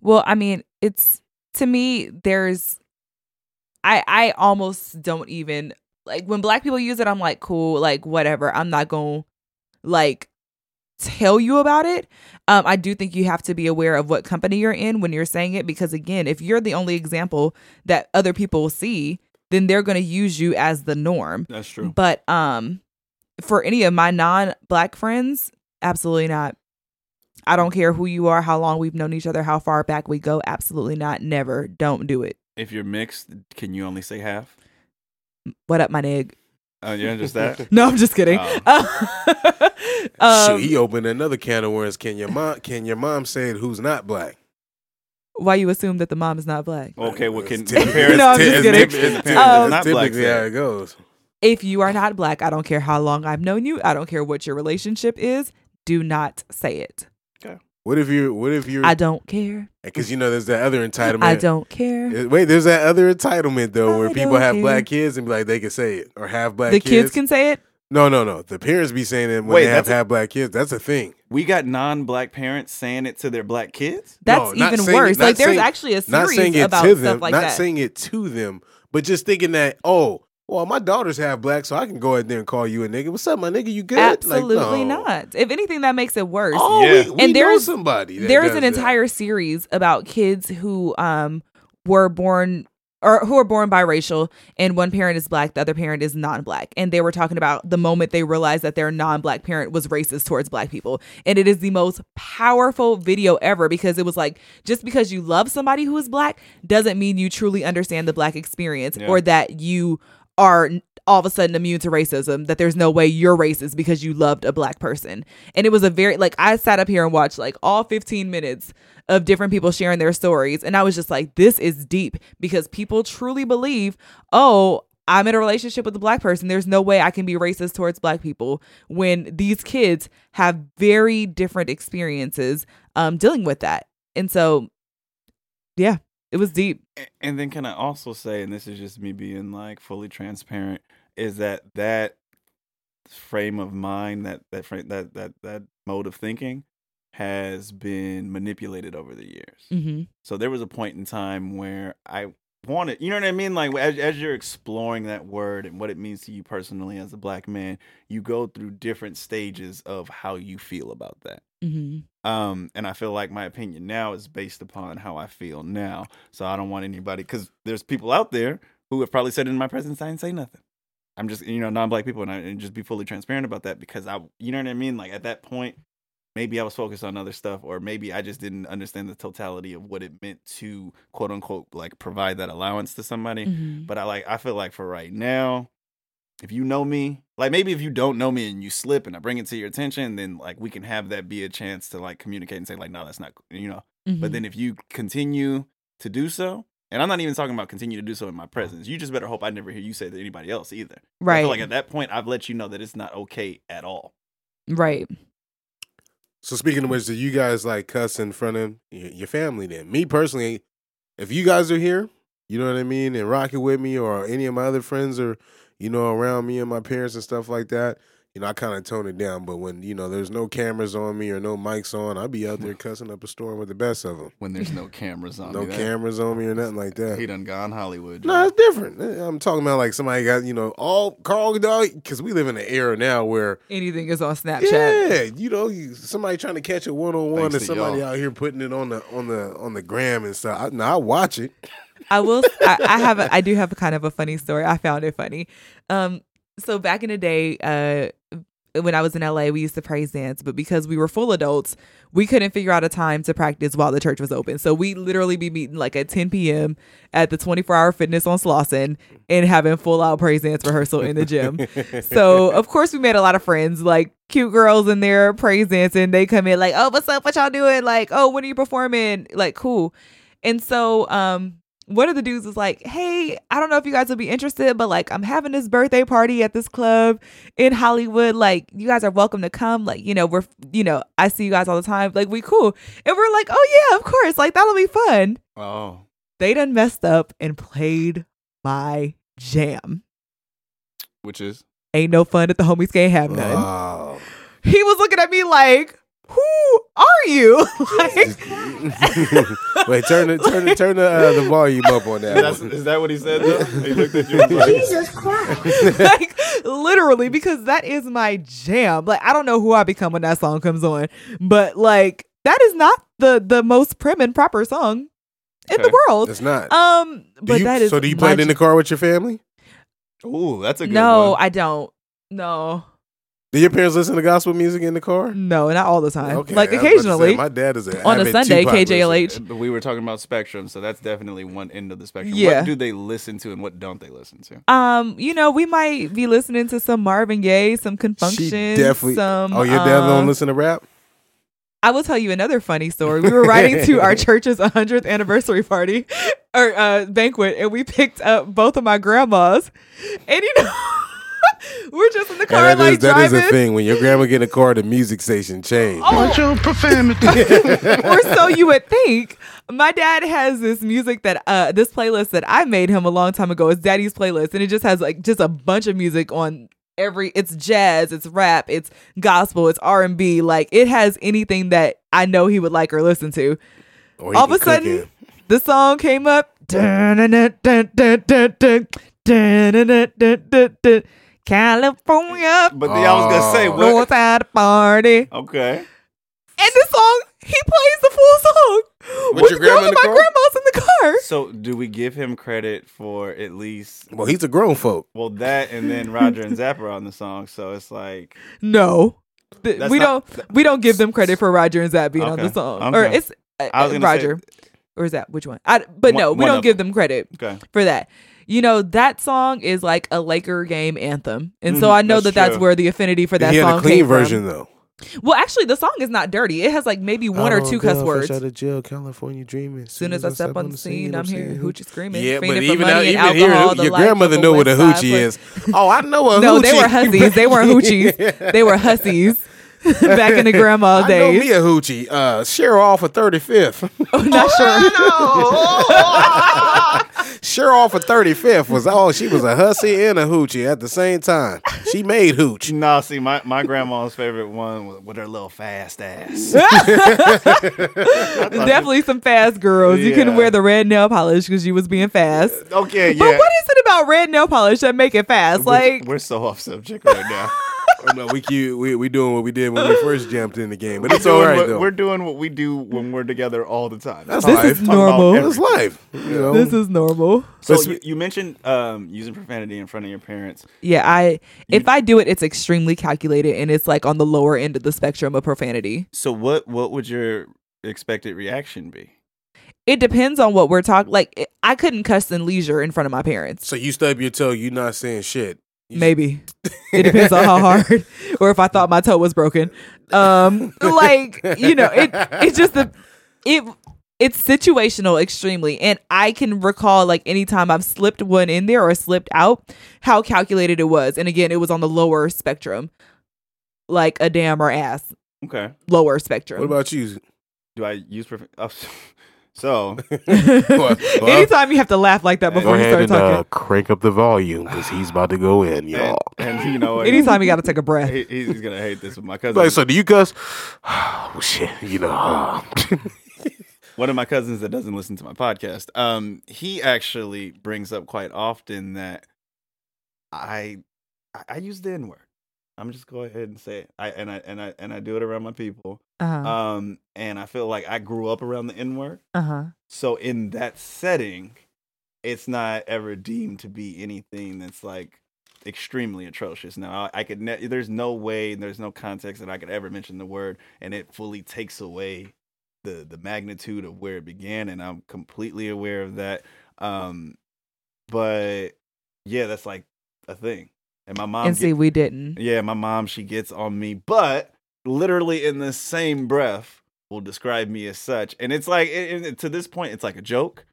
Speaker 3: Well, I mean, it's to me, there's I I almost don't even like when black people use it, I'm like, cool, like whatever. I'm not gonna like tell you about it. Um, I do think you have to be aware of what company you're in when you're saying it, because again, if you're the only example that other people see, then they're gonna use you as the norm.
Speaker 4: That's true.
Speaker 3: But um for any of my non-black friends, absolutely not. I don't care who you are, how long we've known each other, how far back we go, absolutely not. Never. Don't do it.
Speaker 4: If you're mixed, can you only say half?
Speaker 3: What up, my nigga?
Speaker 4: Uh, yeah, just that.
Speaker 3: No, I'm just kidding.
Speaker 1: Shoot,
Speaker 3: um,
Speaker 1: he opened another can of worms. Can your mom? Can your mom say it who's not black?
Speaker 3: why you assume that the mom is not black?
Speaker 4: Okay, well, can
Speaker 1: It's typ-
Speaker 4: the parents-
Speaker 3: No, I'm just
Speaker 1: uh, it's
Speaker 3: kidding.
Speaker 1: typ- it's typ-
Speaker 3: Um,
Speaker 1: it's
Speaker 4: Not
Speaker 1: typically
Speaker 4: black,
Speaker 1: how
Speaker 4: yeah.
Speaker 1: it goes.
Speaker 3: If you are not black, I don't care how long I've known you. I don't care what your relationship is. Do not say it.
Speaker 1: What if you? What if you?
Speaker 3: I don't care.
Speaker 1: Because you know, there's that other entitlement.
Speaker 3: I don't care.
Speaker 1: Uh, Wait, there's that other entitlement though, where
Speaker 3: I
Speaker 1: people
Speaker 3: don't
Speaker 1: have
Speaker 3: care.
Speaker 1: black kids and be like, they can say it or have black
Speaker 3: The
Speaker 1: kids.
Speaker 3: kids can say it.
Speaker 1: No, no, no. The parents be saying it when
Speaker 4: Wait,
Speaker 1: they have
Speaker 4: that's a-
Speaker 1: had black kids. That's a thing.
Speaker 4: We got non-black parents saying it to their black kids.
Speaker 3: That's
Speaker 1: No, not
Speaker 3: even
Speaker 1: saying it-
Speaker 3: worse.
Speaker 1: not
Speaker 3: like there's
Speaker 1: saying-
Speaker 3: actually a
Speaker 1: Not
Speaker 3: series
Speaker 1: saying it
Speaker 3: about
Speaker 1: to
Speaker 3: stuff
Speaker 1: them.
Speaker 3: like
Speaker 1: not
Speaker 3: that.
Speaker 1: saying it to them, but just thinking that, oh, well, my daughters have black, so I can go out there and call you a nigga. What's up, my nigga? You good? Like,
Speaker 3: Absolutely
Speaker 1: no.
Speaker 3: not. If anything, that makes it worse.
Speaker 1: Oh,
Speaker 4: Yeah.
Speaker 1: we,
Speaker 4: And
Speaker 1: we know
Speaker 3: there's-
Speaker 1: somebody. that
Speaker 3: there is
Speaker 1: does
Speaker 3: an
Speaker 1: that.
Speaker 3: entire series about kids who um were born or who are born biracial and one parent is black, the other parent is non-black. And they were talking about the moment they realized that their non-black parent was racist towards black people. And it is the most powerful video ever because it was like just because you love somebody who is black doesn't mean you truly understand the black experience
Speaker 4: Yeah.
Speaker 3: or that you are all of a sudden immune to racism that there's no way you're racist because you loved a black person and it was a very like i sat up here and watched like all 15 minutes of different people sharing their stories and i was just like this is deep because people truly believe oh i'm in a relationship with a black person there's no way i can be racist towards black people when these kids have very different experiences um dealing with that and so yeah it was deep
Speaker 4: A- and then can I also say, and this is just me being like fully transparent, is that that frame of mind, that that frame, that that that mode of thinking, has been manipulated over the years.
Speaker 3: mm-hmm.
Speaker 4: So there was a point in time where I wanted, you know what I mean? Like as, as you're exploring that word and what it means to you personally as a black man, you go through different stages of how you feel about that.
Speaker 3: Mm-hmm.
Speaker 4: Um, and I feel like my opinion now is based upon how I feel now. So I don't want anybody because there's people out there who have probably said in my presence, I didn't say nothing. I'm just you know non-black people, and I and just be fully transparent about that because I, you know what I mean. Like at that point, maybe I was focused on other stuff, or maybe I just didn't understand the totality of what it meant to quote unquote like provide that allowance to somebody.
Speaker 3: Mm-hmm.
Speaker 4: But I like I feel like for right now, if you know me, like maybe if you don't know me and you slip and I bring it to your attention, then like we can have that be a chance to like communicate and say like no, that's not you know.
Speaker 3: Mm-hmm.
Speaker 4: But then if you continue to do so, and I'm not even talking about continue to do so in my presence, you just better hope I never hear you say that to anybody else either. I
Speaker 3: right
Speaker 4: feel like at that point I've let you know that it's not okay at all.
Speaker 3: right
Speaker 1: So speaking of which, do you guys like cuss in front of y- your family? Then me personally, eh, if you guys are here, you know what I mean, and rocking with me, or any of my other friends, or you know, around me and my parents and stuff like that. You know, I kind of tone it down, but when you know there's no cameras on me or no mics on, I'll be out there cussing up a storm with the best of them.
Speaker 4: When there's no cameras on
Speaker 1: No
Speaker 4: me, that-
Speaker 1: cameers on me or nothing like that.
Speaker 4: He done gone Hollywood.
Speaker 1: No, it's different. Eh, I'm talking about like somebody got you know all Carl dog because we live in an era now where
Speaker 3: anything is on snapchat
Speaker 1: yeah, you know you, somebody trying to catch a one on one
Speaker 4: Thanks
Speaker 1: and
Speaker 4: to
Speaker 1: somebody
Speaker 4: y'all.
Speaker 1: out here putting it on the on the on the gram and stuff. I, no, I watch it.
Speaker 3: I will. I, I have. A, I do have a kind of a funny story. I found it funny. Um. So back in the day, uh, when I was in LA, we used to praise dance, but because we were full adults, we couldn't figure out a time to practice while the church was open. So we literally be meeting like at 10 p.m. at the 24 hour fitness on Slauson and having full out praise dance rehearsal in the gym. so of course we made a lot of friends, like cute girls in there praise dancing. They come in like, oh, what's up? What y'all doing? Like, oh, when are you performing? Like, cool. And so um one of the dudes was like, Hey, I don't know if you guys will be interested, but like I'm having this birthday party at this club in Hollywood. Like, you guys are welcome to come. Like, you know, we're you know, I see you guys all the time. Like, we cool. And we're like, Oh yeah, of course. Like that'll be fun.
Speaker 4: Oh,
Speaker 3: They done messed up and played my jam.
Speaker 4: which is
Speaker 3: Ain't no fun that the homies can't have none.
Speaker 1: Wow.
Speaker 3: he was looking at me like, Who are you? like
Speaker 1: Wait, turn the turn the turn the, uh, the volume up on that.
Speaker 4: That's,
Speaker 1: one.
Speaker 4: is that what he said? Though? He looked at you. and was like,
Speaker 3: like literally because that is my jam like i don't know who i become when that song comes on but like that is not the the most prim and proper song in
Speaker 4: Okay.
Speaker 3: the world
Speaker 1: It's not.
Speaker 3: um
Speaker 1: Do
Speaker 3: but
Speaker 1: you-
Speaker 3: that is
Speaker 1: so. Do you
Speaker 3: my
Speaker 1: play it in the
Speaker 3: jam.
Speaker 1: car with your family?
Speaker 4: Ooh, that's a good
Speaker 3: no
Speaker 4: one.
Speaker 3: i don't no
Speaker 1: Do your parents listen to gospel music in the car?
Speaker 3: no not all the time like
Speaker 1: I was about to say,
Speaker 3: occasionally
Speaker 1: my dad is a
Speaker 3: on a
Speaker 1: avid
Speaker 3: sunday
Speaker 1: Tupac listener.
Speaker 3: kjlh
Speaker 4: But we were talking about spectrum, so that's definitely one end of the spectrum.
Speaker 3: Yeah.
Speaker 4: What do they listen to and what don't they listen to?
Speaker 3: um, you know, we might be listening to some Marvin Gaye, some
Speaker 1: She
Speaker 3: Confunction,
Speaker 1: definitely.
Speaker 3: some.
Speaker 1: oh, your dad
Speaker 3: um,
Speaker 1: don't listen to rap.
Speaker 3: I will tell you another funny story. We were riding to our church's 100th anniversary party or uh, banquet, and we picked up both of my grandmas. And you know, we're just in the car,
Speaker 1: And that
Speaker 3: like
Speaker 1: is that is
Speaker 3: driving. Oh,
Speaker 1: a thing. When your grandma get in the car, the music station change.
Speaker 8: Watch your profanity.
Speaker 3: or so you would think. My dad has this music that uh this playlist that I made him a long time ago. It's Daddy's playlist, and it just has like just a bunch of music on every. It's jazz, it's rap, it's gospel, it's R and B. Like it has anything that I know he would like or listen to.
Speaker 1: Or he
Speaker 3: all of a
Speaker 1: can cook
Speaker 3: sudden
Speaker 1: it.
Speaker 3: the song came up california
Speaker 4: But then I was gonna say
Speaker 1: Oh.
Speaker 4: what?
Speaker 3: roadside party
Speaker 4: Okay.
Speaker 3: and the song he plays the full song
Speaker 1: With your
Speaker 3: both
Speaker 1: grandma in
Speaker 3: of
Speaker 1: the
Speaker 3: my
Speaker 1: car?
Speaker 3: grandma's in the car
Speaker 4: So do we give him credit for at least
Speaker 1: Well, he's a grown folk.
Speaker 4: well that and then Roger and Zappa are on the song, so it's like
Speaker 3: No, Th-
Speaker 4: That's
Speaker 3: we
Speaker 4: not-
Speaker 3: don't. We don't give them credit for Roger and Zap being on the
Speaker 4: Okay,
Speaker 3: song, or
Speaker 4: okay.
Speaker 3: it's uh,
Speaker 4: I was gonna say-
Speaker 3: Roger, or is that which one? I, but no,
Speaker 4: One-
Speaker 3: we
Speaker 4: one
Speaker 3: don't
Speaker 4: of
Speaker 3: give
Speaker 4: them.
Speaker 3: them credit
Speaker 4: okay.
Speaker 3: for that. You know that song is like a Laker game anthem, and so
Speaker 4: Mhm,
Speaker 3: I know
Speaker 4: that's
Speaker 3: that that's
Speaker 4: true.
Speaker 3: where the affinity for that
Speaker 1: he had
Speaker 3: song
Speaker 1: a clean
Speaker 3: came
Speaker 1: version though.
Speaker 3: From. Well, actually, the song is not dirty. It has like maybe one or two cuss words.
Speaker 1: Out
Speaker 3: As
Speaker 1: of jail, California dreaming. As
Speaker 3: soon as I step on the scene, I'm here hoochie screaming.
Speaker 1: Yeah,
Speaker 3: fiending
Speaker 1: but
Speaker 3: for
Speaker 1: even
Speaker 3: money
Speaker 1: out,
Speaker 3: and
Speaker 1: even
Speaker 3: alcohol, the
Speaker 1: here, your
Speaker 3: life
Speaker 1: grandmother
Speaker 3: of
Speaker 1: know what a
Speaker 3: West Side
Speaker 1: hoochie
Speaker 3: player.
Speaker 1: is. Oh, I know a
Speaker 3: No,
Speaker 1: hoochie.
Speaker 3: they were hussies. They weren't hoochies. They were hussies back in the grandma
Speaker 1: I know
Speaker 3: days.
Speaker 1: me a hoochie. Uh, Cheryl for thirty fifth.
Speaker 3: I'm not sure.
Speaker 1: Oh, Cheryl for thirty fifth was oh, she was a hussy and a hoochie at the same time. She made hooch.
Speaker 4: No, see my, my grandma's favorite one was with her little fast ass.
Speaker 3: Definitely some fast girls. You couldn't
Speaker 4: Yeah.
Speaker 3: wear the red nail polish because you was being fast.
Speaker 4: Okay, yeah.
Speaker 3: But what is it about red nail polish that make it fast?
Speaker 4: We're-
Speaker 3: Like
Speaker 4: we're so off subject right now.
Speaker 1: Oh, no, we cute. We we doing what we did when we first jumped in the game, but it's
Speaker 4: doing
Speaker 1: all right
Speaker 4: what-
Speaker 1: though.
Speaker 4: We're doing what we do when we're together all the time.
Speaker 1: That's
Speaker 4: Talk-
Speaker 1: This is
Speaker 4: talk about
Speaker 3: normal.
Speaker 1: It's
Speaker 4: everything.
Speaker 1: life. You know?
Speaker 3: this is normal.
Speaker 4: So
Speaker 1: Let's-
Speaker 4: you, you mentioned um, using profanity in front of your parents.
Speaker 3: Yeah, I if I do it, it's extremely calculated and it's like on the lower end of the spectrum of profanity.
Speaker 4: So what what would your expected reaction be?
Speaker 3: It depends on what we're talking. Like it- I couldn't cuss in leisure in front of my parents.
Speaker 1: so you stub your toe, you not saying shit. You-
Speaker 3: Maybe. It depends on how hard or if I thought my toe was broken. Um like, you know, it it's just the it it's situational extremely and I can recall like anytime I've slipped one in there or slipped out how calculated it was. And again, it was on the lower spectrum. Like a damn or ass,
Speaker 4: Okay.
Speaker 3: lower spectrum.
Speaker 1: What about you?
Speaker 4: Do I use prof- oh, so
Speaker 3: Anytime you have to laugh like that before you start talking.
Speaker 1: uh, crank up the volume because he's about to go in,
Speaker 4: and, and you know what?
Speaker 3: Anytime you got to take a breath.
Speaker 4: he, he's, he's gonna hate this with my cousin.
Speaker 1: Like, so do you cuss? Oh shit, you know. uh,
Speaker 4: One of my cousins that doesn't listen to my podcast. Um, he actually brings up quite often that I I, I use the N word. I'm just go ahead and say it. I and I and I and I do it around my people.
Speaker 3: Uh
Speaker 4: Um, and I feel like I grew up around the N word.
Speaker 3: huh.
Speaker 4: So in that setting, it's not ever deemed to be anything that's like extremely atrocious. Now I, I could ne- there's no way and there's no context that I could ever mention the word and it fully takes away the the magnitude of where it began and I'm completely aware of that. Um but yeah, that's like a thing. And my mom
Speaker 3: And
Speaker 4: get-
Speaker 3: see, we didn't.
Speaker 4: yeah, my mom, she gets on me, but literally in the same breath will describe me as such. And it's like, it, it- to this point, it's like a joke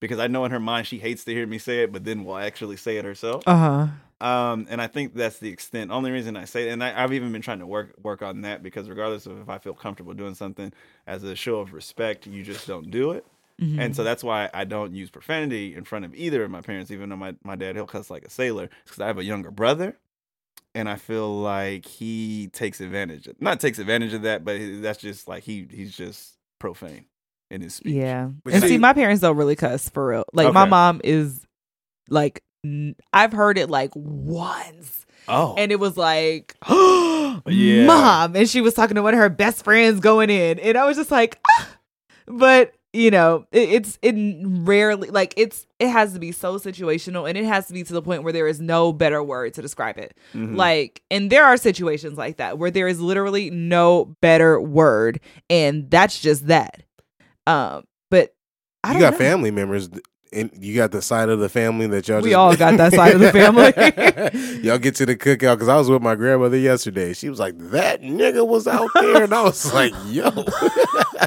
Speaker 4: because I know in her mind she hates to hear me say it, but then will actually say it herself.
Speaker 3: Uh huh.
Speaker 4: Um, and I think that's the extent. Only reason I say it, and I, I've even been trying to work work on that because regardless of if I feel comfortable doing something as a show of respect, you just don't do it.
Speaker 3: Mm-hmm.
Speaker 4: And so that's why I don't use profanity in front of either of my parents, even though my, my dad, he'll cuss like a sailor, because I have a younger brother. And I feel like he takes advantage of, not takes advantage of that, but he- that's just like he he's just profane in his speech.
Speaker 3: Yeah.
Speaker 1: But
Speaker 3: and
Speaker 1: see-
Speaker 3: see, my parents don't really cuss for real. Like, my
Speaker 4: Okay.
Speaker 3: mom is like, n- I've heard it like once.
Speaker 4: Oh.
Speaker 3: And it was like,
Speaker 4: Yeah.
Speaker 3: mom. And she was talking to one of her best friends going in. And I was just like, ah. but. You know, it, it's it rarely like it's it has to be so situational and it has to be to the point where there is no better word to describe it.
Speaker 1: Mm-hmm.
Speaker 4: Mhm.
Speaker 3: Like, and there are situations like that where there is literally no better word, and that's just that. Um, but I don't
Speaker 1: you got
Speaker 3: know.
Speaker 1: family members, th- and you got the side of the family that y'all.
Speaker 3: We
Speaker 1: just-
Speaker 3: all got that side of the family.
Speaker 1: y'all get to the cookout because I was with my grandmother yesterday. She was like, "That nigga was out there," and I was like, "Yo."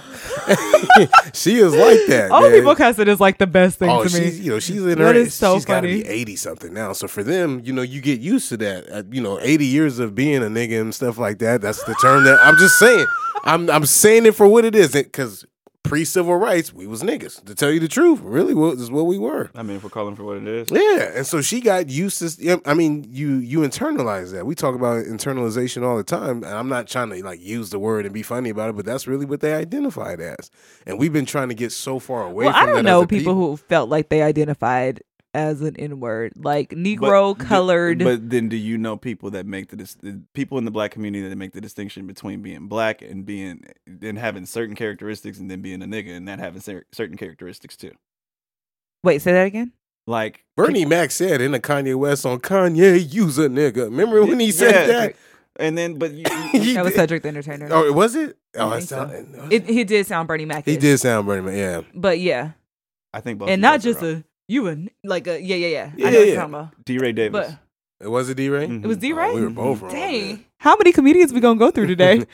Speaker 1: she is like that.
Speaker 3: All
Speaker 1: man.
Speaker 3: people cussing is like the best thing
Speaker 1: oh,
Speaker 3: to me.
Speaker 1: she's you know she's in
Speaker 3: That
Speaker 1: her
Speaker 3: is so
Speaker 1: she's got to
Speaker 3: funny.
Speaker 1: be eighty something now. So for them, you know, you get used to that. Uh, you know, eighty years of being a nigga and stuff like that. That's the term that I'm just saying. I'm I'm saying it for what it is. Because pre civil rights, we was niggas. To tell you the truth, really, what is what we were.
Speaker 4: I mean, if we're calling for what it is.
Speaker 1: Yeah, and so she got used to. yeah, I mean, you you internalize that. We talk about internalization all the time, and I'm not trying to like use the word and be funny about it, but that's really what they identified as. And we've been trying to get so far away.
Speaker 3: Well,
Speaker 1: from
Speaker 3: I don't
Speaker 1: that as
Speaker 3: know
Speaker 1: a
Speaker 3: people, who felt like they identified as an N word, like Negro,
Speaker 4: But do-
Speaker 3: colored.
Speaker 4: but then, do you know people that make the, dis- the people in the black community that make the distinction between being black and being and having certain characteristics, and then being a nigga and not having cer- certain characteristics too?
Speaker 3: Wait, say that again.
Speaker 4: Like
Speaker 1: Bernie Mac said in a Kanye West song, Kanye, use a nigga. Remember when he said
Speaker 4: Yeah.
Speaker 1: that?
Speaker 4: and then but you,
Speaker 1: He
Speaker 3: That was
Speaker 1: did-
Speaker 3: Cedric the Entertainer.
Speaker 1: Oh, it was it? Oh,
Speaker 3: I
Speaker 1: it
Speaker 3: think so.
Speaker 1: sounded.
Speaker 3: It, he did sound Bernie Mac.
Speaker 1: he did sound Bernie Mac. Yeah.
Speaker 3: but yeah,
Speaker 4: I think both
Speaker 3: and
Speaker 4: you
Speaker 3: not
Speaker 4: guys are
Speaker 3: just
Speaker 4: wrong.
Speaker 3: a you and like a yeah, yeah, yeah.
Speaker 1: Yeah,
Speaker 3: I know what
Speaker 1: yeah.
Speaker 3: you're talking about.
Speaker 4: D. Ray Davis.
Speaker 3: But
Speaker 1: It was a D Ray?
Speaker 4: Mhm.
Speaker 3: it was D
Speaker 1: Oh,
Speaker 3: Ray.
Speaker 1: we were both wrong.
Speaker 3: Dang, how many comedians we gonna go through today?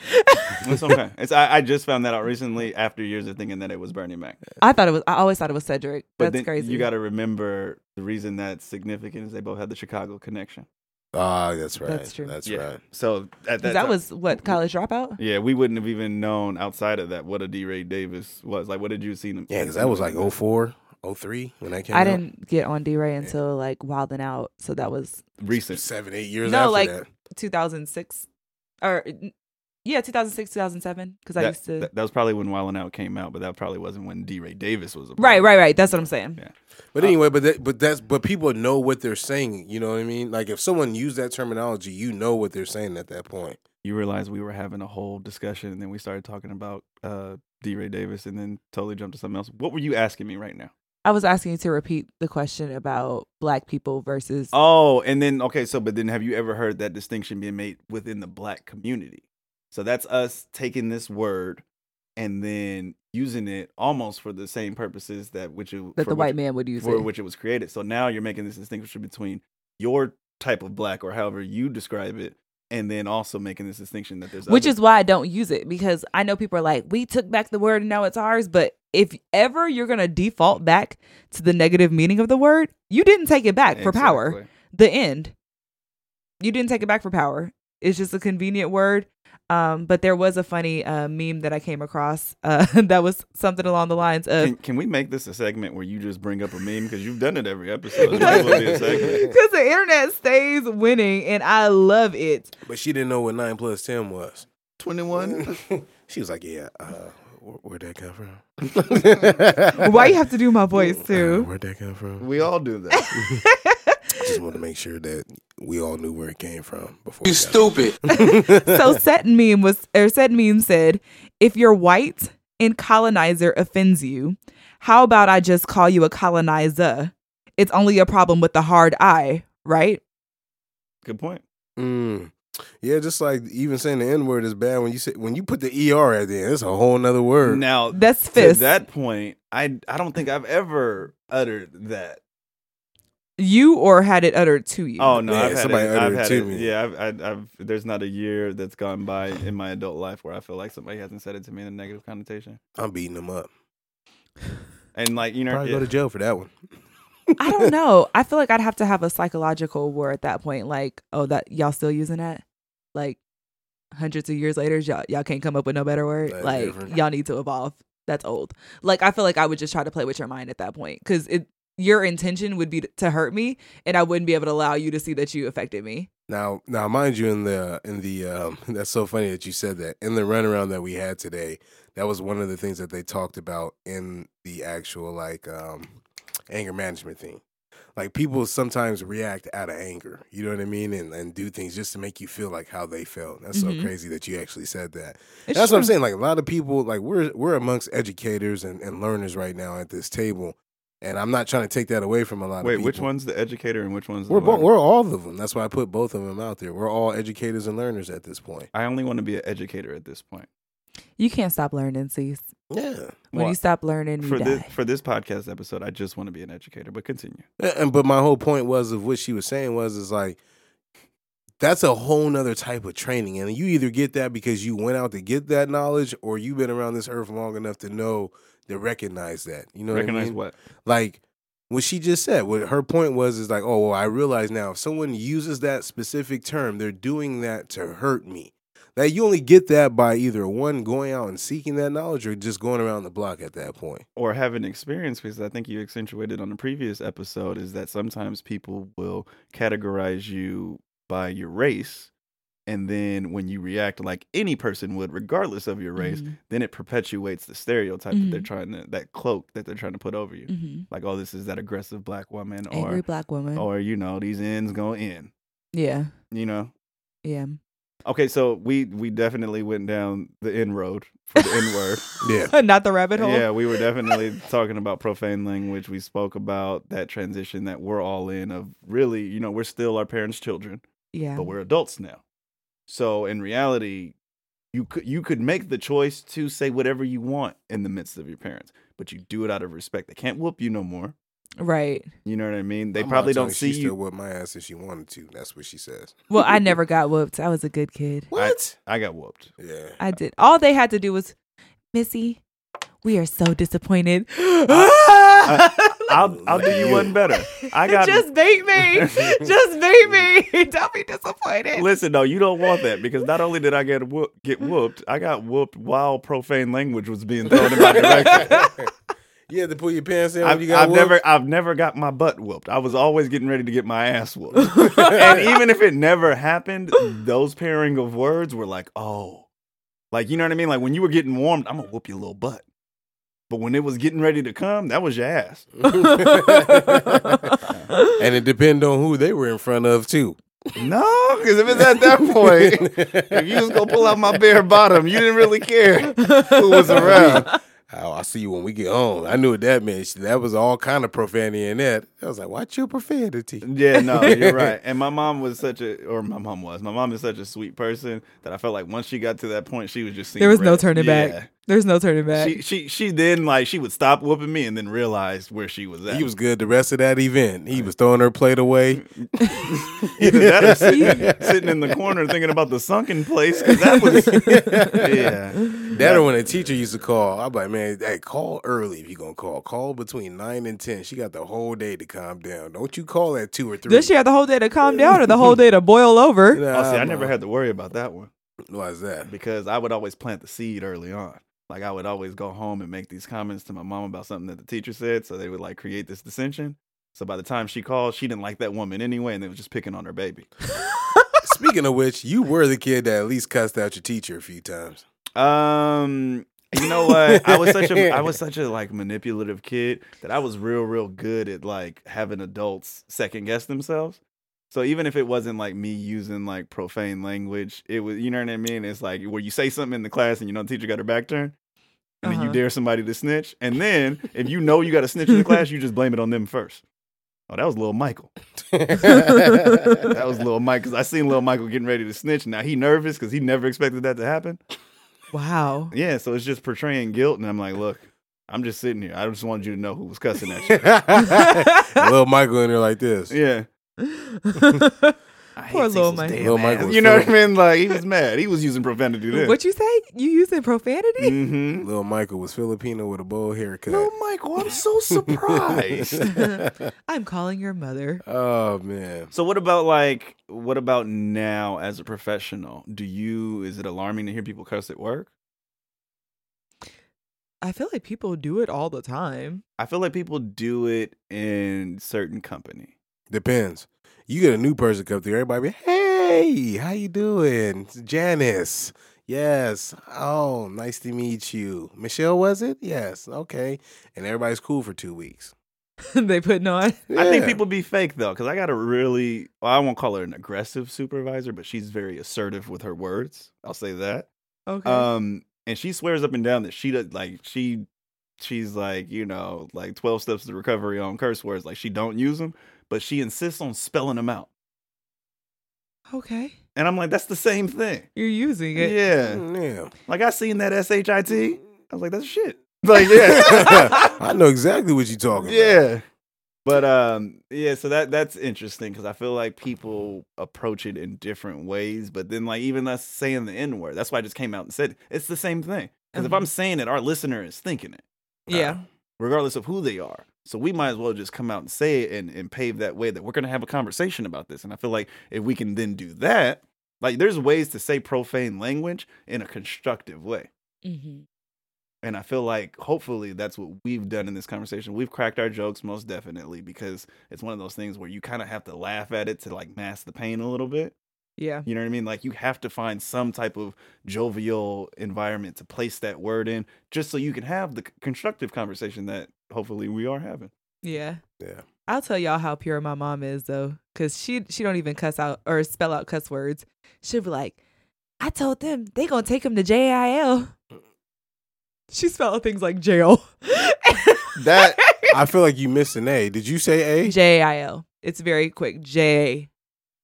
Speaker 4: It's okay. It's I, I just found that out recently after years of thinking that it was Bernie Mac.
Speaker 3: I thought it was. I always thought it was Cedric.
Speaker 4: But
Speaker 3: That's
Speaker 4: then
Speaker 3: crazy.
Speaker 4: You got to remember the reason that's significant is they both had the Chicago connection.
Speaker 1: Ah, that's right.
Speaker 3: That's
Speaker 1: That's
Speaker 3: true.
Speaker 1: true. That's right.
Speaker 4: So at that,
Speaker 3: that
Speaker 4: time-
Speaker 3: was what college dropout.
Speaker 4: Yeah, we wouldn't have even known outside of that what a D. Ray Davis was. Like, what did you see him?
Speaker 1: Yeah, because that was like 04, 03 when that came out.
Speaker 3: I didn't get on D Ray until like Wildin' Out, so that was
Speaker 4: recent.
Speaker 1: Seven, eight years
Speaker 3: No,
Speaker 1: after
Speaker 3: like,
Speaker 1: that.
Speaker 3: 2006 or n- yeah, 2006, 2007. Because I
Speaker 4: That,
Speaker 3: used to.
Speaker 4: that- that was probably when Wild 'N Out came out, but that probably wasn't when D. Ray Davis was. A
Speaker 3: right,
Speaker 4: part
Speaker 3: right, right. That's what I'm saying.
Speaker 4: Yeah.
Speaker 3: uh,
Speaker 1: But anyway, but that, but that's but people know what they're saying. You know what I mean? Like if someone used that terminology, you know what they're saying at that point.
Speaker 4: You realize we were having a whole discussion, and then we started talking about uh, D. Ray Davis, and then totally jumped to something else. What were you asking me right now?
Speaker 3: I was asking you to repeat the question about black people versus.
Speaker 4: Oh, and then okay, so but then have you ever heard that distinction being made within the black community? So that's us taking this word and then using it almost for the same purposes that which it,
Speaker 3: that
Speaker 4: for
Speaker 3: the
Speaker 4: which-
Speaker 3: white man would use
Speaker 4: for
Speaker 3: it.
Speaker 4: which it was created. So now you're making this distinction between your type of black or however you describe it, and then also making this distinction that there's
Speaker 3: which
Speaker 4: other-
Speaker 3: is why I don't use it because I know people are like, we took back the word and now it's ours. But if ever you're going to default back to the negative meaning of the word, you didn't take it back for power.
Speaker 4: Exactly.
Speaker 3: The end. You didn't take it back for power. It's just a convenient word. Um, but there was a funny uh, meme that I came across uh, that was something along the lines of
Speaker 4: Can, can we make this a segment where you just bring up a meme because you've done it every episode? It might as well be a segment.
Speaker 3: because the internet stays winning and I love it.
Speaker 1: But she didn't know what nine plus ten was.
Speaker 4: 21
Speaker 1: she was like, "Yeah, uh, where, where'd that come from? Uh,
Speaker 3: Why you have to do my voice too?
Speaker 1: where'd that come from?
Speaker 4: We all do that.
Speaker 1: Just want to make sure that we all knew where it came from before.
Speaker 2: You
Speaker 1: we got
Speaker 2: stupid.
Speaker 3: so set meme was or set meme said if you're white and colonizer offends you how about i just call you a colonizer it's only a problem with the hard i right
Speaker 4: Good point.
Speaker 1: it. Mm. Yeah, just like even saying the N word is bad when you say when you put the ER at the end, it's a whole nother word.
Speaker 4: Now
Speaker 3: that's
Speaker 4: to
Speaker 3: fist
Speaker 4: Oh, that point, I I don't think I've ever uttered that.
Speaker 3: you or had it uttered to you
Speaker 4: Oh no,
Speaker 1: Yeah,
Speaker 4: I've had
Speaker 1: somebody
Speaker 4: it,
Speaker 1: uttered
Speaker 4: I've
Speaker 1: it
Speaker 4: had
Speaker 1: to
Speaker 4: it.
Speaker 1: me.
Speaker 4: Yeah, I've, I've, I've there's not a year that's gone by in my adult life where I feel like somebody hasn't said it to me in a negative connotation.
Speaker 1: I'm beating them up.
Speaker 4: And like you know,
Speaker 1: Probably
Speaker 4: yeah.
Speaker 1: go to jail for that one.
Speaker 3: i don't know i feel like i'd have to have a psychological war at that point like oh that y'all still using that like hundreds of years later y'all, y'all can't come up with no better word
Speaker 1: That's
Speaker 3: like
Speaker 1: different.
Speaker 3: y'all need to evolve that's old like i feel like i would just try to play with your mind at that point because it your intention would be to hurt me and i wouldn't be able to allow you to see that you affected me
Speaker 1: Now, now, mind you, in the in the um, that's so funny that you said that in the runaround that we had today, that was one of the things that they talked about in the actual like um, anger management thing. Like people sometimes react out of anger, you know what I mean, and and do things just to make you feel like how they felt. That's
Speaker 3: Mhm.
Speaker 1: so crazy that you actually said that.
Speaker 3: It's
Speaker 1: That's what I'm
Speaker 3: true.
Speaker 1: saying. Like a lot of people, like we're we're amongst educators and, and learners right now at this table, and I'm not trying to take that away from a lot of
Speaker 4: Wait,
Speaker 1: people.
Speaker 4: which one's the educator and which one's the
Speaker 1: We're both,
Speaker 4: learner?
Speaker 1: we're all of them. That's why I put both of them out there. We're all educators and learners at this point.
Speaker 4: I only want to be an educator at this point.
Speaker 3: you can't stop learning cease
Speaker 1: Yeah,
Speaker 3: when
Speaker 4: Why?
Speaker 3: you stop learning you
Speaker 4: for
Speaker 3: die
Speaker 4: this for this podcast episode, I just want to be an educator. But continue.
Speaker 1: A- and but my whole point was of what she was saying was is like that's a whole nother type of training, and you either get that because you went out to get that knowledge, or you've been around this earth long enough to know to recognize that. You know, what, I
Speaker 4: Recognize
Speaker 1: mean?
Speaker 4: what?
Speaker 1: like what she just said what her point was is like oh well i realize now if someone uses that specific term they're doing that to hurt me that you only get that by either one going out and seeking that knowledge or just going around the block at that point
Speaker 4: or have an experience because I think you accentuated on the previous episode is that sometimes people will categorize you by your race. And then when you react like any person would, regardless of your race,
Speaker 3: Mhm.
Speaker 4: then it perpetuates the stereotype that they're
Speaker 3: Mhm.
Speaker 4: trying to, that cloak that they're trying to put over you.
Speaker 3: Mhm.
Speaker 4: Like, oh, this is that aggressive black woman,
Speaker 3: angry
Speaker 4: or,
Speaker 3: black woman
Speaker 4: or, you know, these ends go in,
Speaker 3: yeah
Speaker 4: you know?
Speaker 3: yeah
Speaker 4: Okay, so we we definitely went down the N road for the N word.
Speaker 1: Yeah.
Speaker 3: Not the rabbit hole.
Speaker 4: Yeah, we were definitely talking about profane language. We spoke about that transition that we're all in of really, you know, we're still our parents' children,
Speaker 3: Yeah.
Speaker 4: but we're adults now. So in reality, you could you could make the choice to say whatever you want in the midst of your parents, but you do it out of respect. They can't whoop you no more.
Speaker 3: Right.
Speaker 4: You know what I mean? They
Speaker 1: I'm
Speaker 4: probably
Speaker 1: not telling
Speaker 4: don't see
Speaker 1: she
Speaker 4: you.
Speaker 1: Still whip my ass if she wanted to. That's what she says.
Speaker 3: Well, I never got whooped. I was a good kid.
Speaker 4: I- I got whooped.
Speaker 1: Yeah.
Speaker 3: I did. All they had to do was, Missy, we are so disappointed.
Speaker 4: I'll I'll do you one better. I got
Speaker 3: Just bait me. Just bait me. Don't be disappointed.
Speaker 4: Listen, no, you don't want that because not only did I get whoop, get whooped, I got whooped while profane language was being thrown in my direction.
Speaker 1: You had to pull your pants down when
Speaker 4: I've,
Speaker 1: you got
Speaker 4: I've
Speaker 1: whooped?
Speaker 4: never, I've never got my butt whooped. I was always getting ready to get my ass whooped, and even if it never happened, those pairing of words were like, oh, like you know what I mean. Like when you were getting warmed, I'm gonna whoop your little butt. But when it was getting ready to come, that was your ass.
Speaker 1: and it depend on who they were in front of too.
Speaker 4: No, because if it's at that point, if you was gonna pull out my bare bottom, you didn't really care who was around.
Speaker 1: Oh, I'll see you when we get home. I knew what that meant. She- That was all kind of profanity in that. I was like, watch your profanity.
Speaker 4: Yeah, no, you're right. And my mom was such a, or my mom was, my mom is such a sweet person that I felt like once she got to that point, she was just seeing
Speaker 3: There was no
Speaker 4: red.
Speaker 3: turning
Speaker 4: Yeah.
Speaker 3: back. There's no turning back.
Speaker 4: She she she then like she would stop whooping me and then realize where she was at.
Speaker 1: He was good the rest of that event. He was throwing her plate away.
Speaker 4: either that or sitting, sitting in the corner thinking about the sunken place. 'cause That was yeah.
Speaker 1: That or when a teacher used to call, I'm like, man, hey, call early if you're gonna call. Call between nine and ten. She got the whole day to calm down. Don't you call at two or three.
Speaker 3: Does she have the whole day to calm down or the whole day to boil over?
Speaker 1: Nah,
Speaker 4: Oh, see, I
Speaker 1: Mom.
Speaker 4: never had to worry about that one.
Speaker 1: Why is that?
Speaker 4: because I would always plant the seed early on. Like I would always go home and make these comments to my mom about something that the teacher said, so they would like create this dissension. So by the time she called, she didn't like that woman anyway, and they was just picking on her baby.
Speaker 1: Speaking of which, you were the kid that at least cussed out your teacher a few times.
Speaker 4: Um, you know what? I was such a I was such a like manipulative kid that I was real real good at like having adults second guess themselves. So even if it wasn't like me using like profane language, it was you know what I mean. It's like where you say something in the class and you know the teacher got her back turned. And then
Speaker 3: Uh-huh.
Speaker 4: you dare somebody to snitch, and then if you know you got to snitch in the class, you just blame it on them first. Oh, that was little Michael. That was little Mike because I seen little Michael getting ready to snitch. Now he nervous because he never expected that to happen.
Speaker 3: Wow.
Speaker 4: Yeah, so it's just portraying guilt, and I'm like, look, I'm just sitting here. I just wanted you to know who was cussing at you.
Speaker 1: Little Michael in there like this.
Speaker 4: yeah,
Speaker 3: Poor little Mike.
Speaker 1: Little Michael.
Speaker 4: you know what I mean? Like he was mad. He was using profanity then.
Speaker 3: What you say? You using profanity?
Speaker 4: mm-hmm.
Speaker 1: Little Michael was Filipino with a bowl haircut.
Speaker 4: Little Michael, I'm so surprised.
Speaker 3: I'm calling your mother.
Speaker 1: Oh man.
Speaker 4: so what about like what about now as a professional? Do you is it alarming to hear people cuss at work?
Speaker 3: I feel like people do it all the time.
Speaker 4: I feel like people do it in certain company.
Speaker 1: Depends. You get a new person come through, everybody be, hey, how you doing? It's Janice. Yes. Oh, nice to meet you. Michelle, was it? Yes. Okay. And everybody's cool for two weeks.
Speaker 3: they putting on.
Speaker 4: I think
Speaker 1: Yeah.
Speaker 4: people be fake though, because I got a really well, I won't call her an aggressive supervisor, but she's very assertive with her words. I'll say that.
Speaker 3: Okay.
Speaker 4: Um, and she swears up and down that she does like she she's like you know like twelve steps to recovery on curse words. Like she don't use them, but she insists on spelling them out.
Speaker 3: okay.
Speaker 4: And I'm like, that's the same thing.
Speaker 3: You're using it.
Speaker 4: Yeah,
Speaker 1: Yeah.
Speaker 4: like I seen that S H I T. I was like, that's shit. Like yeah.
Speaker 1: I know exactly what you're talking about.
Speaker 4: yeah but um yeah so that that's interesting because i feel like people approach it in different ways but then like even us saying the n word that's why i just came out and said it. it's the same thing because if i'm saying it our listener is thinking it
Speaker 3: Yeah.
Speaker 4: regardless of who they are so we might as well just come out and say it and, and pave that way that we're going to have a conversation about this and i feel like if we can then do that like there's ways to say profane language in a constructive way and I feel like hopefully that's what we've done in this conversation. We've cracked our jokes most definitely because it's one of those things where you kind of have to laugh at it to like mask the pain a little bit.
Speaker 3: Yeah.
Speaker 4: You know what I mean? Like you have to find some type of jovial environment to place that word in just so you can have the c- constructive conversation that hopefully we are having.
Speaker 3: Yeah.
Speaker 1: Yeah.
Speaker 3: I'll tell y'all how pure my mom is though, cause she she don't even cuss out or spell out cuss words. She'll be like, I told them they gonna take him to JIL.
Speaker 4: Mm.
Speaker 3: She spelled things like jail.
Speaker 4: That
Speaker 1: I feel like you missed an A. Did you say A?
Speaker 3: JIL. It's very quick. J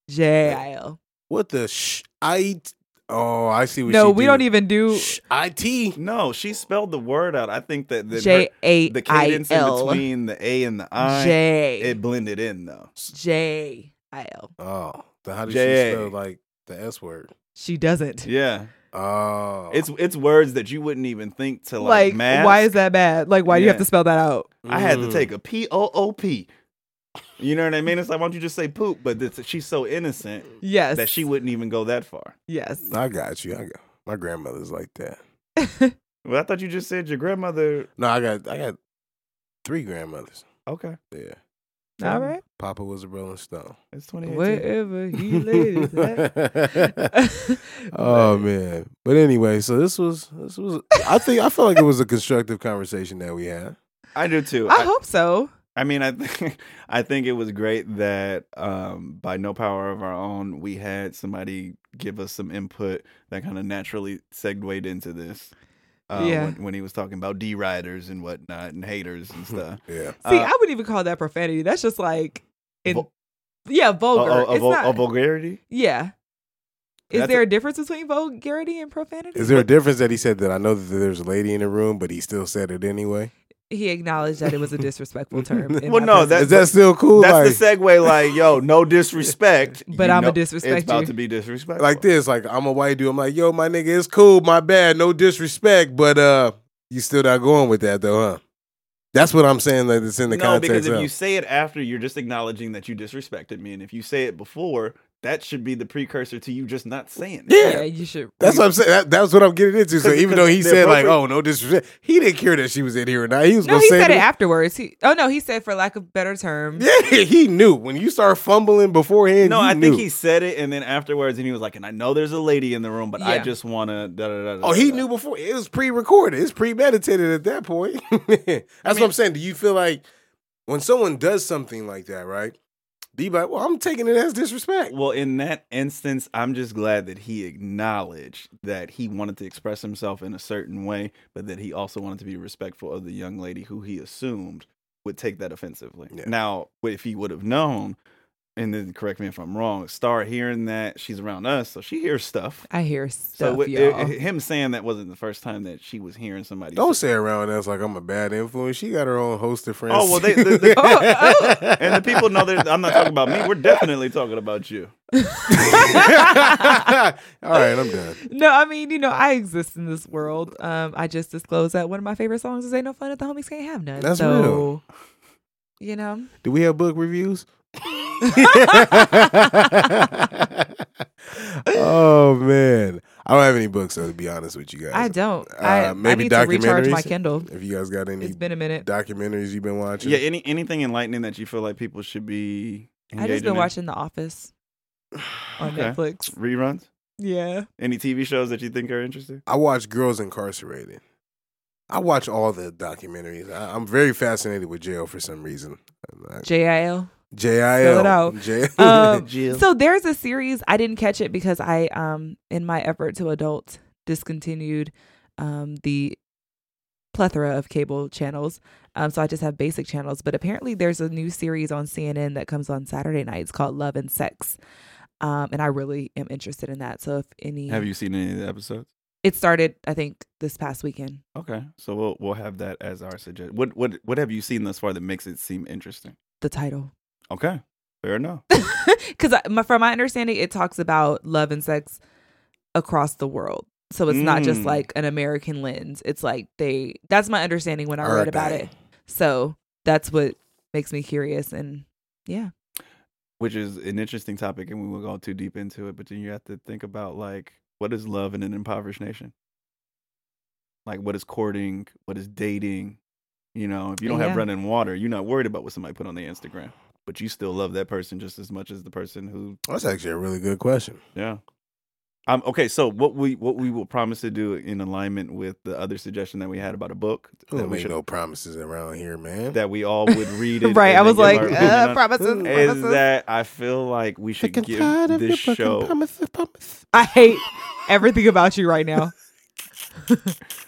Speaker 3: JIL.
Speaker 1: What the sh? I. Oh, I see what.
Speaker 3: No,
Speaker 1: she
Speaker 3: we
Speaker 1: did.
Speaker 3: don't even do
Speaker 1: Sh- it.
Speaker 4: no, she spelled the word out. I think that, that her-
Speaker 3: J A
Speaker 4: the
Speaker 3: E I
Speaker 4: cadence in
Speaker 3: L.
Speaker 4: between the A and the I,
Speaker 3: J
Speaker 4: it blended in though.
Speaker 3: J I L.
Speaker 1: Oh, then how did
Speaker 4: J.A..
Speaker 1: she spell like the S word?
Speaker 3: She doesn't.
Speaker 4: Yeah,
Speaker 1: Oh,
Speaker 4: it's it's words that you wouldn't even think to like.
Speaker 3: Like,
Speaker 4: mask.
Speaker 3: why is that bad? Like, why do you have
Speaker 4: Yeah.
Speaker 3: to spell that out?
Speaker 4: I had to
Speaker 1: Mm.
Speaker 4: take a P O O P. You know what I mean? It's like why don't you just say poop? But it's, she's so innocent
Speaker 3: Yes.
Speaker 4: that she wouldn't even go that far.
Speaker 3: Yes.
Speaker 1: mm, I got you. I got my grandmother's like that.
Speaker 4: Well, I thought you just said your grandmother.
Speaker 1: No, I got I got three grandmothers.
Speaker 4: Okay,
Speaker 1: Yeah,
Speaker 3: All right.
Speaker 1: Papa was a Rolling Stone.
Speaker 4: it's twenty eighteen.
Speaker 3: Wherever he lays that.
Speaker 1: oh man! But anyway, so this was this was. I think I felt like it was a constructive conversation that we had.
Speaker 4: I do too.
Speaker 3: I hope so.
Speaker 4: I mean, I think I think it was great that um, by no power of our own, we had somebody give us some input that kind of naturally segued into this. Uh,
Speaker 3: Yeah.
Speaker 4: when, when he was talking about D riders and whatnot and haters and stuff.
Speaker 1: Yeah.
Speaker 3: See,
Speaker 4: Uh,
Speaker 3: I wouldn't even call that profanity. That's just like, in,
Speaker 4: Vul-
Speaker 3: yeah, vulgar.
Speaker 4: A- a- a
Speaker 3: it's
Speaker 4: vul-
Speaker 3: not,
Speaker 4: a uh, vulgarity.
Speaker 3: yeah. Is
Speaker 4: That's
Speaker 3: there a, difference between vulgarity and profanity?
Speaker 1: Is there a difference that he said that I know that there's a lady in the room, but he still said it anyway?
Speaker 3: he acknowledged that it was a disrespectful term. in
Speaker 4: Well,
Speaker 3: my
Speaker 4: no,
Speaker 3: presence.
Speaker 4: that-
Speaker 1: Is that still cool?
Speaker 4: That's
Speaker 1: like,
Speaker 4: the segue. Like, yo, no disrespect,
Speaker 3: But
Speaker 4: You
Speaker 3: I'ma
Speaker 4: know
Speaker 3: disrespect
Speaker 4: It's about
Speaker 3: you.
Speaker 4: to be disrespectful.
Speaker 1: like this. Like I'm a white dude. I'm like, yo, my nigga, it's cool. My bad. No disrespect, but uh, you still not going with that though, huh? That's what I'm saying. That it's in the
Speaker 4: no,
Speaker 1: context.
Speaker 4: because if
Speaker 1: of.
Speaker 4: you say it after, you're just acknowledging that you disrespected me, and if you say it before, that should be the precursor to you just not saying it.
Speaker 1: yeah,
Speaker 3: yeah, you should.
Speaker 1: That's what I'm saying. That, that's what I'm getting into. So
Speaker 4: 'Cause-
Speaker 1: even
Speaker 4: 'cause
Speaker 1: though he
Speaker 4: the
Speaker 1: said like,
Speaker 4: appropriate-
Speaker 1: "Oh, no disrespect," he didn't care that she was in here or not. He was
Speaker 3: no,
Speaker 1: gonna
Speaker 3: he
Speaker 1: say
Speaker 3: said it
Speaker 1: that-
Speaker 3: afterwards. He, oh no, he said for lack of better term.
Speaker 1: Yeah, he knew when you start fumbling beforehand.
Speaker 4: No,
Speaker 1: you
Speaker 4: I think
Speaker 1: knew.
Speaker 4: he said it, and then afterwards, and he was like, "And I know there's a lady in the room, but I
Speaker 3: Yeah.
Speaker 4: just want to." Da, da, da, da,
Speaker 1: Oh, he
Speaker 4: da.
Speaker 1: knew before. It was pre-recorded. It's premeditated at that point. That's what I'm saying. Do you feel like when someone does something like that, right? Do you be like, well, I'm taking it as disrespect.
Speaker 4: Well, in that instance, I'm just glad that he acknowledged that he wanted to express himself in a certain way, but that he also wanted to be respectful of the young lady who he assumed would take that offensively.
Speaker 1: Yeah.
Speaker 4: Now, if he would have known, and then correct me if I'm wrong, start hearing that she's around us, so she hears stuff.
Speaker 3: I hear
Speaker 4: So
Speaker 3: stuff,
Speaker 4: with-
Speaker 3: y'all.
Speaker 4: i- i- him saying that wasn't the first time that she was hearing somebody.
Speaker 1: Don't say around us like I'm a bad influence. She got her own host of friends.
Speaker 4: Oh, well, they- they- they- and the people know that I'm not talking about me. We're definitely talking about you.
Speaker 1: All right, I'm done.
Speaker 3: no, I mean, you know, I exist in this world. Um, I just disclosed that one of my favorite songs is "Ain't No Fun If the Homies Can't Have None."
Speaker 1: That's
Speaker 3: so,
Speaker 1: real.
Speaker 3: You know,
Speaker 1: Do we have book reviews? oh man, I don't have any books, so to be honest with you guys,
Speaker 3: I don't.
Speaker 1: Uh,
Speaker 3: I,
Speaker 1: maybe
Speaker 3: I need to recharge
Speaker 1: documentaries?
Speaker 3: my Kindle.
Speaker 1: If you guys got any
Speaker 3: It's been a minute.
Speaker 1: documentaries you've been watching,
Speaker 4: Yeah, any anything enlightening that you feel like people should be.
Speaker 3: I just
Speaker 4: engaging
Speaker 3: been
Speaker 4: in?
Speaker 3: watching The Office on
Speaker 4: Okay.
Speaker 3: Netflix.
Speaker 4: reruns.
Speaker 3: Yeah,
Speaker 4: Any TV shows that you think are interesting?
Speaker 1: I watch Girls Incarcerated. I watch all the documentaries. I, I'm very fascinated with jail for some reason. Uh,
Speaker 3: JIL.
Speaker 1: JIL.
Speaker 3: it out.
Speaker 1: J-
Speaker 3: Um,
Speaker 4: Jill.
Speaker 3: so there's a series I didn't catch it because I, um, in my effort to adult, discontinued um, the plethora of cable channels. Um, so I just have basic channels. But apparently, there's a new series on CNN that comes on Saturday nights called Love and Sex, um, and I really am interested in that. So if any,
Speaker 4: Have you seen any of the episodes?
Speaker 3: It started, I think, this past weekend.
Speaker 4: Okay, so we'll we'll have that as our suggestion. What what what have you seen thus far that makes it seem interesting?
Speaker 3: The title.
Speaker 4: Okay, fair enough.
Speaker 3: because my, from my understanding it talks about love and sex across the world so it's not just
Speaker 4: Mm.
Speaker 3: like an american lens it's like they that's my understanding when i read about
Speaker 1: Alright.
Speaker 3: it so that's what makes me curious and yeah
Speaker 4: Which is an interesting topic, and we won't go too deep into it. But then you have to think about like what is love in an impoverished nation? Like what is courting? What is dating? You know, if you don't have
Speaker 3: Yeah.
Speaker 4: running water, you're not worried about what somebody put on their Instagram, but you still love that person just as much as the person who
Speaker 1: That's actually a really good question.
Speaker 4: Yeah. Um, okay, so what we what we will promise to do in alignment with the other suggestion that we had about a book
Speaker 1: We
Speaker 4: that
Speaker 1: don't
Speaker 4: we
Speaker 1: make
Speaker 4: should
Speaker 1: no promises around here, man.
Speaker 4: that we all would read it.
Speaker 3: right
Speaker 4: and
Speaker 3: i
Speaker 4: then
Speaker 3: was like
Speaker 4: give our opinion
Speaker 3: uh,
Speaker 4: on-
Speaker 3: promises,
Speaker 4: is
Speaker 3: promises.
Speaker 4: that I feel like we should give this show.
Speaker 1: promises, promises.
Speaker 3: i hate everything about you right now.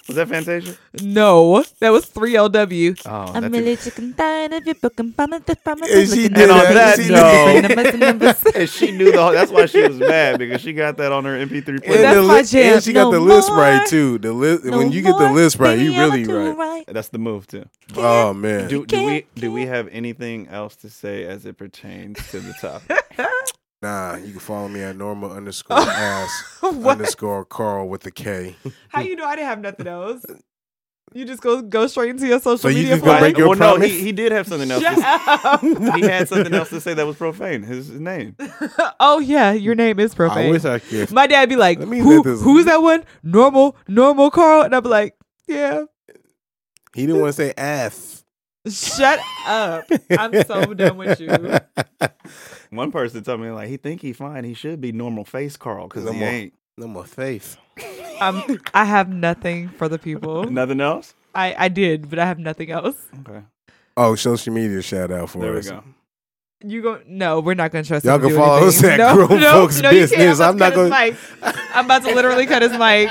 Speaker 4: Was that Fantasia?
Speaker 3: No, that was 3LW.
Speaker 4: Oh,
Speaker 3: I'm
Speaker 4: that's
Speaker 3: really
Speaker 4: it.
Speaker 3: chicken tired of your book and promise that promise.
Speaker 1: And she did
Speaker 4: on
Speaker 1: that.
Speaker 4: that
Speaker 1: she
Speaker 4: note-
Speaker 1: did that.
Speaker 4: and she knew the. Whole, that's why she was mad because she got that on her MP3
Speaker 1: And,
Speaker 4: player.
Speaker 3: That's
Speaker 1: the
Speaker 3: my
Speaker 1: li-
Speaker 3: jam.
Speaker 1: and she got
Speaker 3: No
Speaker 1: the list
Speaker 3: more.
Speaker 1: right too. The list when you get the list right, you really right.
Speaker 4: That's the move too.
Speaker 1: Oh man,
Speaker 4: Do, do we do we have anything else to say as it pertains to the topic?
Speaker 1: nah. You can follow me at Norma underscore ass
Speaker 3: Oh, What?
Speaker 1: underscore Carl with a K.
Speaker 3: How you know I didn't have nothing else? You just go go straight into your social
Speaker 1: So you
Speaker 3: media.
Speaker 1: just
Speaker 3: for
Speaker 1: gonna
Speaker 3: it?
Speaker 1: break your
Speaker 4: well, no,
Speaker 1: promise?
Speaker 4: he, he did have something else.
Speaker 3: Shut
Speaker 4: To,
Speaker 3: up.
Speaker 4: he had something else to say that was profane. His, his name.
Speaker 3: oh yeah, your name is
Speaker 1: I
Speaker 3: profane.
Speaker 1: wish I could.
Speaker 3: My dad be like,
Speaker 1: Let me
Speaker 3: Who,
Speaker 1: let this-
Speaker 3: "Who's that one? Normal, normal Carl," and I'd be like, "Yeah,
Speaker 1: He didn't want to say ass.
Speaker 3: shut up. I'm so done with you."
Speaker 4: One person told me like he think he fine. He should be normal face Carl because he
Speaker 1: Normal.
Speaker 4: ain't.
Speaker 1: No more faith.
Speaker 3: I'm, Um, I have nothing for the people.
Speaker 4: Nothing else.
Speaker 3: I I did, but I have nothing else.
Speaker 4: Okay,
Speaker 1: Oh, social media shout out for
Speaker 4: there we
Speaker 1: us.
Speaker 4: go.
Speaker 3: You go no, we're not gonna trust.
Speaker 1: Y'all
Speaker 3: him to
Speaker 1: can
Speaker 3: do
Speaker 1: follow
Speaker 3: anything.
Speaker 1: us at Grown Folks
Speaker 3: you can't.
Speaker 1: Business.
Speaker 3: about
Speaker 1: I'm
Speaker 3: to
Speaker 1: not
Speaker 3: cut his mic. I'm about to literally cut his mic.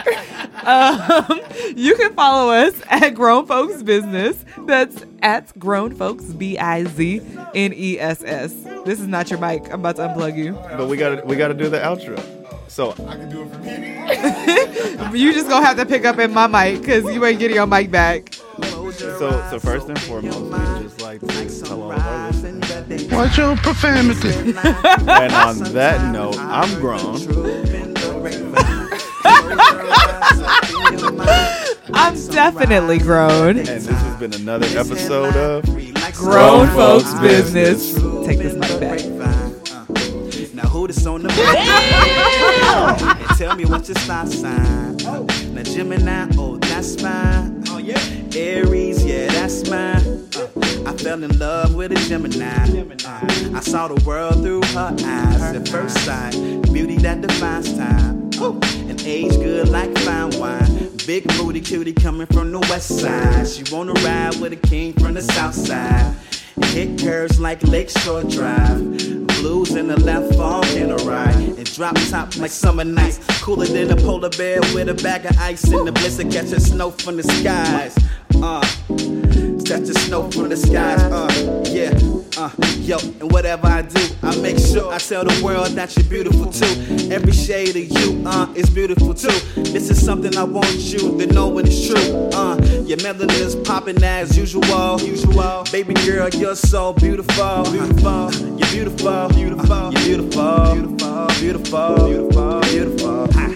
Speaker 3: Um, you can follow us at Grown Folks Business. That's at Grown Folks B I Z N E S S. This is not your mic. I'm about to unplug you.
Speaker 4: But we gotta we gotta do the outro. So
Speaker 3: You just gonna have to pick up in my mic because you ain't getting your mic back.
Speaker 4: so so first and foremost, we just like to tell all of our listeners.
Speaker 8: Watch your profanity.
Speaker 4: And on that note, I'm grown.
Speaker 3: I'm definitely grown.
Speaker 4: And this has been another episode of
Speaker 3: Grown Folks Business. Take this mic back.
Speaker 2: Uh, Now who this on the mic? and tell me what's your stop sign? Now Gemini, oh that's mine. Oh yeah. Aries, yeah that's mine. Uh, I fell in love with a Gemini. Uh, I saw the world through her eyes at first sight. Beauty that defines time. And age good like fine wine. Big booty cutie coming from the west side. She wanna ride with a king from the south side. Hit curves like Lakeshore Drive. Blues in the left, fall in the right. And drop top like summer nights. Cooler than a polar bear with a bag of ice. And the blizzard catching snow from the skies. Uh, that's the snow from the skies. Uh, yeah, uh, yo, and whatever I do, I make sure I tell the world that you're beautiful too. Every shade of you, uh, is beautiful too. This is something I want you to know when it's true. Uh, your melanin is popping as usual. Usual, baby girl, you're so beautiful. Beautiful, you're beautiful. Beautiful, you're beautiful. Beautiful, beautiful, beautiful, beautiful. Ah.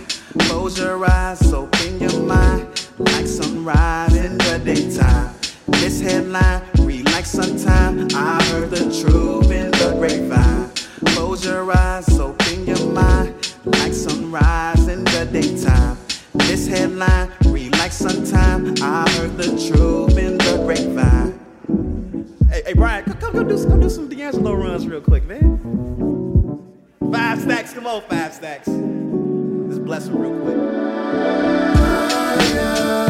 Speaker 2: Close your eyes, open your mind, like sunrise in the daytime. This headline, read like sometime. I heard the truth in the grapevine. Close your eyes, open your mind, like sunrise in the daytime. This headline, read like sometime. I heard the truth in the grapevine. Hey, hey Brian, come, come, come, do, some- come do some D'Angelo runs real quick, man. Five stacks, come on, five stacks. Let's bless him real quick.